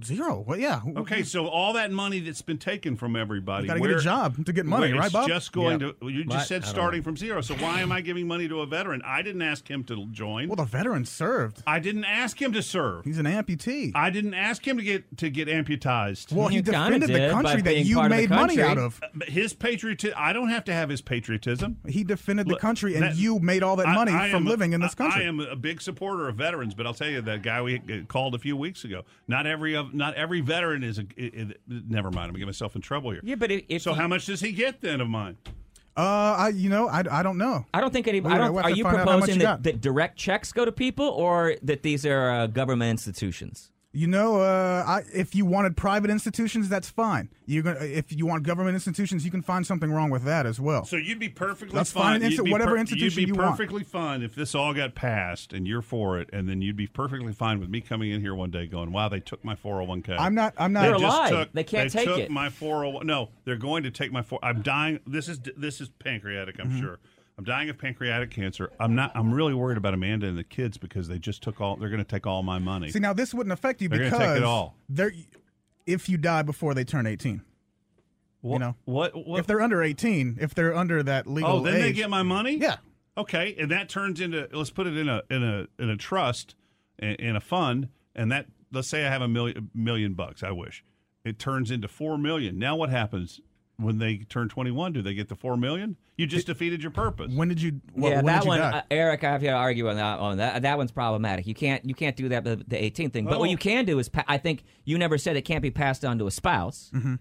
Zero. Well, yeah.
Okay, so all that money that's been taken from everybody,
You gotta get a
where-
job to get money,
where
right,
it's
Bob?
Just going
Yeah.
to you just
But- I
said
don't
starting
know.
from zero. So why am I giving money to a veteran? I didn't ask him to join.
Well, the veteran served.
I didn't ask him to serve.
He's an amputee.
I didn't ask him to get to get amputized.
Well, he You kinda defended the did country by that being you part of the made money country. out of.
But His patriotism. I don't have to have his patriotism.
He defended the
Look,
country, and
that-
you made all that
I-
money
I
from
am a-
living in this
I-
country.
I am a big supporter of veterans, but I'll tell you that guy we uh, called a few weeks ago. Not every of not every veteran is a. i- i- never mind, I'm getting myself in trouble here.
Yeah, but if, if
so,
he-
how much does he get then of mine?
uh, I you know I, I don't know.
I don't think any.
We're
I
gonna
don't,
have
are
to
you
find out how much
proposing
you
that,
got.
that direct checks go to people, or that these are uh, government institutions?
You know, uh, I, if you wanted private institutions, that's fine. You're gonna if you want government institutions, you can find something wrong with that as well.
So you'd be perfectly
Let's
fine.
find an
you'd
insti-
be
whatever
you'd
institution
be
you want.
perfectly fine if this all got passed and you're for it, and then you'd be perfectly fine with me coming in here one day going, "Wow, they took my 401k."
I'm not- I'm not-
They
They're
just
alive.
took-
They can't
they
take
took
it.
My 401. No, they're going to take my four. I'm dying. This is this is pancreatic. I'm
Mm-hmm.
Mhm. sure. I'm dying of pancreatic cancer. I'm not. I'm really worried about Amanda and the kids because they just took all. They're going to take all my money.
See, now this wouldn't affect you
They're gonna
because
take it all.
they're- if you die before they turn 18. you know
what,
If they're under 18, if they're under that legal
oh, then
age,
they get my money.
Yeah.
Okay, and that turns into let's put it in a in a in a trust in, in a fund, and that let's say I have a million million bucks. I wish it turns into four million. Now what happens when they turn twenty one? Do they get the four million? You just defeated your purpose.
When did you?
yeah, that one, uh, Eric. I have to argue on that. On that, that one's problematic. You can't you can't do that the, the 18 thing. But what
Oh.
you can do is, pa- I think you never said it can't be passed on to a spouse.
Mm-hmm.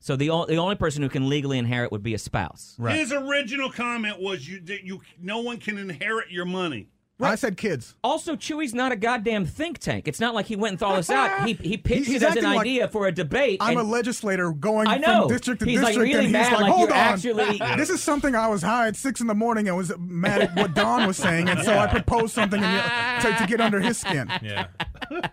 So the o- the only person who can legally inherit would be a spouse.
His original comment was you that you no one can inherit your money.
I said kids.
Also, Chewy's not a goddamn think tank. It's not like he went and thought this out. He he pitched
He's
it as an
acting like
idea for a debate.
I'm
and-
a legislator going
I know.
from district to
He's, like,
district,
really
and he's
mad,
like,
like,
"Hold
you're
on,
actually- Yeah.
this is something I was high at six in the morning and was mad at what Don was saying, and so I proposed something in your, to, to get under his skin."
Yeah.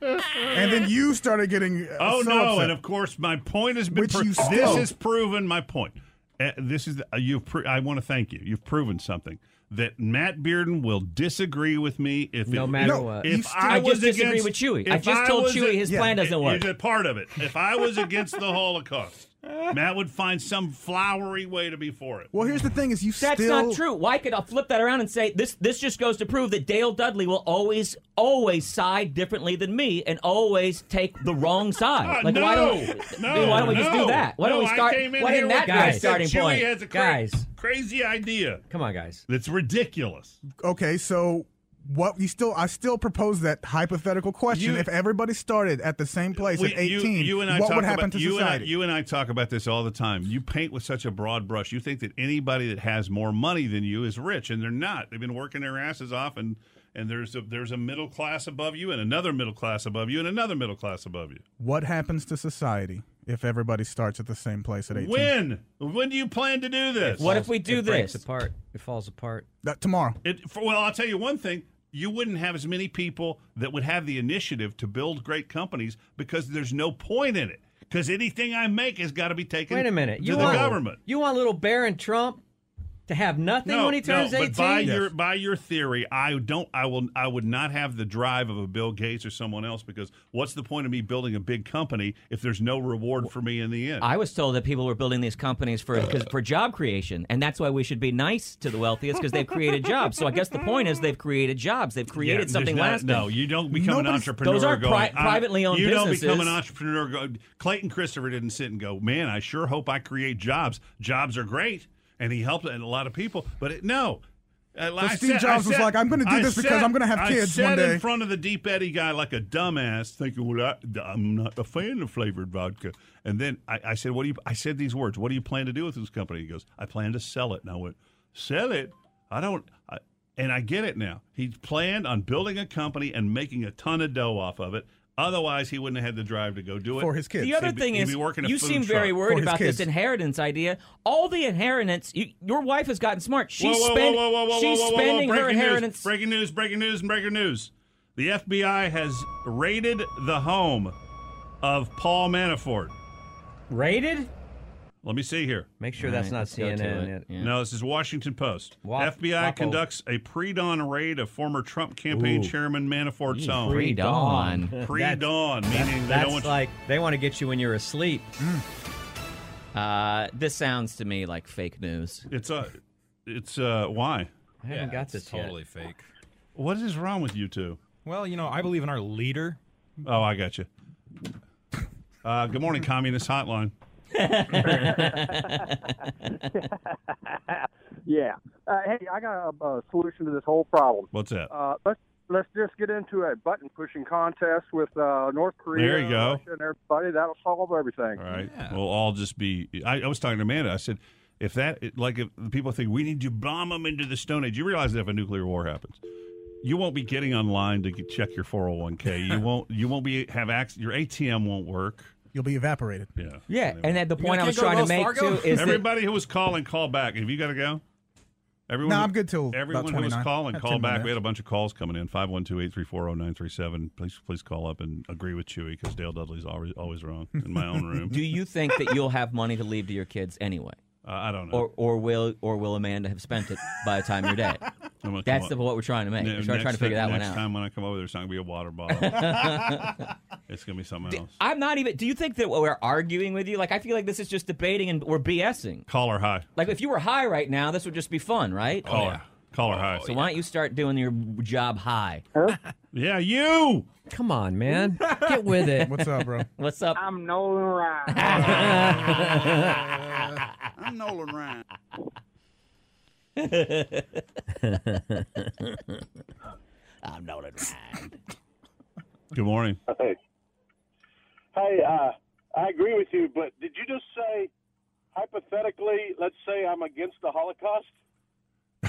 And then you started getting uh,
Oh
so
no!
upset.
And of course, my point has been.
Which
pro-
you
This
still-
has proven my point. Uh, this is uh, you've. Pro- I want to thank you. You've proven something that Matt Bearden will disagree with me if
No
it,
matter
if-
what. You
If
still-
I,
I
was
just disagree
against,
with Chewy. I
if
just told
was
Chewy his plan doesn't
it-
work.
It's a part of it. If I was against the Holocaust, Matt would find some flowery way to be for it.
well, here's the thing: is you
That's
still
not true. Why could I flip that around and say this? This just goes to prove that Dale Dudley will always, always side differently than me and always take the wrong side.
Uh,
Like
no,
why don't
no,
why don't we just
no.
do that? Why don't
No,
we start?
I came in
why
here
didn't that
with
guy
I said
starting
Chewy
point?
Has a cra- crazy idea.
Come on, guys.
That's ridiculous.
okay, so what you still I still propose that hypothetical question. if everybody started at the same place
We-
at 18,
You, you and I
what
talk
would happen
about,
to
you and I-
society?
you and I talk about this all the time. You paint with such a broad brush. You think that anybody that has more money than you is rich, and they're not. They've been working their asses off, and and there's a, there's a middle class above you, and another middle class above you, and another middle class above you.
what happens to society if everybody starts at the same place at 18.
When? When do you plan to do this?
What if we do
It
this?
breaks
apart. It falls apart.
Uh, tomorrow.
It, for, well, I'll tell you one thing. You wouldn't have as many people that would have the initiative to build great companies because there's no point in it. Because anything I make has got to be taken
Wait a minute.
to
You
the
want
government.
You want little Baron Trump to have nothing when he turns
no, but
18?
by your by your theory, I don't. I will. I would not have the drive of a Bill Gates or someone else because what's the point of me building a big company if there's no reward for me in the end?
I was told that people were building these companies for 'cause- for job creation, and that's why we should be nice to the wealthiest because they've created jobs. So I guess the point is they've created jobs. They've
Yeah,
created
there's
something
not-
lasting.
No, you don't become an
Nobody's-
entrepreneur.
Those aren't
going,
pri-
"I'm-"
privately owned
You
businesses.
don't become an entrepreneur. Go, Clayton Christopher didn't sit and go, "Man, I sure hope I create jobs. Jobs are great," and he helped a lot of people. But it, no. Uh,
But Steve Jobs was like, "I'm gonna do
I
this because
sat-
I'm gonna have
I
kids
sat
one
in
day."
front of the Deep Eddy guy like a dumbass, thinking, "Well, I, I'm not a fan of flavored vodka." And then I, I said, "What do you?" I said these words, "What do you plan to do with this company?" He goes, "I plan to sell it." And I went, "Sell it? I don't." I, and I get it now. He planned on building a company and making a ton of dough off of it. Otherwise, he wouldn't have had the drive to go do it
The other
He'd be-
thing
he'd
is,
be working a
you
food
seem
truck.
very worried about this inheritance idea. All the inheritance, you, your wife has gotten smart. She's,
Whoa, whoa,
spend-
whoa, whoa, whoa, whoa,
she's
whoa, whoa, whoa,
spending her
breaking news,
inheritance.
breaking news, breaking news, and breaking news. The FBI has raided the home of Paul Manafort.
Raided?
Let me see here.
Make sure that's All right, not let's go to CNN it. yet. Yeah.
No, this is Washington Post. FBI
Wapo.
conducts a pre-dawn raid of former Trump campaign
Ooh.
chairman Manafort's home.
Pre-dawn.
Pre-dawn,
That's-
meaning they
that's
don't want Mm.
like they want to get you when you're asleep.
Uh, this sounds to me like fake news.
It's a, it's uh, why?
I haven't got this yet.
totally fake.
What is wrong with you two?
Well, you know, I believe in our leader.
Oh, I got you. Uh, good morning, Communist Hotline.
yeah. Uh, hey, I got a, a solution to this whole problem.
What's that?
Uh, let's let's just get into a button pushing contest with uh, North Korea.
There you go.
Russia and everybody. That'll solve everything.
All right. We'll all just be. I, I was talking to Amanda. I said, if that, it- like, if people think we need to bomb them into the Stone Age, you realize that if a nuclear war happens, you won't be getting online to get, check your 401k. You won't. You won't be have access. Your ATM won't work.
You'll be evaporated.
Yeah.
Yeah, and at the
You
point I
guys
was trying to
can't go
make
Wells
too
Fargo?
is that-
everybody who was calling, call back. Have you got to go? Everyone,
No, I'm good till about
everyone who was
29.
calling,
I have
call
10 more
back. We
minutes.
had a bunch of calls coming in 512-834-0937. Please, please call up and agree with Chewy because Dale Dudley's always always wrong in my own room.
Do you think that you'll have money to leave to your kids anyway?
Uh, I don't know.
Or, or will or will Amanda have spent it by the time you're dead?
gonna
That's
come
the,
up-
what we're trying to make.
Ne-
we're trying, trying
next
to figure
ti-
that one
next
out.
time when I come over, there's not gonna be a water bottle. it's gonna be something else.
I'm not even. Do you think that we're arguing with you? Like I feel like this is just debating and we're BSing.
Caller high.
Like if you were high right now, this would just be fun, right? Oh,
Caller, caller high.
So why don't you start doing your job high?
yeah, you.
Come on, man. Get with it.
What's up, bro?
What's up?
I'm Nolan Ryan.
I'm Nolan Ryan.
I'm Nolan Ryan.
Good morning.
Hey, hey, uh, I agree with you, but did you just say hypothetically? Let's say I'm against the Holocaust.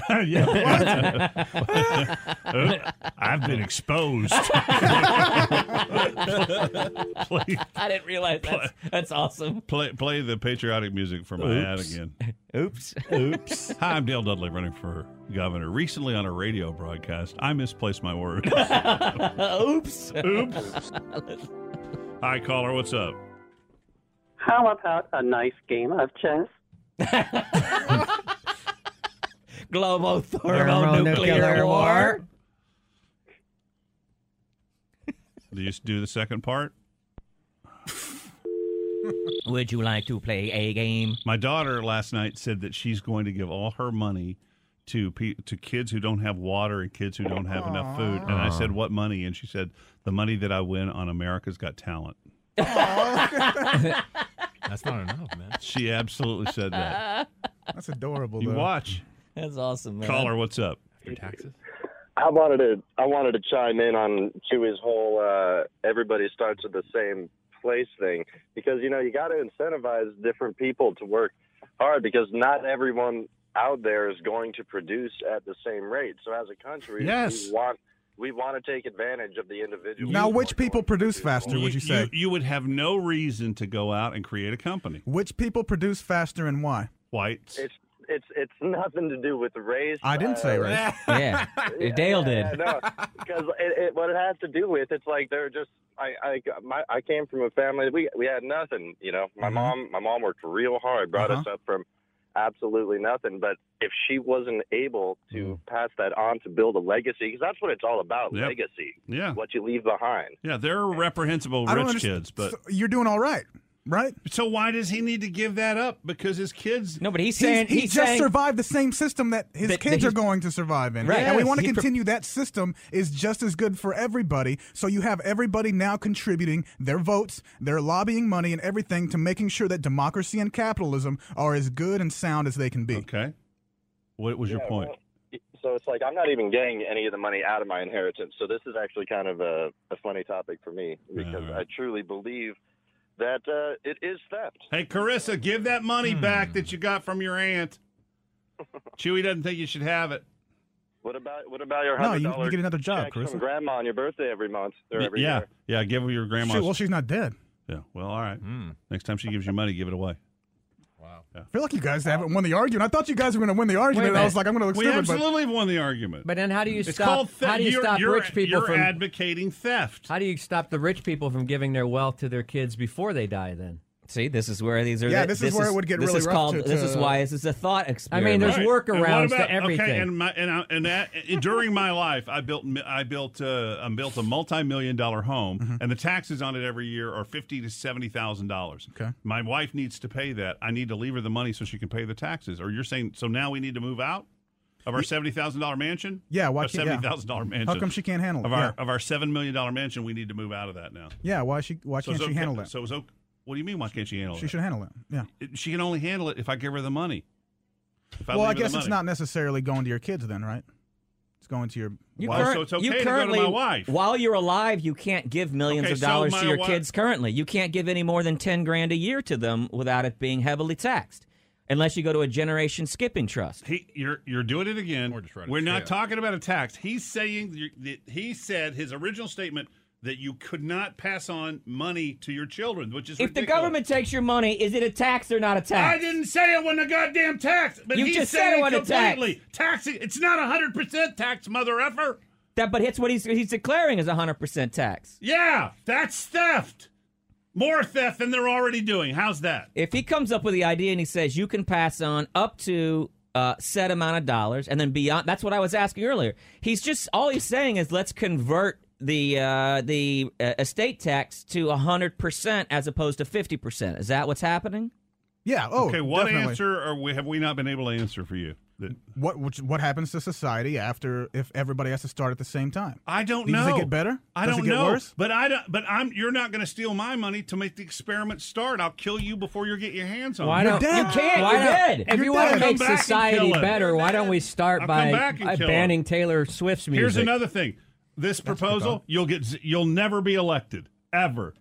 yeah. Uh, I've been exposed. Please.
I didn't realize that's, that's awesome.
Play play the patriotic music for my ad
Oops.
again.
Oops.
Oops. Hi, I'm Dale Dudley, running for governor. Recently, on a radio broadcast, I misplaced my words.
Oops.
Oops. Hi, caller. What's up?
How about a nice game of chess?
Global
Thermonuclear war.
Do you s- do the second part?
Would you like to play a game?
My daughter last night said that she's going to give all her money to pe- to kids who don't have water and kids who don't have enough food. And I
Aw.
said, "What money?" And she said, "The money that I win on America's Got Talent."
That's not enough, man.
She absolutely said that.
That's adorable.
You
though.
watch.
That's awesome, man.
Caller, what's up?
After taxes.
I wanted to I wanted to chime in on Chewy's whole uh, everybody starts at the same place thing because you know you got to incentivize different people to work hard because not everyone out there is going to produce at the same rate. So as a country,
Yes.
we want we want to take advantage of the individual.
now, which people produce faster? Would you say?
You, would have no reason to go out and create a company.
which people produce faster and why?
Whites.
It's it's it's nothing to do with race. uh,
I didn't say race. Yeah, Dale did.
no, because it, it, what it has to do with it's like they're just I I my, I came from a family we we had nothing. You know, my
Mm-hmm.
Mhm.
mom my mom worked real hard, brought us
Uh-huh.
up from absolutely nothing. But if she wasn't able
Mm.
to pass that on to build a legacy, because that's what it's all about,
Yep.
legacy.
Yeah.
what you leave behind.
Yeah, they're reprehensible
I don't
rich
understand-
kids, but
So you're doing all right, right?
So why does he need to give that up? Because his kids.
No, but he's
he just survived the same system that his
That- that
kids
he's-
are going to survive in,
Right.
and we
Yes.
want to
He pro-
continue that system is just as good for everybody. So you have everybody now contributing their votes, their lobbying money, and everything to making sure that democracy and capitalism are as good and sound as they can be.
Okay, what was
Yeah, well, so it's like I'm not even getting any of the money out of my inheritance. So this is actually kind of a, a funny topic for me because I truly believe that uh, it is theft.
Hey, Carissa, give that
Hmm.
money back that you got from your aunt. Chewy doesn't think you should have it.
What about what about your
No,
hundred
you-
dollars?
you get another job,
from
Carissa.
grandma on your birthday every month or every
yeah,
year.
yeah. Give her your grandma's.
Shoot, well, she's not dead.
yeah. Well, all right.
Hmm.
Next time she gives you money, give it away. Wow. Yeah.
I feel like you guys haven't won the argument. I thought you guys were going to win the
Wait a
argument. I
minute.
was like, I'm going to look
We
stupid, but-
absolutely won the argument.
But then how do you
It's
stop?
called theft.
How do you
You're-
stop
you're-
rich people
you're
from
advocating theft?
How do you stop the rich people from giving their wealth to their kids before they die? Then
See, this is where these are.
Yeah, this is where it would get
this
really
is
rough
called.
to-
This is
to-
why this is a thought experiment.
there's
Right. And what
workarounds to
about- Okay,
everything.
and my and, I, and that, and during my life, I built mi- I built uh, I built a multi million dollar home,
Mm-hmm.
and the taxes on it every year are fifty to seventy thousand dollars.
Okay.
my wife needs to pay that. I need to leave her the money so she can pay the taxes. Or you're saying so now we need to move out of our seventy thousand dollar mansion?
Yeah, why
Our
can't- yeah.
seventy thousand dollar mansion?
How come she can't handle it?
of our
Yeah.
of our seven million dollar mansion? We need to move out of that now.
yeah, why she? Why
So
can't
it's
she
okay-
handle that?
So it's okay. What do you mean? Why can't she handle
She
it?
should handle it. Yeah.
It- She can only handle it if I give her the money. If
well,
leave
I
her the
guess it's
money.
not necessarily going to your kids then, right? It's going to your
You
wife.
current- So it's okay you to go to currently- my wife.
While you're alive, you can't give millions
Okay,
of
so
dollars
my
to your
wi-
kids currently. You can't give any more than 10 grand a year to them without it being heavily taxed, unless you go to a generation skipping trust.
He, you're you're doing it again. We're, not talking about a tax. He's saying you- that he said his original statement that you could not pass on money to your children, which is
If the
ridiculous.
government takes your money, is it a tax or not a tax?
I didn't say it wasn't a goddamn tax, but
You
he
just
said,
said it
it
wasn't a tax.
completely. Taxing, it's not hundred percent tax, mother effer.
That, but it's what he's, he's declaring is 100% tax.
Yeah, that's theft. More theft than they're already doing. How's that?
If he comes up with the idea and he says you can pass on up to a set amount of dollars, and then beyond, that's what I was asking earlier. He's just all he's saying is let's convert the uh, the uh, estate tax to hundred percent as opposed to fifty percent. Is that what's happening?
Yeah. Oh,
okay. What
definitely.
answer are we, have we not been able to answer for you? That-
What which, what happens to society after if everybody has to start at the same time?
I don't
Does
know.
it get better?
I
Does
don't
it get
know.
worse?
But I don't. But I'm. You're not going to steal my money to make the experiment start. I'll kill you before you get your hands on.
why
it.
don't you can't?
Why
why
not?
not? If you want to
Come
make
back and
society
kill him.
better, why don't we start
I'll come
by
back and
uh,
kill him.
banning Taylor Swift's music?
Here's another thing. This proposal, you'll get. z- You'll never be elected ever,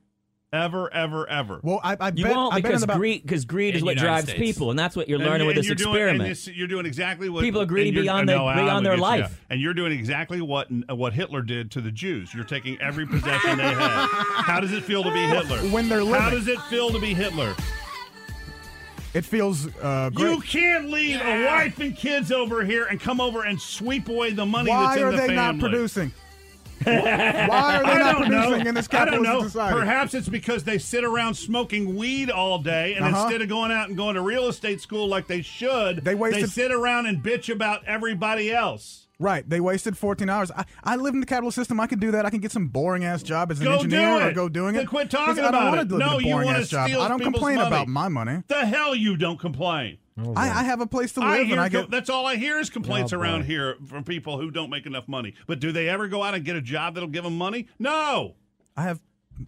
ever, ever, ever.
Well, I, I
You
bet
won't
I bet in
because
about
Greed, because greed is
In
what
United
drives
States.
people, and that's what you're learning with this
you're doing- and
experiment.
this- you're doing exactly what
People are greedy
and you're-
beyond
uh,
their-
no, I'm
beyond their
against you.
life.
and you're doing exactly what uh, what Hitler did to the Jews. You're taking every possession they had. How does it feel to be Hitler?
When they're
How
living.
does it feel to be Hitler?
It feels uh, great.
You can't leave a wife and kids over here and come over and sweep away the money
Why
that's in
are
the
they
family.
not producing? Why are they
I
not
don't know.
producing in this
I don't
capitalist
know.
society?
Perhaps it's because they sit around smoking weed all day, and
Uh-huh.
instead of going out and going to real estate school like they should, they,
wasted-
sit around and bitch about everybody else.
Right, they wasted 14 hours. I, I live in the capitalist system. I can do that. I can get some boring ass job as an
Go do
engineer or
it.
go doing
Then
it.
quit
'Cause
talking
I
about
don't
it.
want to live
No,
in
you
a boring
wanna
ass job.
steal
I don't
people's
complain
money.
about my money.
The hell you don't complain.
I, I have a place to live,
hear
and I
co-
get
that's all I hear is complaints
Oh, boy.
around here from people who don't make enough money. But do they ever go out and get a job that'll give them money? No.
I have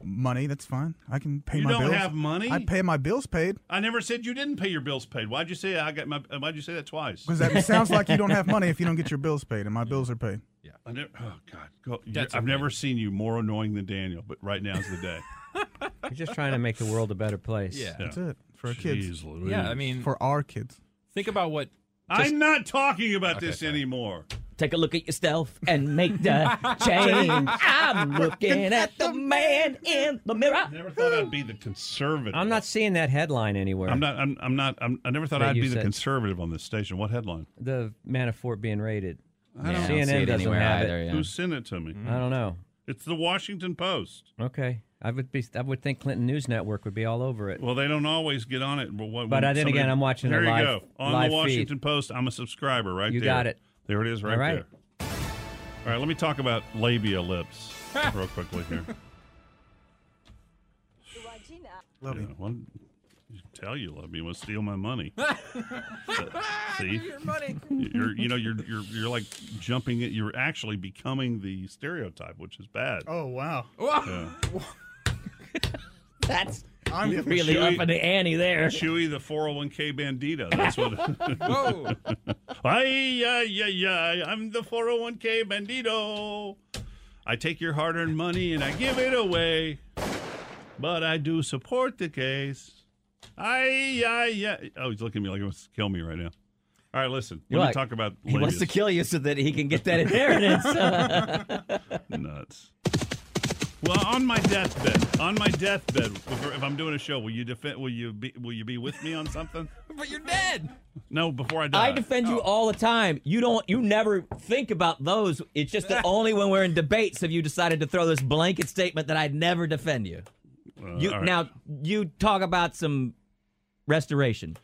money. That's fine. I can pay
You
my
don't
bills.
have money?
I pay my bills paid
I never said you didn't pay your bills paid. Why'd you say I got my? Why'd you say that twice?
because that sounds like you don't have money if you don't get your bills paid, and my bills are paid.
Yeah. I never, oh God, go, you-
That's
I've never seen you more annoying than Daniel, but right now's the day.
You're just trying to make the world a better place.
Yeah.
That's it for our kids.
Jeez Louise.
Yeah, I mean-
for our kids.
Think about what.
I'm not talking about
Okay,
this anymore.
Take a look at yourself and make the change. I'm looking at the man in the mirror.
Never thought I'd be the conservative.
I'm not seeing that headline anywhere.
I'm not. I'm, I'm not. I'm, I never thought
That
I'd
you
be the
said.
conservative on this station. What headline?
The Manafort being raided.
I don't
CNN
see it
doesn't
anywhere
have
either,
it.
yeah. Who sent it to me?
I don't know.
It's the Washington Post.
Okay, I would be. I would think Clinton News Network would be all over it.
Well, they don't always get on it. But, what,
But
when
I- then
somebody-
again, I'm watching
There
a live-
you go. On
live
the
feed.
Washington Post, I'm a subscriber right
You
there.
got it.
There it is right,
All right.
there. All right, let me talk about labia lips real quickly here.
Love
you. Well, you can tell you love me. You want to steal my money. See?
Your money.
You're, you know, you're, you're, you're like jumping it. You're actually becoming the stereotype, which is bad.
Oh wow.
Yeah.
That's
I'm
really
Chewy-
up in the ante there.
Chewy the 401k bandito. That's what.
Whoa.
Ay, ay, ay, ay. I'm the 401k bandito. I take your hard earned money and I give it away. But I do support the case. Ay, ay, ay. Oh, he's looking at me like he wants to kill me right now. All right, listen.
You're
let
like,
me talk about.
He wants
labias.
to kill you so that he can get that inheritance.
Nuts. Well, on my deathbed, on my deathbed, if if I'm doing a show, will you defend? Will you be? Will you be with me on something?
But you're dead.
No, before I die. Oh.
I defend you all the time. You don't. You never think about those. It's just that only when we're in debates have you decided to throw this blanket statement that I'd never defend you.
Uh,
you
all right.
now you talk about some restoration.